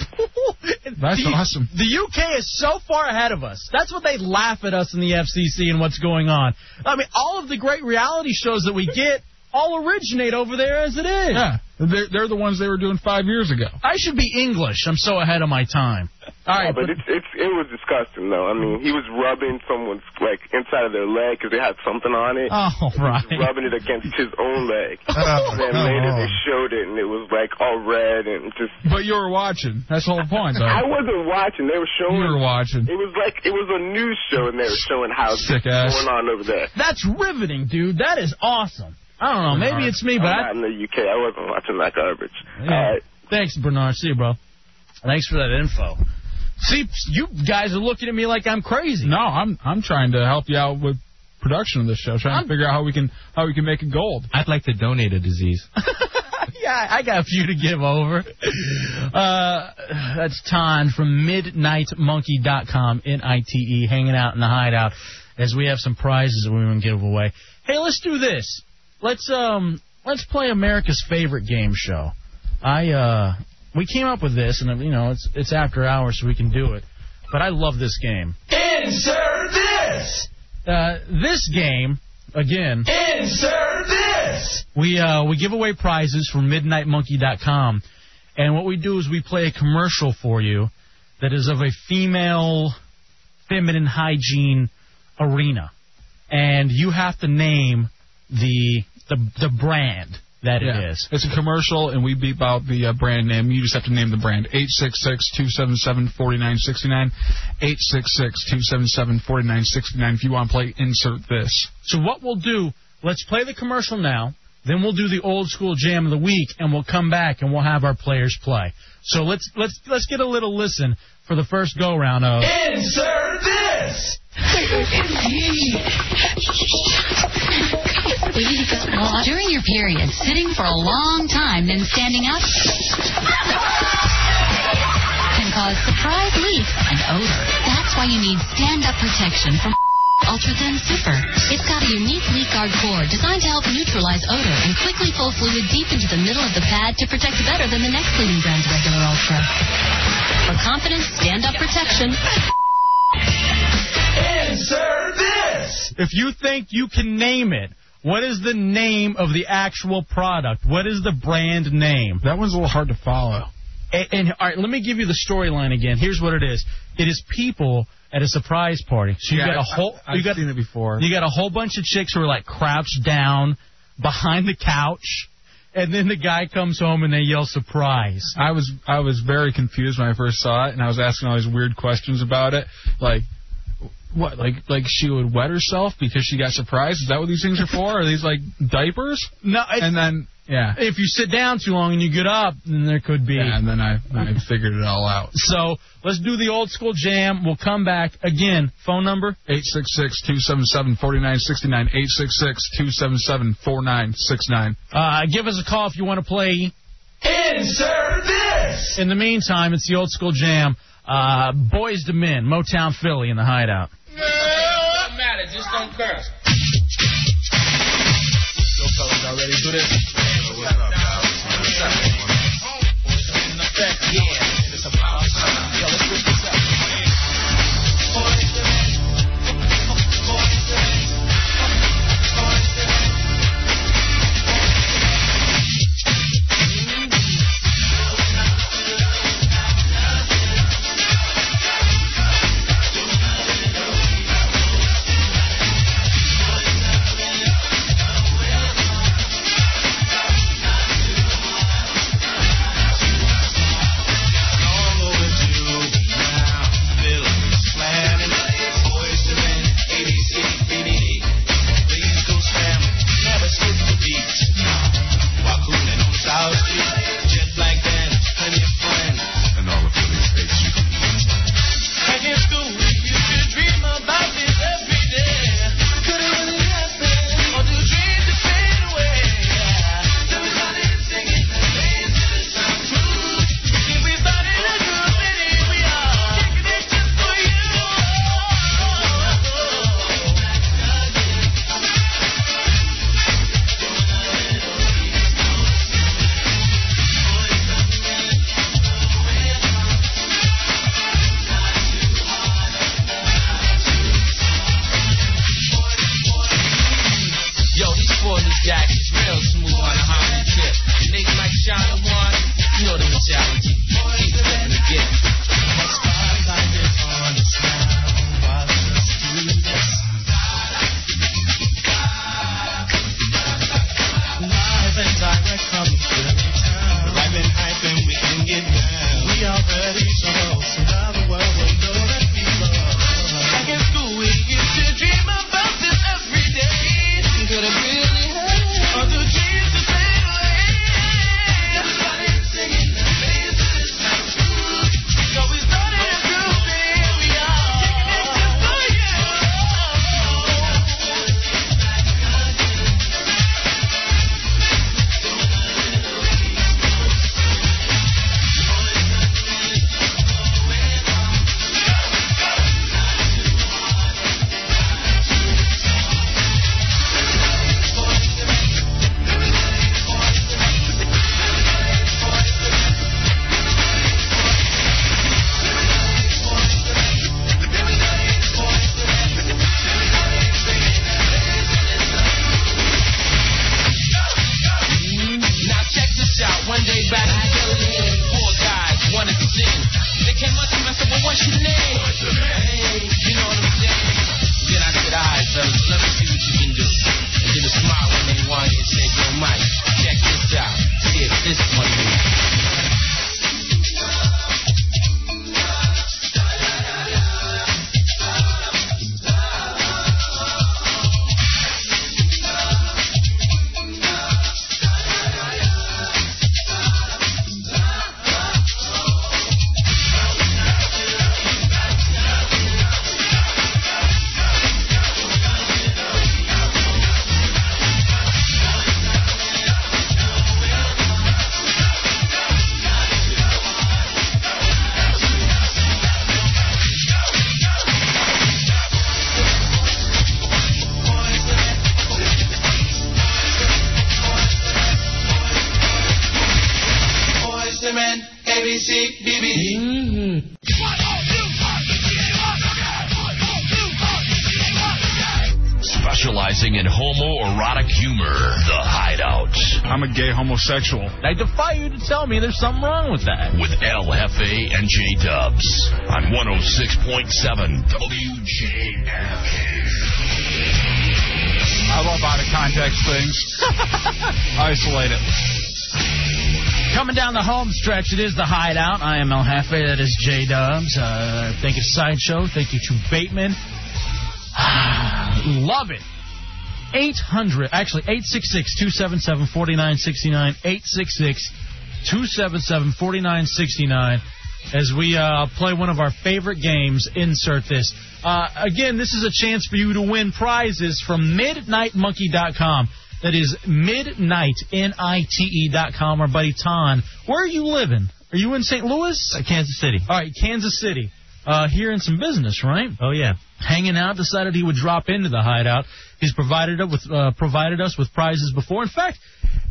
That's awesome. The UK is so far ahead of us. That's what they laugh at us in the FCC and what's going on. I mean, all of the great reality shows that we get all originate over there as it is. Yeah, they're they're the ones they were doing five years ago. I should be English. I'm so ahead of my time. All right, Yeah, but it's it's it was disgusting though. I mean, he was rubbing someone's like inside of their leg because they had something on it. Oh, right. He was rubbing it against his own leg. and then later they showed it and it was like all red and just. But you were watching. That's the whole point, though. I wasn't watching. They were showing. You were watching. It was like it was a news show and they were showing how it's Sick ass. going on over there. That's riveting, dude. That is awesome. I don't know. Maybe it's me, but I, I'm not in the UK. I wasn't watching that garbage. Yeah. Thanks, Bernard. See you, bro. Thanks for that info. See, you guys are looking at me like I'm crazy. No, I'm I'm trying to help you out with production of this show, trying to figure out how we can how we can make it gold. I'd like to donate a disease. yeah, I got a few to give over. Uh, that's Ton from MidnightMonkey.com, N-I-T-E, E, hanging out in the hideout as we have some prizes that we want to give away. Hey, let's do this. Let's um, let's play America's favorite game show. I uh, we came up with this, and you know it's it's after hours, so we can do it. But I love this game. Insert this! Uh, this game again. Insert this! We uh, we give away prizes from MidnightMonkey.com, And what we do is we play a commercial for you that is of a female, feminine hygiene arena, and you have to name the the the brand that it is. Yeah. It's a commercial, and we beep out the uh, brand name. You just have to name the brand. 866-277-4969. 866-277-4969 if you want to play Insert This. So what we'll do, let's play the commercial now, then we'll do the old school jam of the week and we'll come back and we'll have our players play. So let's let's let's get a little listen for the first go round Oh. of Insert this! During your period, sitting for a long time, then standing up can cause surprise leaks and odor. That's why you need stand-up protection from Ultra Thin Super. It's got a unique leak guard core designed to help neutralize odor and quickly pull fluid deep into the middle of the pad to protect better than the next leading brand's regular Ultra. For confident stand-up protection, Insert this! If you think you can name it, what is the name of the actual product? What is the brand name? That one's a little hard to follow. And, and all right, let me give you the storyline again. Here's what it is. It is people at a surprise party. So you Yeah, got I- a whole I- I've you got seen it before. You got a whole bunch of chicks who are like crouched down behind the couch, and then the guy comes home and they yell surprise. I was I was very confused when I first saw it, and I was asking all these weird questions about it, like what, like like she would wet herself because she got surprised. Is that what these things are for? Are these like diapers? No, and then yeah, If you sit down too long and you get up, then there could be. Yeah, and then I, I figured it all out. So let's do the old school jam. We'll come back again. Phone number 866-277-4969, 866-277-4969. Uh, give us a call if you want to play. Insert this! In the meantime, it's the old school jam. Uh, Boys to Men, Motown Philly in the hideout. Doesn't matter, just don't curse. Yo, fellas, y'all ready to do this? What's up, y'all? What's up? In effect, yeah, it's about time. Yo, let's rip this up. Boys to men. Boys to men. Boys to men. Yo, these foreigners got it's real smooth on a Honda tip. The nigga like Shana One, you know the mentality. Keep flipping again. Live and direct from the Philly town. Live and hype and we can get down. We already sold, so now the world will know that we love. Back in school, we used to dream about this every day. Could have really had all the dreams the same way. Everybody's singing the praises of school. What's your name? What's your name? You know what I'm saying? Then I said, alright, so let me see what you can do. And then a smile when they wanted to say, yo, Mike, check this out. See if this one moves. Boys to men, ABC, BB. Mm-hmm. Specializing in homoerotic humor, The Hideout. I'm a gay homosexual. I defy you to tell me there's something wrong with that. With LFA and J Dubs on 106.7 WJFK. I love out of context things. Isolate it. Coming down the home stretch, it is the hideout. I am El Jefe, that is J Dubs. Uh, thank you to Sideshow. Thank you to Bateman. Love it. 800, actually, 866 277 4969. 866 277 4969. As we uh, play one of our favorite games, insert this. Uh, again, this is a chance for you to win prizes from MidnightMonkey.com. That is Midnight, N I T E dot com. Our buddy Ton. Where are you living? Are you in St. Louis? Uh, Kansas City. All right, Kansas City. Uh, here in some business, right? Oh yeah. Hanging out, decided he would drop into the hideout. He's provided up with uh, provided us with prizes before. In fact,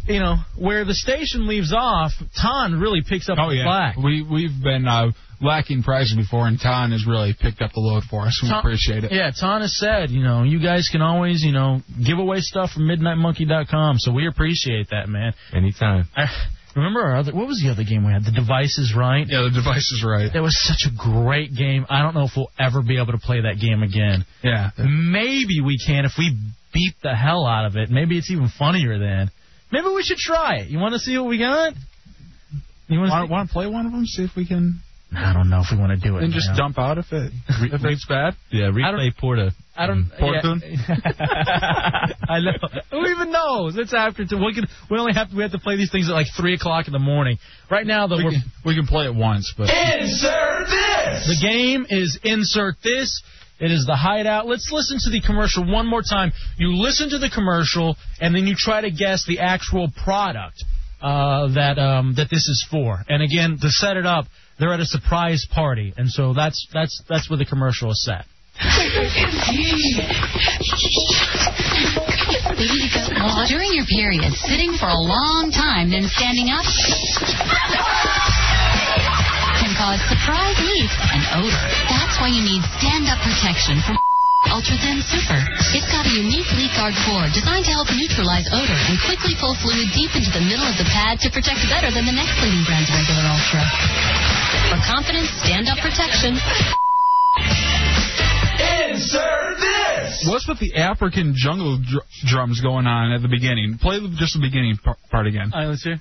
you know where the station leaves off, Ton really picks up Oh the yeah, slack. we we've been uh, lacking prizes before, and Ton has really picked up the load for us. We Ton- appreciate it. Yeah, Ton has said, you know, you guys can always, you know, give away stuff from MidnightMonkey.com, so we appreciate that, man. Anytime. I, remember our other, what was the other game we had? The Device is Right? Yeah, The Device is Right. That was such a great game. I don't know if we'll ever be able to play that game again. Yeah. Maybe we can if we beat the hell out of it. Maybe it's even funnier then. Maybe we should try it. You want to see what we got? You want to play one of them? See if we can. I don't know if we want to do it. And just now. dump out if it if it's bad. Yeah, replay Porta. I don't. Portoon? yeah. I know. Who even knows? It's after two. We can. We only have. We have to play these things at like three o'clock in the morning. Right now, though, we are we can play it once, but Insert this! The game is insert this. It is the hideout. Let's listen to the commercial one more time. You listen to the commercial, and then you try to guess the actual product uh, that um, that this is for. And again, to set it up, they're at a surprise party, and so that's that's that's where the commercial is set. We need to go during your period, sitting for a long time, then standing up can cause surprise leaks and odor. That's why you need stand-up protection from Ultra Thin Super. It's got a unique leak guard core designed to help neutralize odor and quickly pull fluid deep into the middle of the pad to protect better than the next leading brand's regular Ultra. For confidence, stand-up protection. Insert this! What's with the African jungle dr- drums going on at the beginning? Play the, just the beginning par- part again. All right, let's hear.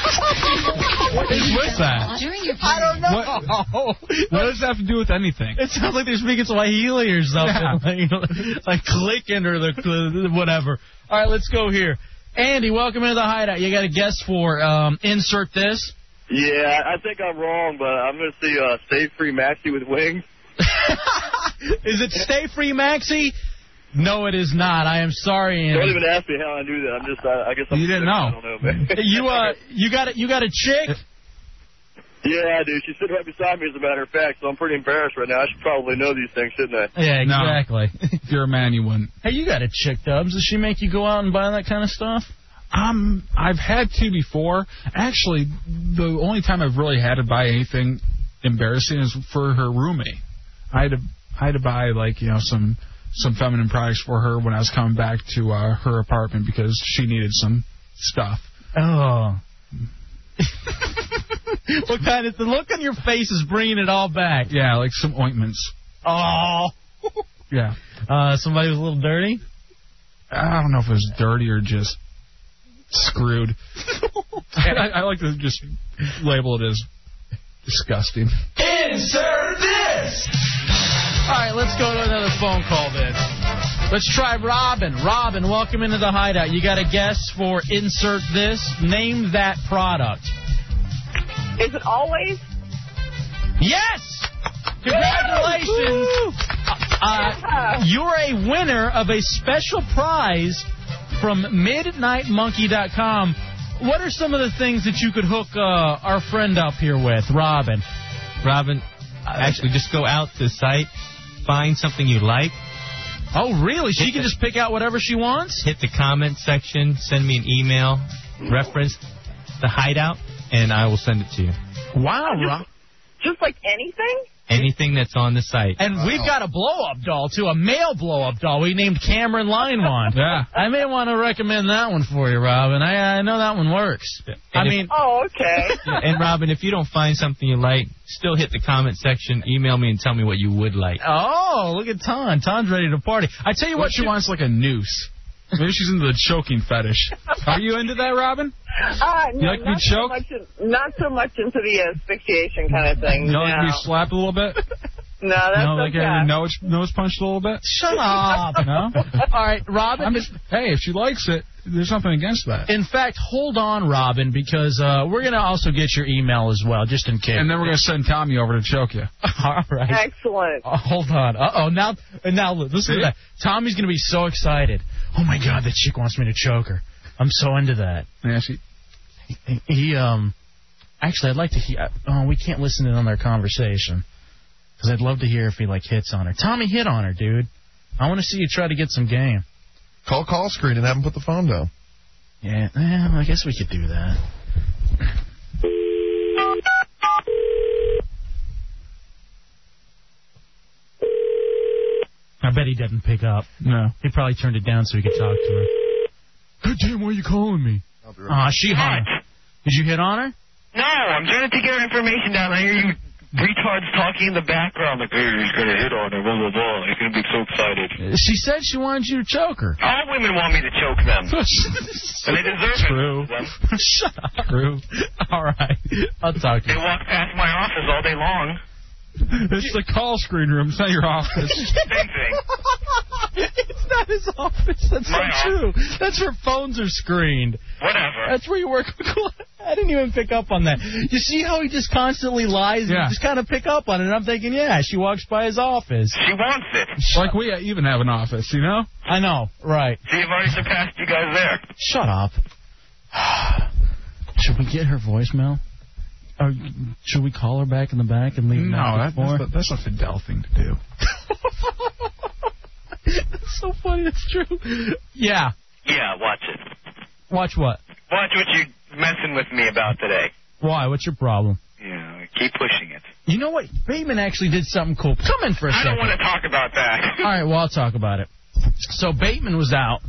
what is with that? I don't know. What, what does that have to do with anything? It sounds like they're speaking Swahili or something, like, like clicking or the, the whatever. All right, let's go here. Andy, welcome into the hideout. You got a guess for um, insert this. Yeah, I think I'm wrong, but I'm going to see uh, Stay Free Maxie with wings. Is it Stay Free Maxi? No, it is not. I am sorry, Andy. Don't even ask me how I knew that. I'm just, I, I guess I'm You didn't sick. I know. don't know, man. you uh, you got a, you got a Uh, chick. yeah, dude, she's sitting right beside me, as a matter of fact, so I'm pretty embarrassed right now. I should probably know these things, shouldn't I? Yeah, exactly. If you're a man, you wouldn't. Hey, you got a chick, Dubs. Does she make you go out and buy that kind of stuff? Um, I've had two before. Actually, the only time I've really had to buy anything embarrassing is for her roommate. I had to, I had to buy like you know some some feminine products for her when I was coming back to uh, her apartment because she needed some stuff. Oh. what kind of the look on your face is bringing it all back? Yeah, like some ointments. Oh, Yeah. Uh, somebody was a little dirty. I don't know if it was dirty or just screwed. I, I like to just label it as disgusting. Insert this! All right, let's go to another phone call then. Let's try Robin. Robin, welcome into the hideout. You got a guess for insert this? Name that product. Is it always? Yes! Congratulations! Uh, you're a winner of a special prize from MidnightMonkey.com. What are some of the things that you could hook uh, our friend up here with, Robin? Robin, actually, just go out to the site, find something you like. Oh, really? She can just pick out whatever she wants? Hit the comment section, send me an email, reference the hideout, and I will send it to you. Wow, Rob. Just like anything? Anything that's on the site. And we've got a blow up doll, too, a male blow up doll. We named Cameron Linewand. yeah. I may want to recommend that one for you, Robin. I, I know that one works. I And if- mean, Oh, okay. Yeah, and Robin, if you don't find something you like, still hit the comment section, email me, and tell me what you would like. oh, look at Ton. Ton's ready to party. I tell you what, she wants like a noose. Maybe she's into the choking fetish. Are you into that, Robin? Uh, no, You like to be not so choked? much, in, not so much into the asphyxiation kind of thing. You No, like to be slapped a little bit? no that's no, like okay. having nose, nose punched a little bit? Shut up. No? All right, Robin. I'm just, hey, if she likes it, there's nothing against that. In fact, hold on, Robin, because uh, we're going to also get your email as well, just in case. And then we're going to send Tommy over to choke you. All right. Excellent. Oh, hold on. Uh oh. Now, now listen to that. Tommy's going to be so excited. Oh my God, that chick wants me to choke her. I'm so into that. Yeah, she. He, he, um. Actually, I'd like to hear. Oh, we can't listen in on their conversation because I'd love to hear if he like hits on her. Tommy hit on her, dude. I want to see you try to get some game. Call call screen and have them put the phone down. Yeah, well, I guess we could do that. I bet he didn't pick up. No. He probably turned it down so he could talk to her. God damn, why are you calling me? Aw, she hung. up. Did you hit on her? No, I'm trying to take your information down. I hear you retards talking in the background. Like, hey, he's gonna hit on her. Blah blah blah. He's gonna be so excited. She said she wanted you to choke her. All women want me to choke them, and they deserve True. it. Them. Shut up. True. All right. I'll talk to They you. walk past my office all day long. It's the call screen room. It's not your office. Same thing. it's not his office. That's My not true. That's where phones are screened. Whatever. That's where you work. I didn't even pick up on that. You see how he just constantly lies and you Yeah. just kind of pick up on it. And I'm thinking, yeah, she walks by his office. She wants it. like we even have an office, you know? I know. Right. See, I've already surpassed you guys there. Shut up. should we get her voicemail? Or should we call her back in the back and leave? a No, message that, for her? that's, that's a Fidel thing to do. That's so funny. That's true. Yeah. Yeah, watch it. Watch what? Watch what you messing with me about today. Why? What's your problem? Yeah, keep pushing it. You know what? Bateman actually did something cool. Come in for a I second. don't want to talk about that. All right, well, I'll talk about it. So Bateman was out.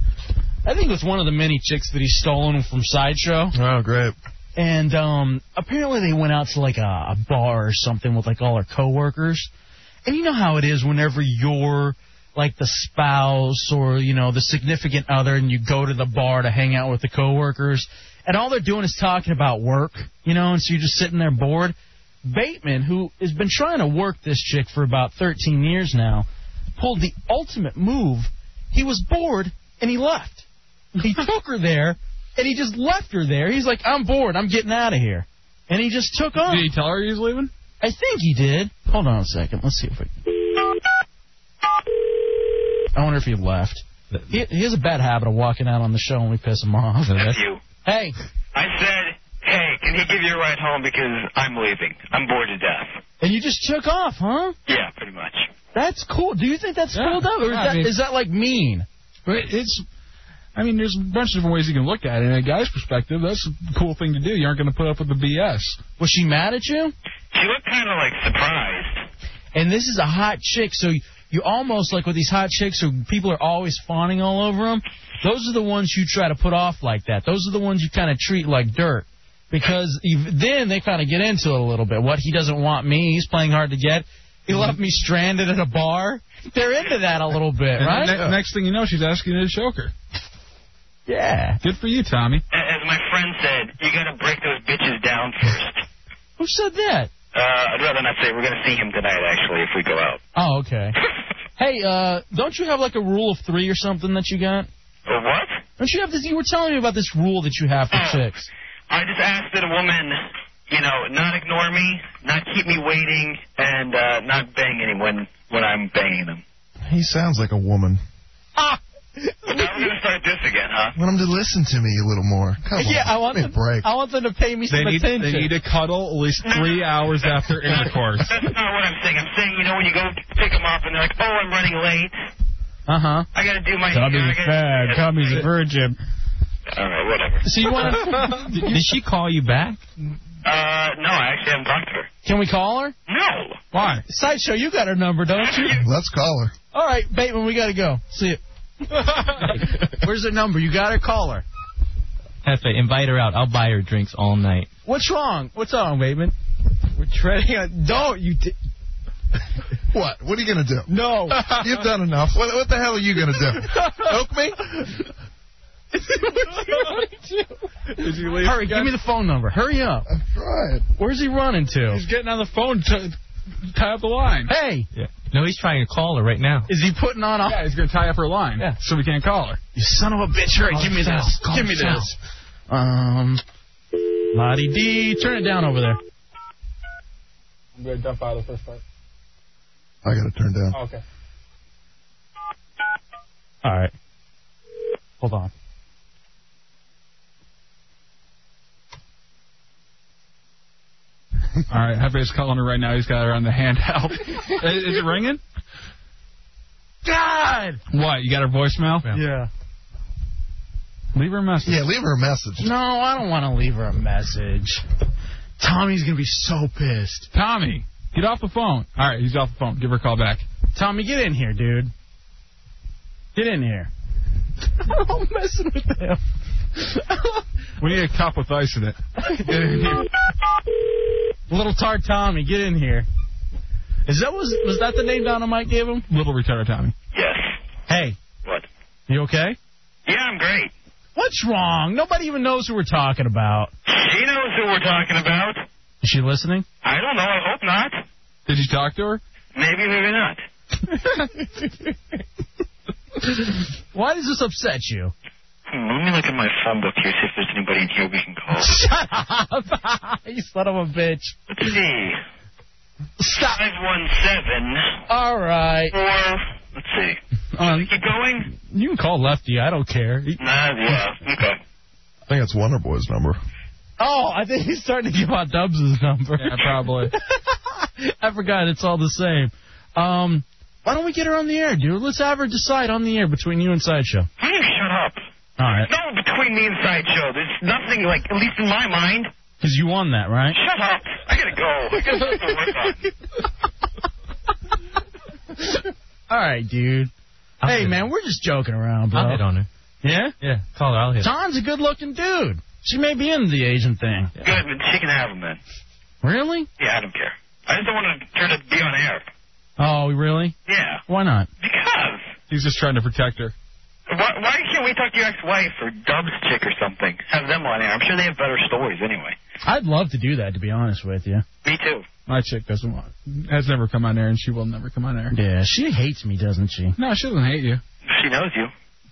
I think it was one of the many chicks that he's stolen from Sideshow. Oh, great. And um, apparently they went out to like a, a bar or something with like all her coworkers. And you know how it is whenever you're like the spouse or you know the significant other, and you go to the bar to hang out with the coworkers, and all they're doing is talking about work, you know, and so you're just sitting there bored. Bateman, who has been trying to work this chick for about 13 years now, pulled the ultimate move. He was bored and he left. He took her there and he just left her there. He's like, I'm bored. I'm getting out of here. And he just took off. Did he tell her he was leaving? I think he did. Hold on a second. Let's see if we. I wonder if he left. He, he has a bad habit of walking out on the show when we piss him off. you. Hey, I said, hey, can he give you a ride home because I'm leaving. I'm bored to death. and you just took off, huh? Yeah, pretty much. That's cool. Do you think that's pulled up, or is, yeah, I that, mean- is that like mean? But it's, I mean, there's a bunch of different ways you can look at it. In a guy's perspective, that's a cool thing to do. You aren't going to put up with the BS. Was she mad at you? She looked kind of like surprised. and this is a hot chick, so you- you almost like with these hot chicks who people are always fawning all over them. Those are the ones you try to put off like that. Those are the ones you kind of treat like dirt. because ev- then they kind of get into it a little bit. What he doesn't want me, he's playing hard to get. He left me stranded at a bar. They're into that a little bit, And right? then ne- next thing you know, she's asking you to choke her. Yeah. Good for you, Tommy. As my friend said, you gotta break those bitches down first. Who said that? Uh, I'd rather not say. We're gonna see him tonight, actually, if we go out. Oh, okay. hey, uh, don't you have like a rule of three or something that you got? Or what? Don't you have this? You were telling me about this rule that you have for Oh. chicks. I just asked that a woman, you know, not ignore me, not keep me waiting, and uh, not bang anyone when I'm banging them. He sounds like a woman. Now we're gonna start this again, huh? Want him to listen to me a little more. Come on. Yeah, I want Give me a break. I want them to pay me They need, they need to cuddle at least three hours after intercourse. That's not what I'm saying. I'm saying, you know, when you go pick them up and they're like, oh, I'm running late. Uh huh. I gotta do my. I gotta- Tommy's a virgin. All right, whatever. So you want to? Did she call you back? Uh, no, I actually haven't talked to her. Can we call her? No. Why? Sideshow, you got her number, don't you? Let's call her. All right, Bateman, we gotta go. See ya. Where's her number? You got her. Call her. Hefe, invite her out. I'll buy her drinks all night. What's wrong? What's wrong, Bateman? We're treading on. Don't you? T- What? What are you gonna do? No. You've done enough. What, what the hell are you gonna do? Poke me? Did you leave? Hurry, give me the phone number. Hurry up. I'm trying. Where's he running to? He's getting on the phone to tie up the line. Hey. Yeah. No, he's trying to call her right now. Is he putting on? Yeah, he's gonna tie up her line. Yeah. So we can't call her. You son of a bitch! Hurry, Call give me the cell. this. Call give the me cell. this. Um. Lottie D, turn it down over there. I'm gonna dump out of the first part. I gotta turn down. Oh, okay. All right. Hold on. All right, Hefe's calling her right now. He's got her on the handheld. is, is it ringing? God. What? You got her voicemail? Yeah. Leave her a message. Yeah, leave her a message. No, I don't want to leave her a message. Tommy's gonna be so pissed. Tommy, get off the phone. All right, he's off the phone. Give her a call back. Tommy, get in here, dude. Get in here. I'm messing with him. We need a cup with ice in it. Little tart Tommy, get in here. Is that was was that the name Donna Mike gave him? Little retarded Tommy. Yes. Hey. What? You okay? Yeah, I'm great. What's wrong? Nobody even knows who we're talking about. She knows who we're talking about. Is she listening? I don't know. I hope not. Did you talk to her? Maybe, maybe not. Why does this upset you? Hmm, let me look at my phone book here, see if there's anybody in here we can call. Shut up! you son of a bitch. Let's see. Stop. 517. All right. Or, let's see. Um, Keep going? you can call Lefty. I don't care. He- Nah, yeah. Okay. I think it's Wonder Boy's number. Oh, I think he's starting to give out Dubs' number. Yeah, probably. I forgot. It's all the same. Um, why don't we get her on the air, dude? Let's have her decide on the air between you and Sideshow. Why don't you shut up? All right. No, between me and Sideshow. There's nothing, like, at least in my mind. Because you won that, right? Shut up. I gotta go. I got stuff to work on. All right, dude. hey, man, we're just joking around, bro. I'll hit on her. Uh-huh. Yeah? Yeah, call her. I'll hit. her. Don's a good-looking dude. She may be into the agent thing. Good, but she can have him then. Really? Yeah, I don't care. I just don't want to turn to be on air. Oh, really? Yeah. Why not? Because. He's just trying to protect her. Why, why can't we talk to your ex-wife or Dub's chick or something? Have them on air. I'm sure they have better stories anyway. I'd love to do that, to be honest with you. Me too. My chick doesn't want. Has never come on air, and she will never come on air. Yeah, she hates me, doesn't she? No, she doesn't hate you. She knows you.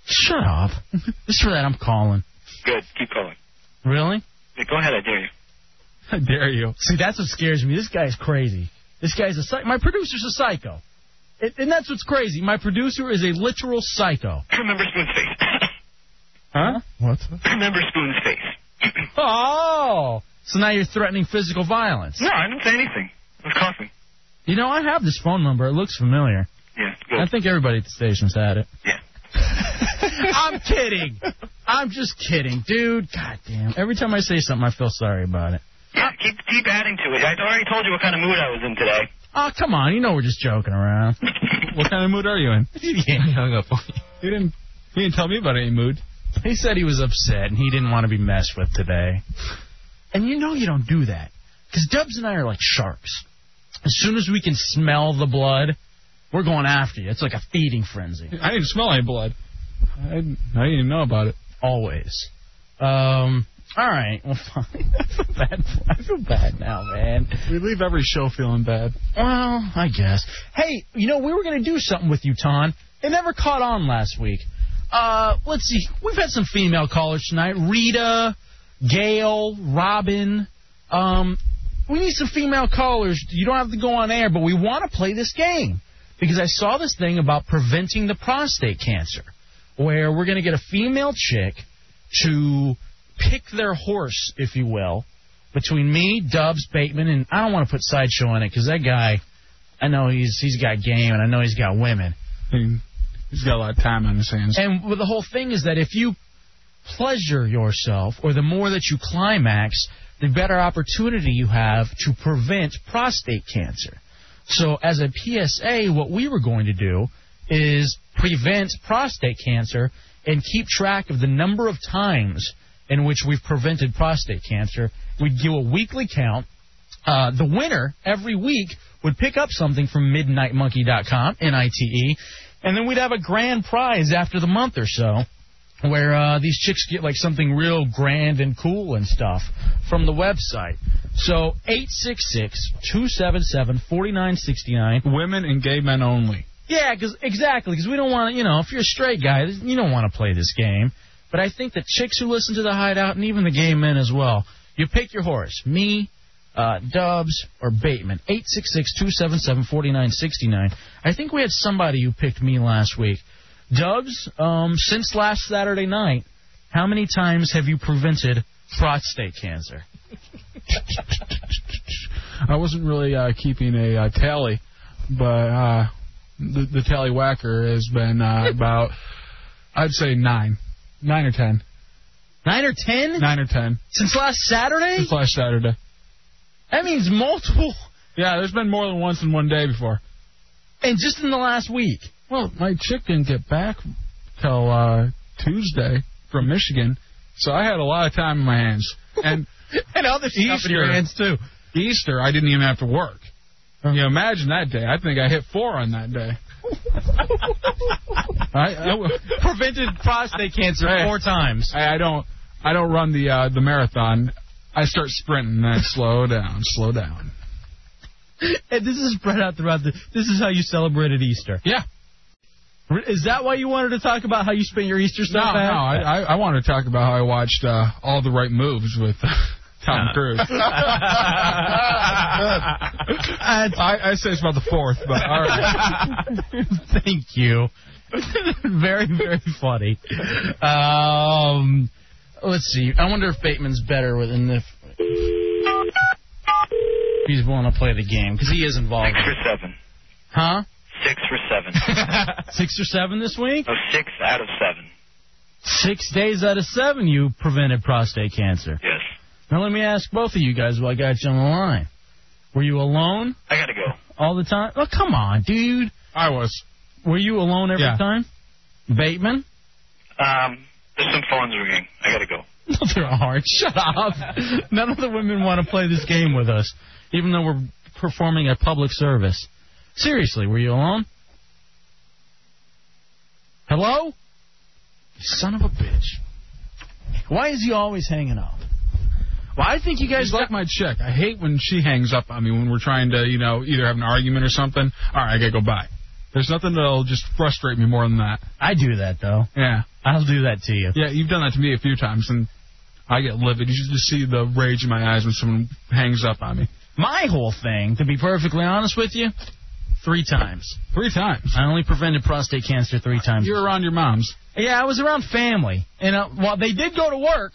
Shut up. Just for that, I'm calling. Good. Keep calling. Really? Yeah, go ahead. I dare you. I dare you. See, that's what scares me. This guy's crazy. This guy's a psych. My producer's a psycho. And- and that's what's crazy. My producer is a literal psycho. Remember Spoon's face. Huh? What? Remember Spoon's face. Oh! So now you're threatening physical violence. no, I didn't say anything. I was coughing. You know, I have this phone number. It looks familiar. Yeah. I Good. think everybody at the station's had it. Yeah. I'm kidding. I'm just kidding, dude. God damn. Every time I say something, I feel sorry about it. Yeah. Keep keep adding to it. I already told you what kind of mood I was in today. Oh, come on. You know we're just joking around. What kind of mood are you in? I hung up on you. He didn't. He didn't tell me about any mood. He said he was upset and he didn't want to be messed with today. And you know you don't do that. Because Dubs and I are like sharks. As soon as we can smell the blood, we're going after you. It's like a feeding frenzy. I didn't smell any blood. I didn't, I didn't even know about it. Always. Um. All right. Well, fine. I feel bad. I feel bad now, man. We leave every show feeling bad. Well, I guess. Hey, you know we were going to do something with you, Ton. It never caught on last week. Uh, let's see. We've had some female callers tonight. Rita, Gail, Robin. Um, we need some female callers. You don't have to go on air, but we want to play this game because I saw this thing about preventing the prostate cancer, where we're going to get a female chick to pick their horse, if you will, between me, Dubs, Bateman, and I don't want to put sideshow in it because that guy, I know he's he's got game and I know he's got women. He's got a lot of time on his hands. And well, the whole thing is that if you pleasure yourself, or the more that you climax, the better opportunity you have to prevent prostate cancer. So, as a PSA, what we were going to do is prevent prostate cancer and keep track of the number of times in which we've prevented prostate cancer. We'd give a weekly count. Uh, the winner every week would pick up something from midnightmonkey.com, N I T E, and then we'd have a grand prize after the month or so where uh, these chicks get like something real grand and cool and stuff from the website. So 866-277-4969. Women and gay men only. Yeah, cause, exactly, because we don't want to, you know, if you're a straight guy, this- you don't want to play this game. But I think that chicks who listen to the hideout and even the gay men as well, you pick your horse. Me, uh, Dubs, or Bateman. 866-277-4969. I think we had somebody who picked me last week. Dubs, um, since last Saturday night, how many times have you prevented prostate cancer? I wasn't really uh, keeping a uh, tally, but uh, the, the tally whacker has been uh, about, I'd say nine, nine or ten. Nine or ten? Nine or ten. Since last Saturday? Since last Saturday. That means multiple. Yeah, there's been more than once in one day before. And just in the last week. Well, my chick didn't get back till uh, Tuesday from Michigan, so I had a lot of time in my hands. And and other Easter, stuff in your hands too. Easter, I didn't even have to work. You know, imagine that day. I think I hit four on that day. I, I- Prevented prostate cancer Hey, four times. I, I don't. I don't run the uh, the marathon. I start sprinting and I slow down, slow down. And this is spread out throughout the. This is how you celebrated Easter. Yeah. Is that why you wanted to talk about how you spent your Easter No, so no, fast? I, I, I want to talk about how I watched uh, all the right moves with Tom Uh. Cruise. Ah. I, I say it's about the fourth, but all right. Thank you. very, very funny. Um, let's see. I wonder if Bateman's better within the. He's willing to play the game because he is involved. Six for seven. Huh? Six for seven. Six or seven this week? Oh, no, six out of seven. Six days out of seven, you prevented prostate cancer. Yes. Now let me ask both of you guys while I got you on the line. Were you alone I gotta go. all the time? Oh, come on, dude. I was. Were you alone every Yeah. time? Bateman? Um, there's some phones ringing. I gotta go. They're hard. Shut up. None of the women want to play this game with us, even though we're performing a public service. Seriously, were you alone? Hello? Son of a bitch. Why is he always hanging up? Well, I think you guys She's like my chick. I hate when she hangs up on me when we're trying to, you know, either have an argument or something. All right, I gotta go bye. There's nothing that'll just frustrate me more than that. I do that though. Yeah. I'll do that to you. Yeah, you've done that to me a few times, and I get livid. You should just see the rage in my eyes when someone hangs up on me. My whole thing, to be perfectly honest with you, three times. Three times. I only prevented prostate cancer three times. You're around your mom's. Yeah, I was around family, and uh, well, they did go to work,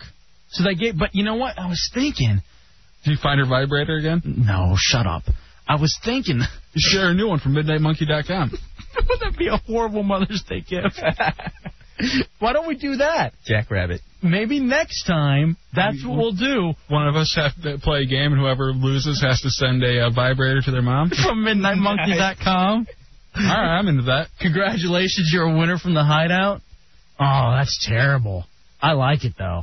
so they gave. But you know what? I was thinking. Did you find her vibrator again? No, shut up. I was thinking. You share a new one from MidnightMonkey.com. Would that be a horrible Mother's Day gift? Why don't we do that? Jackrabbit. Maybe next time. That's what we'll do. One of us have to play a game, and whoever loses has to send a uh, vibrator to their mom. From MidnightMonkey.com. All right, I'm into Uh, that. Congratulations, you're a winner from the hideout. Oh, that's terrible. I like it though.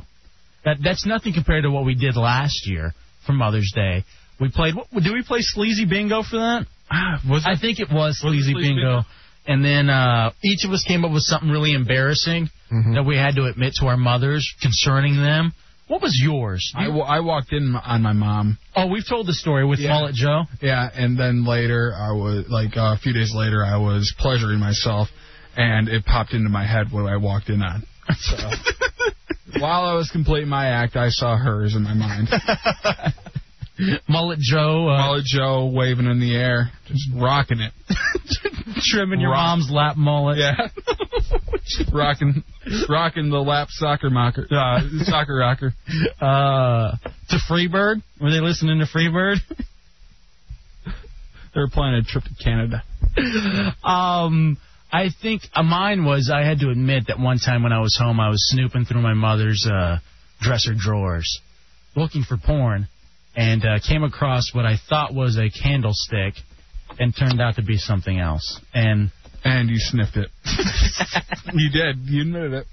That that's nothing compared to what we did last year for Mother's Day. We played. What, did we play sleazy bingo for that? Ah, was I think it was sleazy Sleazy bingo. Bingo? And then uh, each of us came up with something really embarrassing that we had to admit to our mothers concerning them. What was yours? I, wa- I walked in on my mom. Oh, we've told the story with Mullet Joe. Yeah, and then later I was like uh, a few days later I was pleasuring myself, and it popped into my head what I walked in on. So while I was completing my act, I saw hers in my mind. Mullet Joe. Uh, Mullet Joe waving in the air, just rocking it. Trimming your mom's lap mullet. Yeah. rocking, rocking the lap soccer mocker, uh, soccer rocker. Uh, to Freebird? Were they listening to Freebird? They're planning a trip to Canada. um, I think uh, mine was I had to admit that one time when I was home, I was snooping through my mother's uh, dresser drawers looking for porn and uh, came across what I thought was a candlestick and turned out to be something else. And and you sniffed it. you did. You admitted it.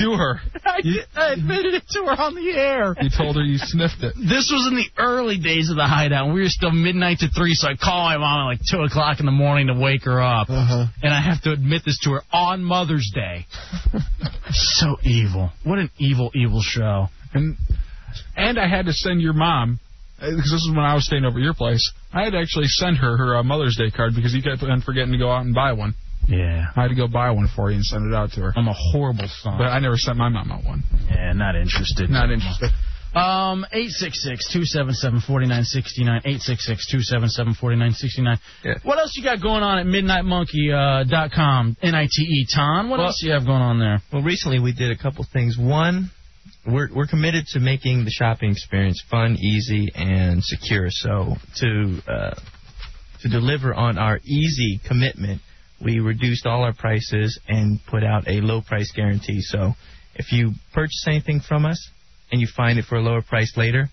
To her. I, I admitted it to her on the air. You told her you sniffed it. This was in the early days of the hideout. We were still midnight to three, so I call my mom at like two o'clock in the morning to wake her up, Uh-huh. and I have to admit this to her on Mother's Day. so evil. What an evil, evil show. And and I had to send your mom because this is when I was staying over at your place. I had to actually send her her uh, Mother's Day card because you kept on forgetting to go out and buy one. Yeah. I had to go buy one for you and send it out to her. I'm a horrible son. But I never sent my mom out one. Yeah, not interested. Not interested. Um, 866-277-4969, 866-277-4969. What else you got going on at midnightmonkey.com, uh, .com, N-I-T-E, Ton? E, What else you have going on there? Well, recently we did a couple things. One, we're we're committed to making the shopping experience fun, easy, and secure. So to uh, to deliver on our easy commitment, we reduced all our prices and put out a low price guarantee. So if you purchase anything from us and you find it for a lower price later,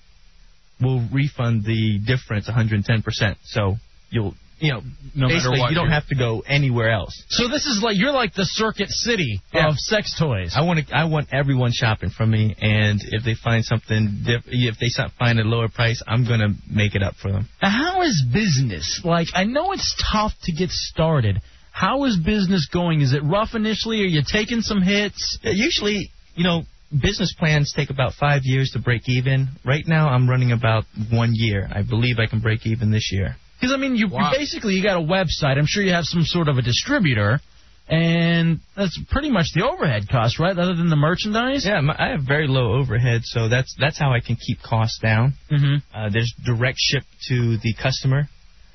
we'll refund the difference 110%. So you'll you know, No matter basically what you don't you- have to go anywhere else. So this is like, you're like the circuit city of sex toys. I want to, I want everyone shopping from me, and if they find something, diff- if they so- find a lower price, I'm gonna make it up for them. Now, how is business? Like, I know it's tough to get started. How is business going? Is it rough initially? Are you taking some hits? Usually, you know, business plans take about five years to break even. Right now, I'm running about one year. I believe I can break even this year. Because I mean, you, you basically you got a website. I'm sure you have some sort of a distributor, and that's pretty much the overhead cost, right? Other than the merchandise. Yeah, my, I have very low overhead, so that's that's how I can keep costs down. Mm-hmm. Uh, there's direct ship to the customer,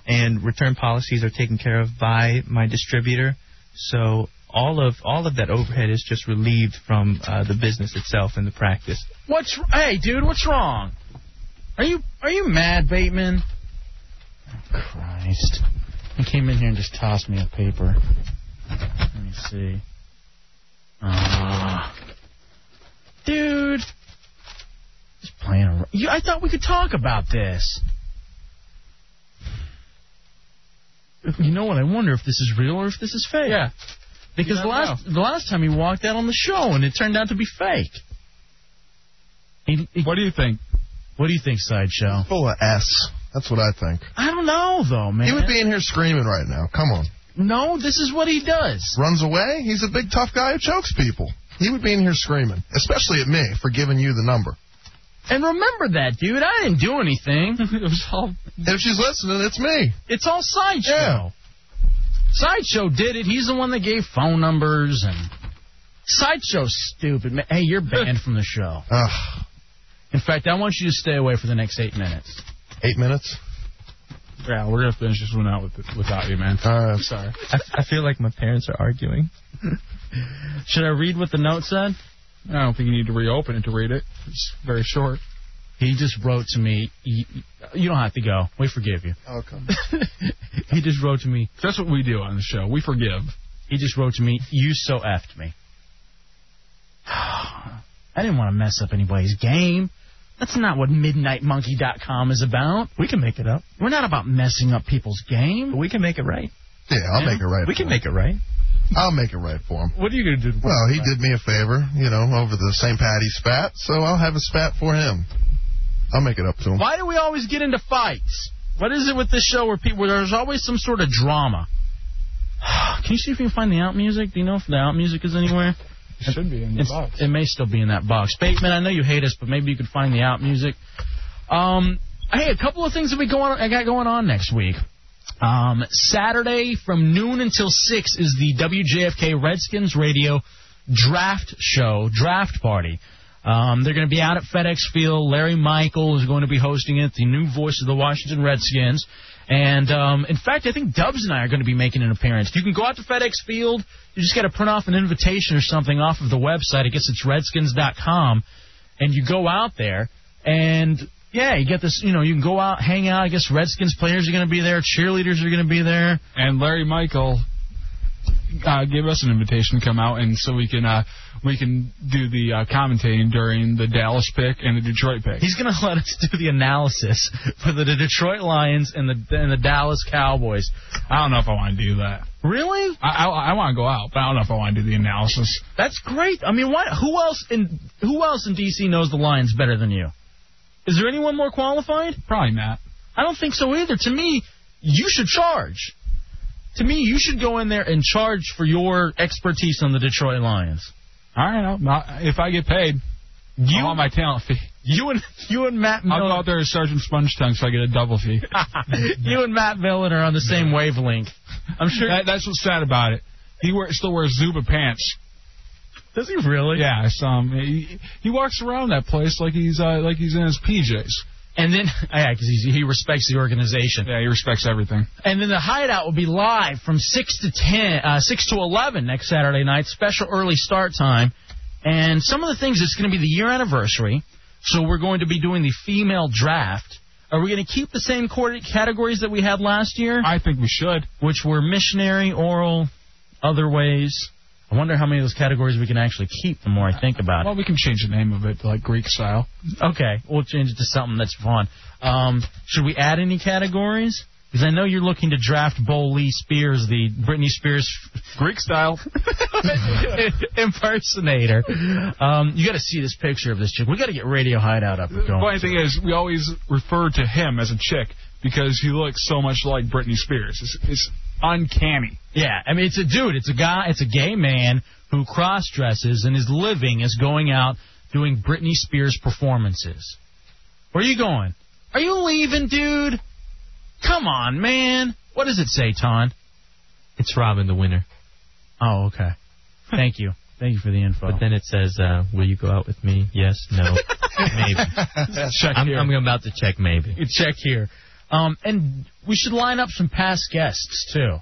and return policies are taken care of by my distributor. So all of all of that overhead is just relieved from uh, the business itself and the practice. What's hey, dude? What's wrong? Are you are you mad, Bateman? Oh, Christ! He came in here and just tossed me a paper. Let me see. Ah, dude. Just playing. ar- You, I thought we could talk about this. You know what? I wonder if this is real or if this is fake. Yeah. Because the last the last time he walked out on the show and it turned out to be fake. what do you think? What do you think, Sideshow? Full of S. That's what I think. I don't know though, man. He would be in here screaming right now. Come on. No, this is what he does. Runs away. He's a big tough guy who chokes people. He would be in here screaming, especially at me for giving you the number. And remember that, dude. I didn't do anything. it was all. If she's listening, it's me. It's all sideshow. Sideshow did it. He's the one that gave phone numbers and. Sideshow's stupid. Man. Hey, you're banned from the show. Ugh. In fact, I want you to stay away for the next eight minutes. Eight minutes. Yeah, we're gonna finish this one out with, without you, man. Uh, I'm sorry. I, I feel like my parents are arguing. Should I read what the note said? I don't think you need to reopen it to read it. It's very short. He just wrote to me. You, you don't have to go. We forgive you. Okay. He just wrote to me. That's what we do on the show. We forgive. He just wrote to me. You so effed me. I didn't want to mess up anybody's game. That's not what MidnightMonkey.com is about. We can make it up. We're not about messing up people's game. We can make it right. Yeah, I'll make it right. We can make it right. I'll make it right for him. What are you going to do? Well, he did me a favor, you know, over the St. Patty's spat, so I'll have a spat for him. I'll make it up to him. Why do we always get into fights? What is it with this show where people where there's always some sort of drama? Can you see if you can find the out music? Do you know if the out music is anywhere? It should be in the box. It may still be in that box. Bateman, I know you hate us, but maybe you could find the out music. Um, hey, a couple of things that we go on. I got going on next week. Um, Saturday from noon until six is the WJFK Redskins Radio Draft Show Draft Party. Um, they're going to be out at FedEx Field. Larry Michael is going to be hosting it, the new voice of the Washington Redskins. And um, in fact, I think Dubs and I are going to be making an appearance. You can go out to FedEx Field. You just got to print off an invitation or something off of the website. I guess it's Redskins.com, and you go out there and yeah, you get this. You know, you can go out, hang out. I guess Redskins players are going to be there, cheerleaders are going to be there. And Larry Michael uh, give us an invitation to come out, and so we can uh, we can do the uh, commentating during the Dallas pick and the Detroit pick. He's going to let us do the analysis for the Detroit Lions and the and the Dallas Cowboys. I don't know if I want to do that. Really? I, I, I want to go out, but I don't know if I want to do the analysis. That's great. I mean, what? Who else in who else in DC knows the Lions better than you? Is there anyone more qualified? Probably not. I don't think so either. To me, you should charge. To me, you should go in there and charge for your expertise on the Detroit Lions. All right, I'll, not, if I get paid, you, I want my talent fee. You and you and Matt I'll Miller. go out there as Sergeant Sponge Tongue so I get a double fee. you and Matt Millen are on the same wavelength. I'm sure. That, that's what's sad about it. He wear, still wears Zuba pants. Does he really? Yeah, some. He, he walks around that place like he's uh, like he's in his PJs. And then, yeah, because he respects the organization. Yeah, he respects everything. And then the hideout will be live from six to ten, uh, six to eleven next Saturday night. Special early start time. And some of the things it's going to be the year anniversary, so we're going to be doing the female draft. Are we going to keep the same quarter- categories that we had last year? I think we should. Which were missionary, oral, other ways. I wonder how many of those categories we can actually keep. The more I think about it. Well, we can change the name of it to like Greek style. Okay, we'll change it to something that's fun. Um, should we add any categories? Because I know you're looking to draft Bo Lee Spears, the Britney Spears Greek style impersonator. Um, you got to see this picture of this chick. We got to get Radio Hideout up and The going. funny thing is, we always refer to him as a chick because he looks so much like Britney Spears. It's, it's uncanny. Yeah, I mean it's a dude, it's a guy, it's a gay man who cross dresses and his living is going out doing Britney Spears performances. Where are you going? Are you leaving, dude? Come on, man. What does it say, Ton? It's Robin the winner. Oh, okay. Thank you. Thank you for the info. But then it says, uh, "Will you go out with me?" Yes, no, maybe. Check I'm, here. I'm about to check maybe. You check here. Um, and we should line up some past guests too.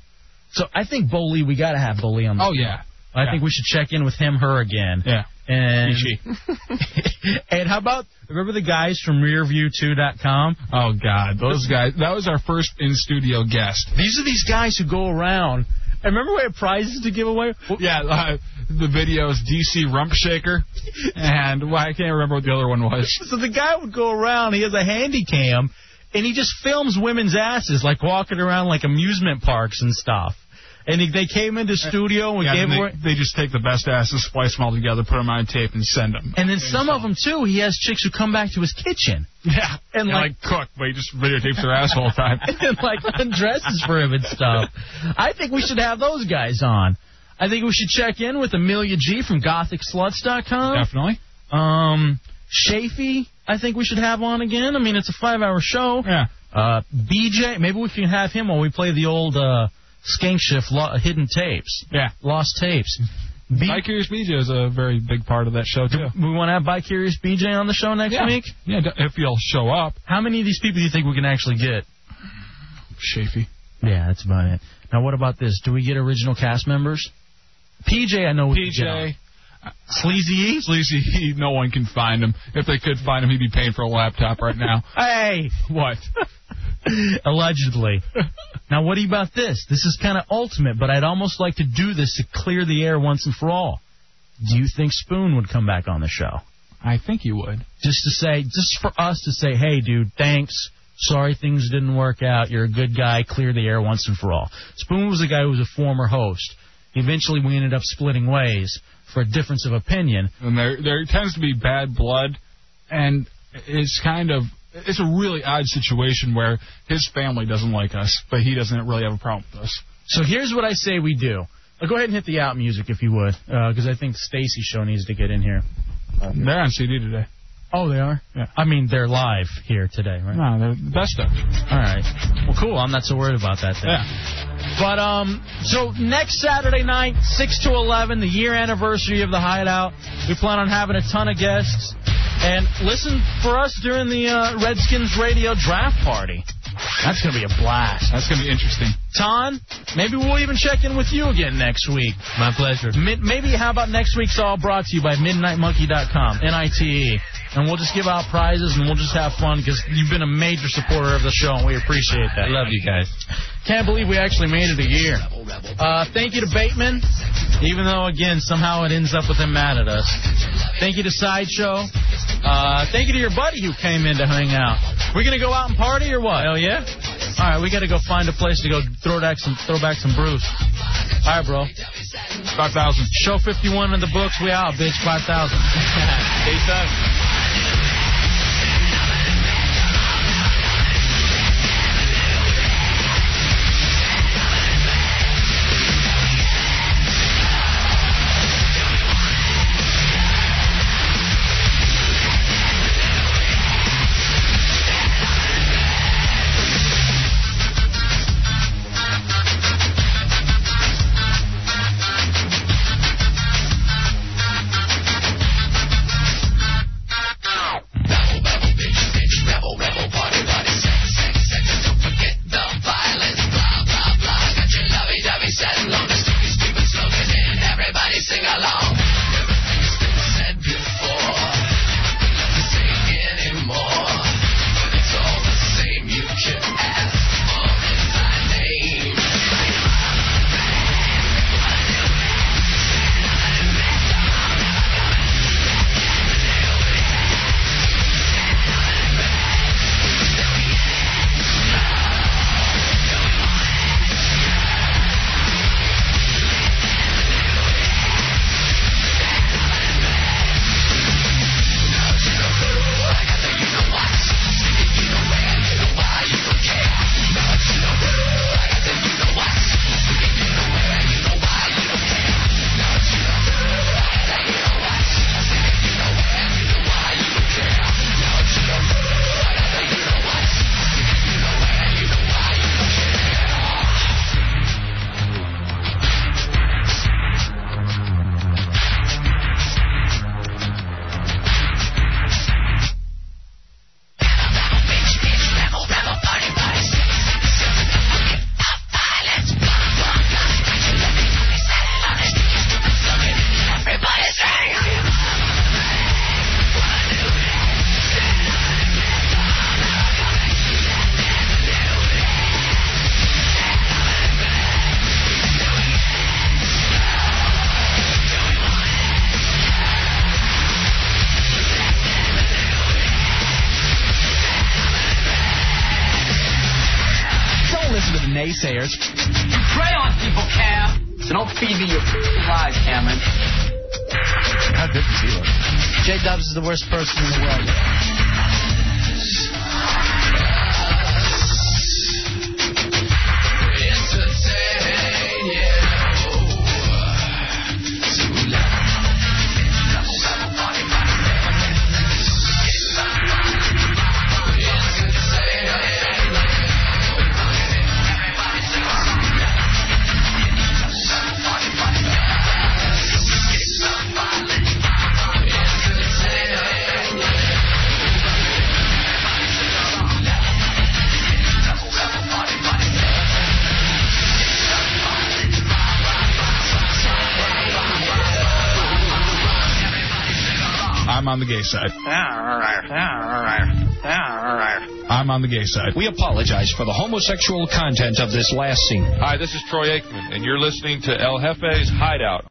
So I think Bowley, we gotta have Bowley on. The Oh, show. yeah. I Yeah. think we should check in with him, her again. Yeah. And She- and how about remember the guys from RearView2.com? Oh God, those guys. That was our first in studio guest. These are these guys who go around. And remember we had prizes to give away. Yeah, uh, the videos DC Rump Shaker, and well, I can't remember what the other one was. So the guy would go around. He has a handy cam, and he just films women's asses like walking around like amusement parks and stuff. And he, they came into studio and we Yeah, gave and away. they, they just take the best asses, splice them all together, put them on tape, and send them. And then some of them too. He has chicks who come back to his kitchen Yeah, and like cook, but he just videotapes their ass all the time. and like undresses for him and stuff. I think we should have those guys on. I think we should check in with Amelia G from GothicSluts.com. Definitely. Um, Shafee, I think we should have on again. I mean, it's a five-hour show. Yeah. Uh, BJ, maybe we can have him while we play the old uh, Skank Shift lo- hidden tapes. Yeah. Lost tapes. B- By Curious BJ is a very big part of that show too. we want to have Bicurious BJ on the show next Yeah. week. Yeah, d- if you'll show up, How many of these people do you think we can actually get? Shafee. Yeah, that's about it. Now, what about this? Do we get original cast members? PJ, I know we can get on. PJ. Sleazy E? Sleazy, he, no one can find him. If they could find him, he'd be paying for a laptop right now. Hey! what? Allegedly. now, what about this? This is kind of ultimate, but I'd almost like to do this to clear the air once and for all. Do you think Spoon would come back on the show? I think he would. Just to say, just for us to say, hey, dude, thanks. Sorry things didn't work out. You're a good guy. Clear the air once and for all. Spoon was a guy who was a former host. Eventually, we ended up splitting ways for a difference of opinion. and there there tends to be bad blood, and it's kind of it's a really odd situation where his family doesn't like us, but he doesn't really have a problem with us. So here's what I say we do. Uh, go ahead and hit the out music if you would, because I think Stacy's show needs to get in here. They're on CD today. Oh, they are. Yeah. I mean, they're live here today, right? No, they're the best of. All right. Well, cool. I'm not so worried about that then. Yeah. But um, so next Saturday night, six to eleven, the year anniversary of the Hideout. We plan on having a ton of guests. And listen for us during the uh, Redskins radio draft party. That's gonna be a blast. That's gonna be interesting. Ton, maybe we'll even check in with you again next week. My pleasure. maybe how about next week's all brought to you by MidnightMonkey.com, N-I-T-E, E. and we'll just give out prizes and we'll just have fun because you've been a major supporter of the show and we appreciate that. I love you guys. Can't believe we actually made it a year. Uh, thank you to Bateman, even though again somehow it ends up with him mad at us. Thank you to Sideshow. Uh, thank you to your buddy who came in to hang out. We're gonna go out and party or what? Oh yeah. All right, we gotta go find a place to go throw back some throw back some brews. All right, bro. Five thousand. Show fifty one in the books. We out, bitch. Five thousand. Stay safe. Don't listen to the naysayers. Prey on people, Cam. So don't feed me your lies, Cameron. How good you feel. J Dubs is the worst person in the world. I'm on the gay side. I'm on the gay side. We apologize for the homosexual content of this last scene. Hi, this is Troy Aikman, and you're listening to El Jefe's Hideout.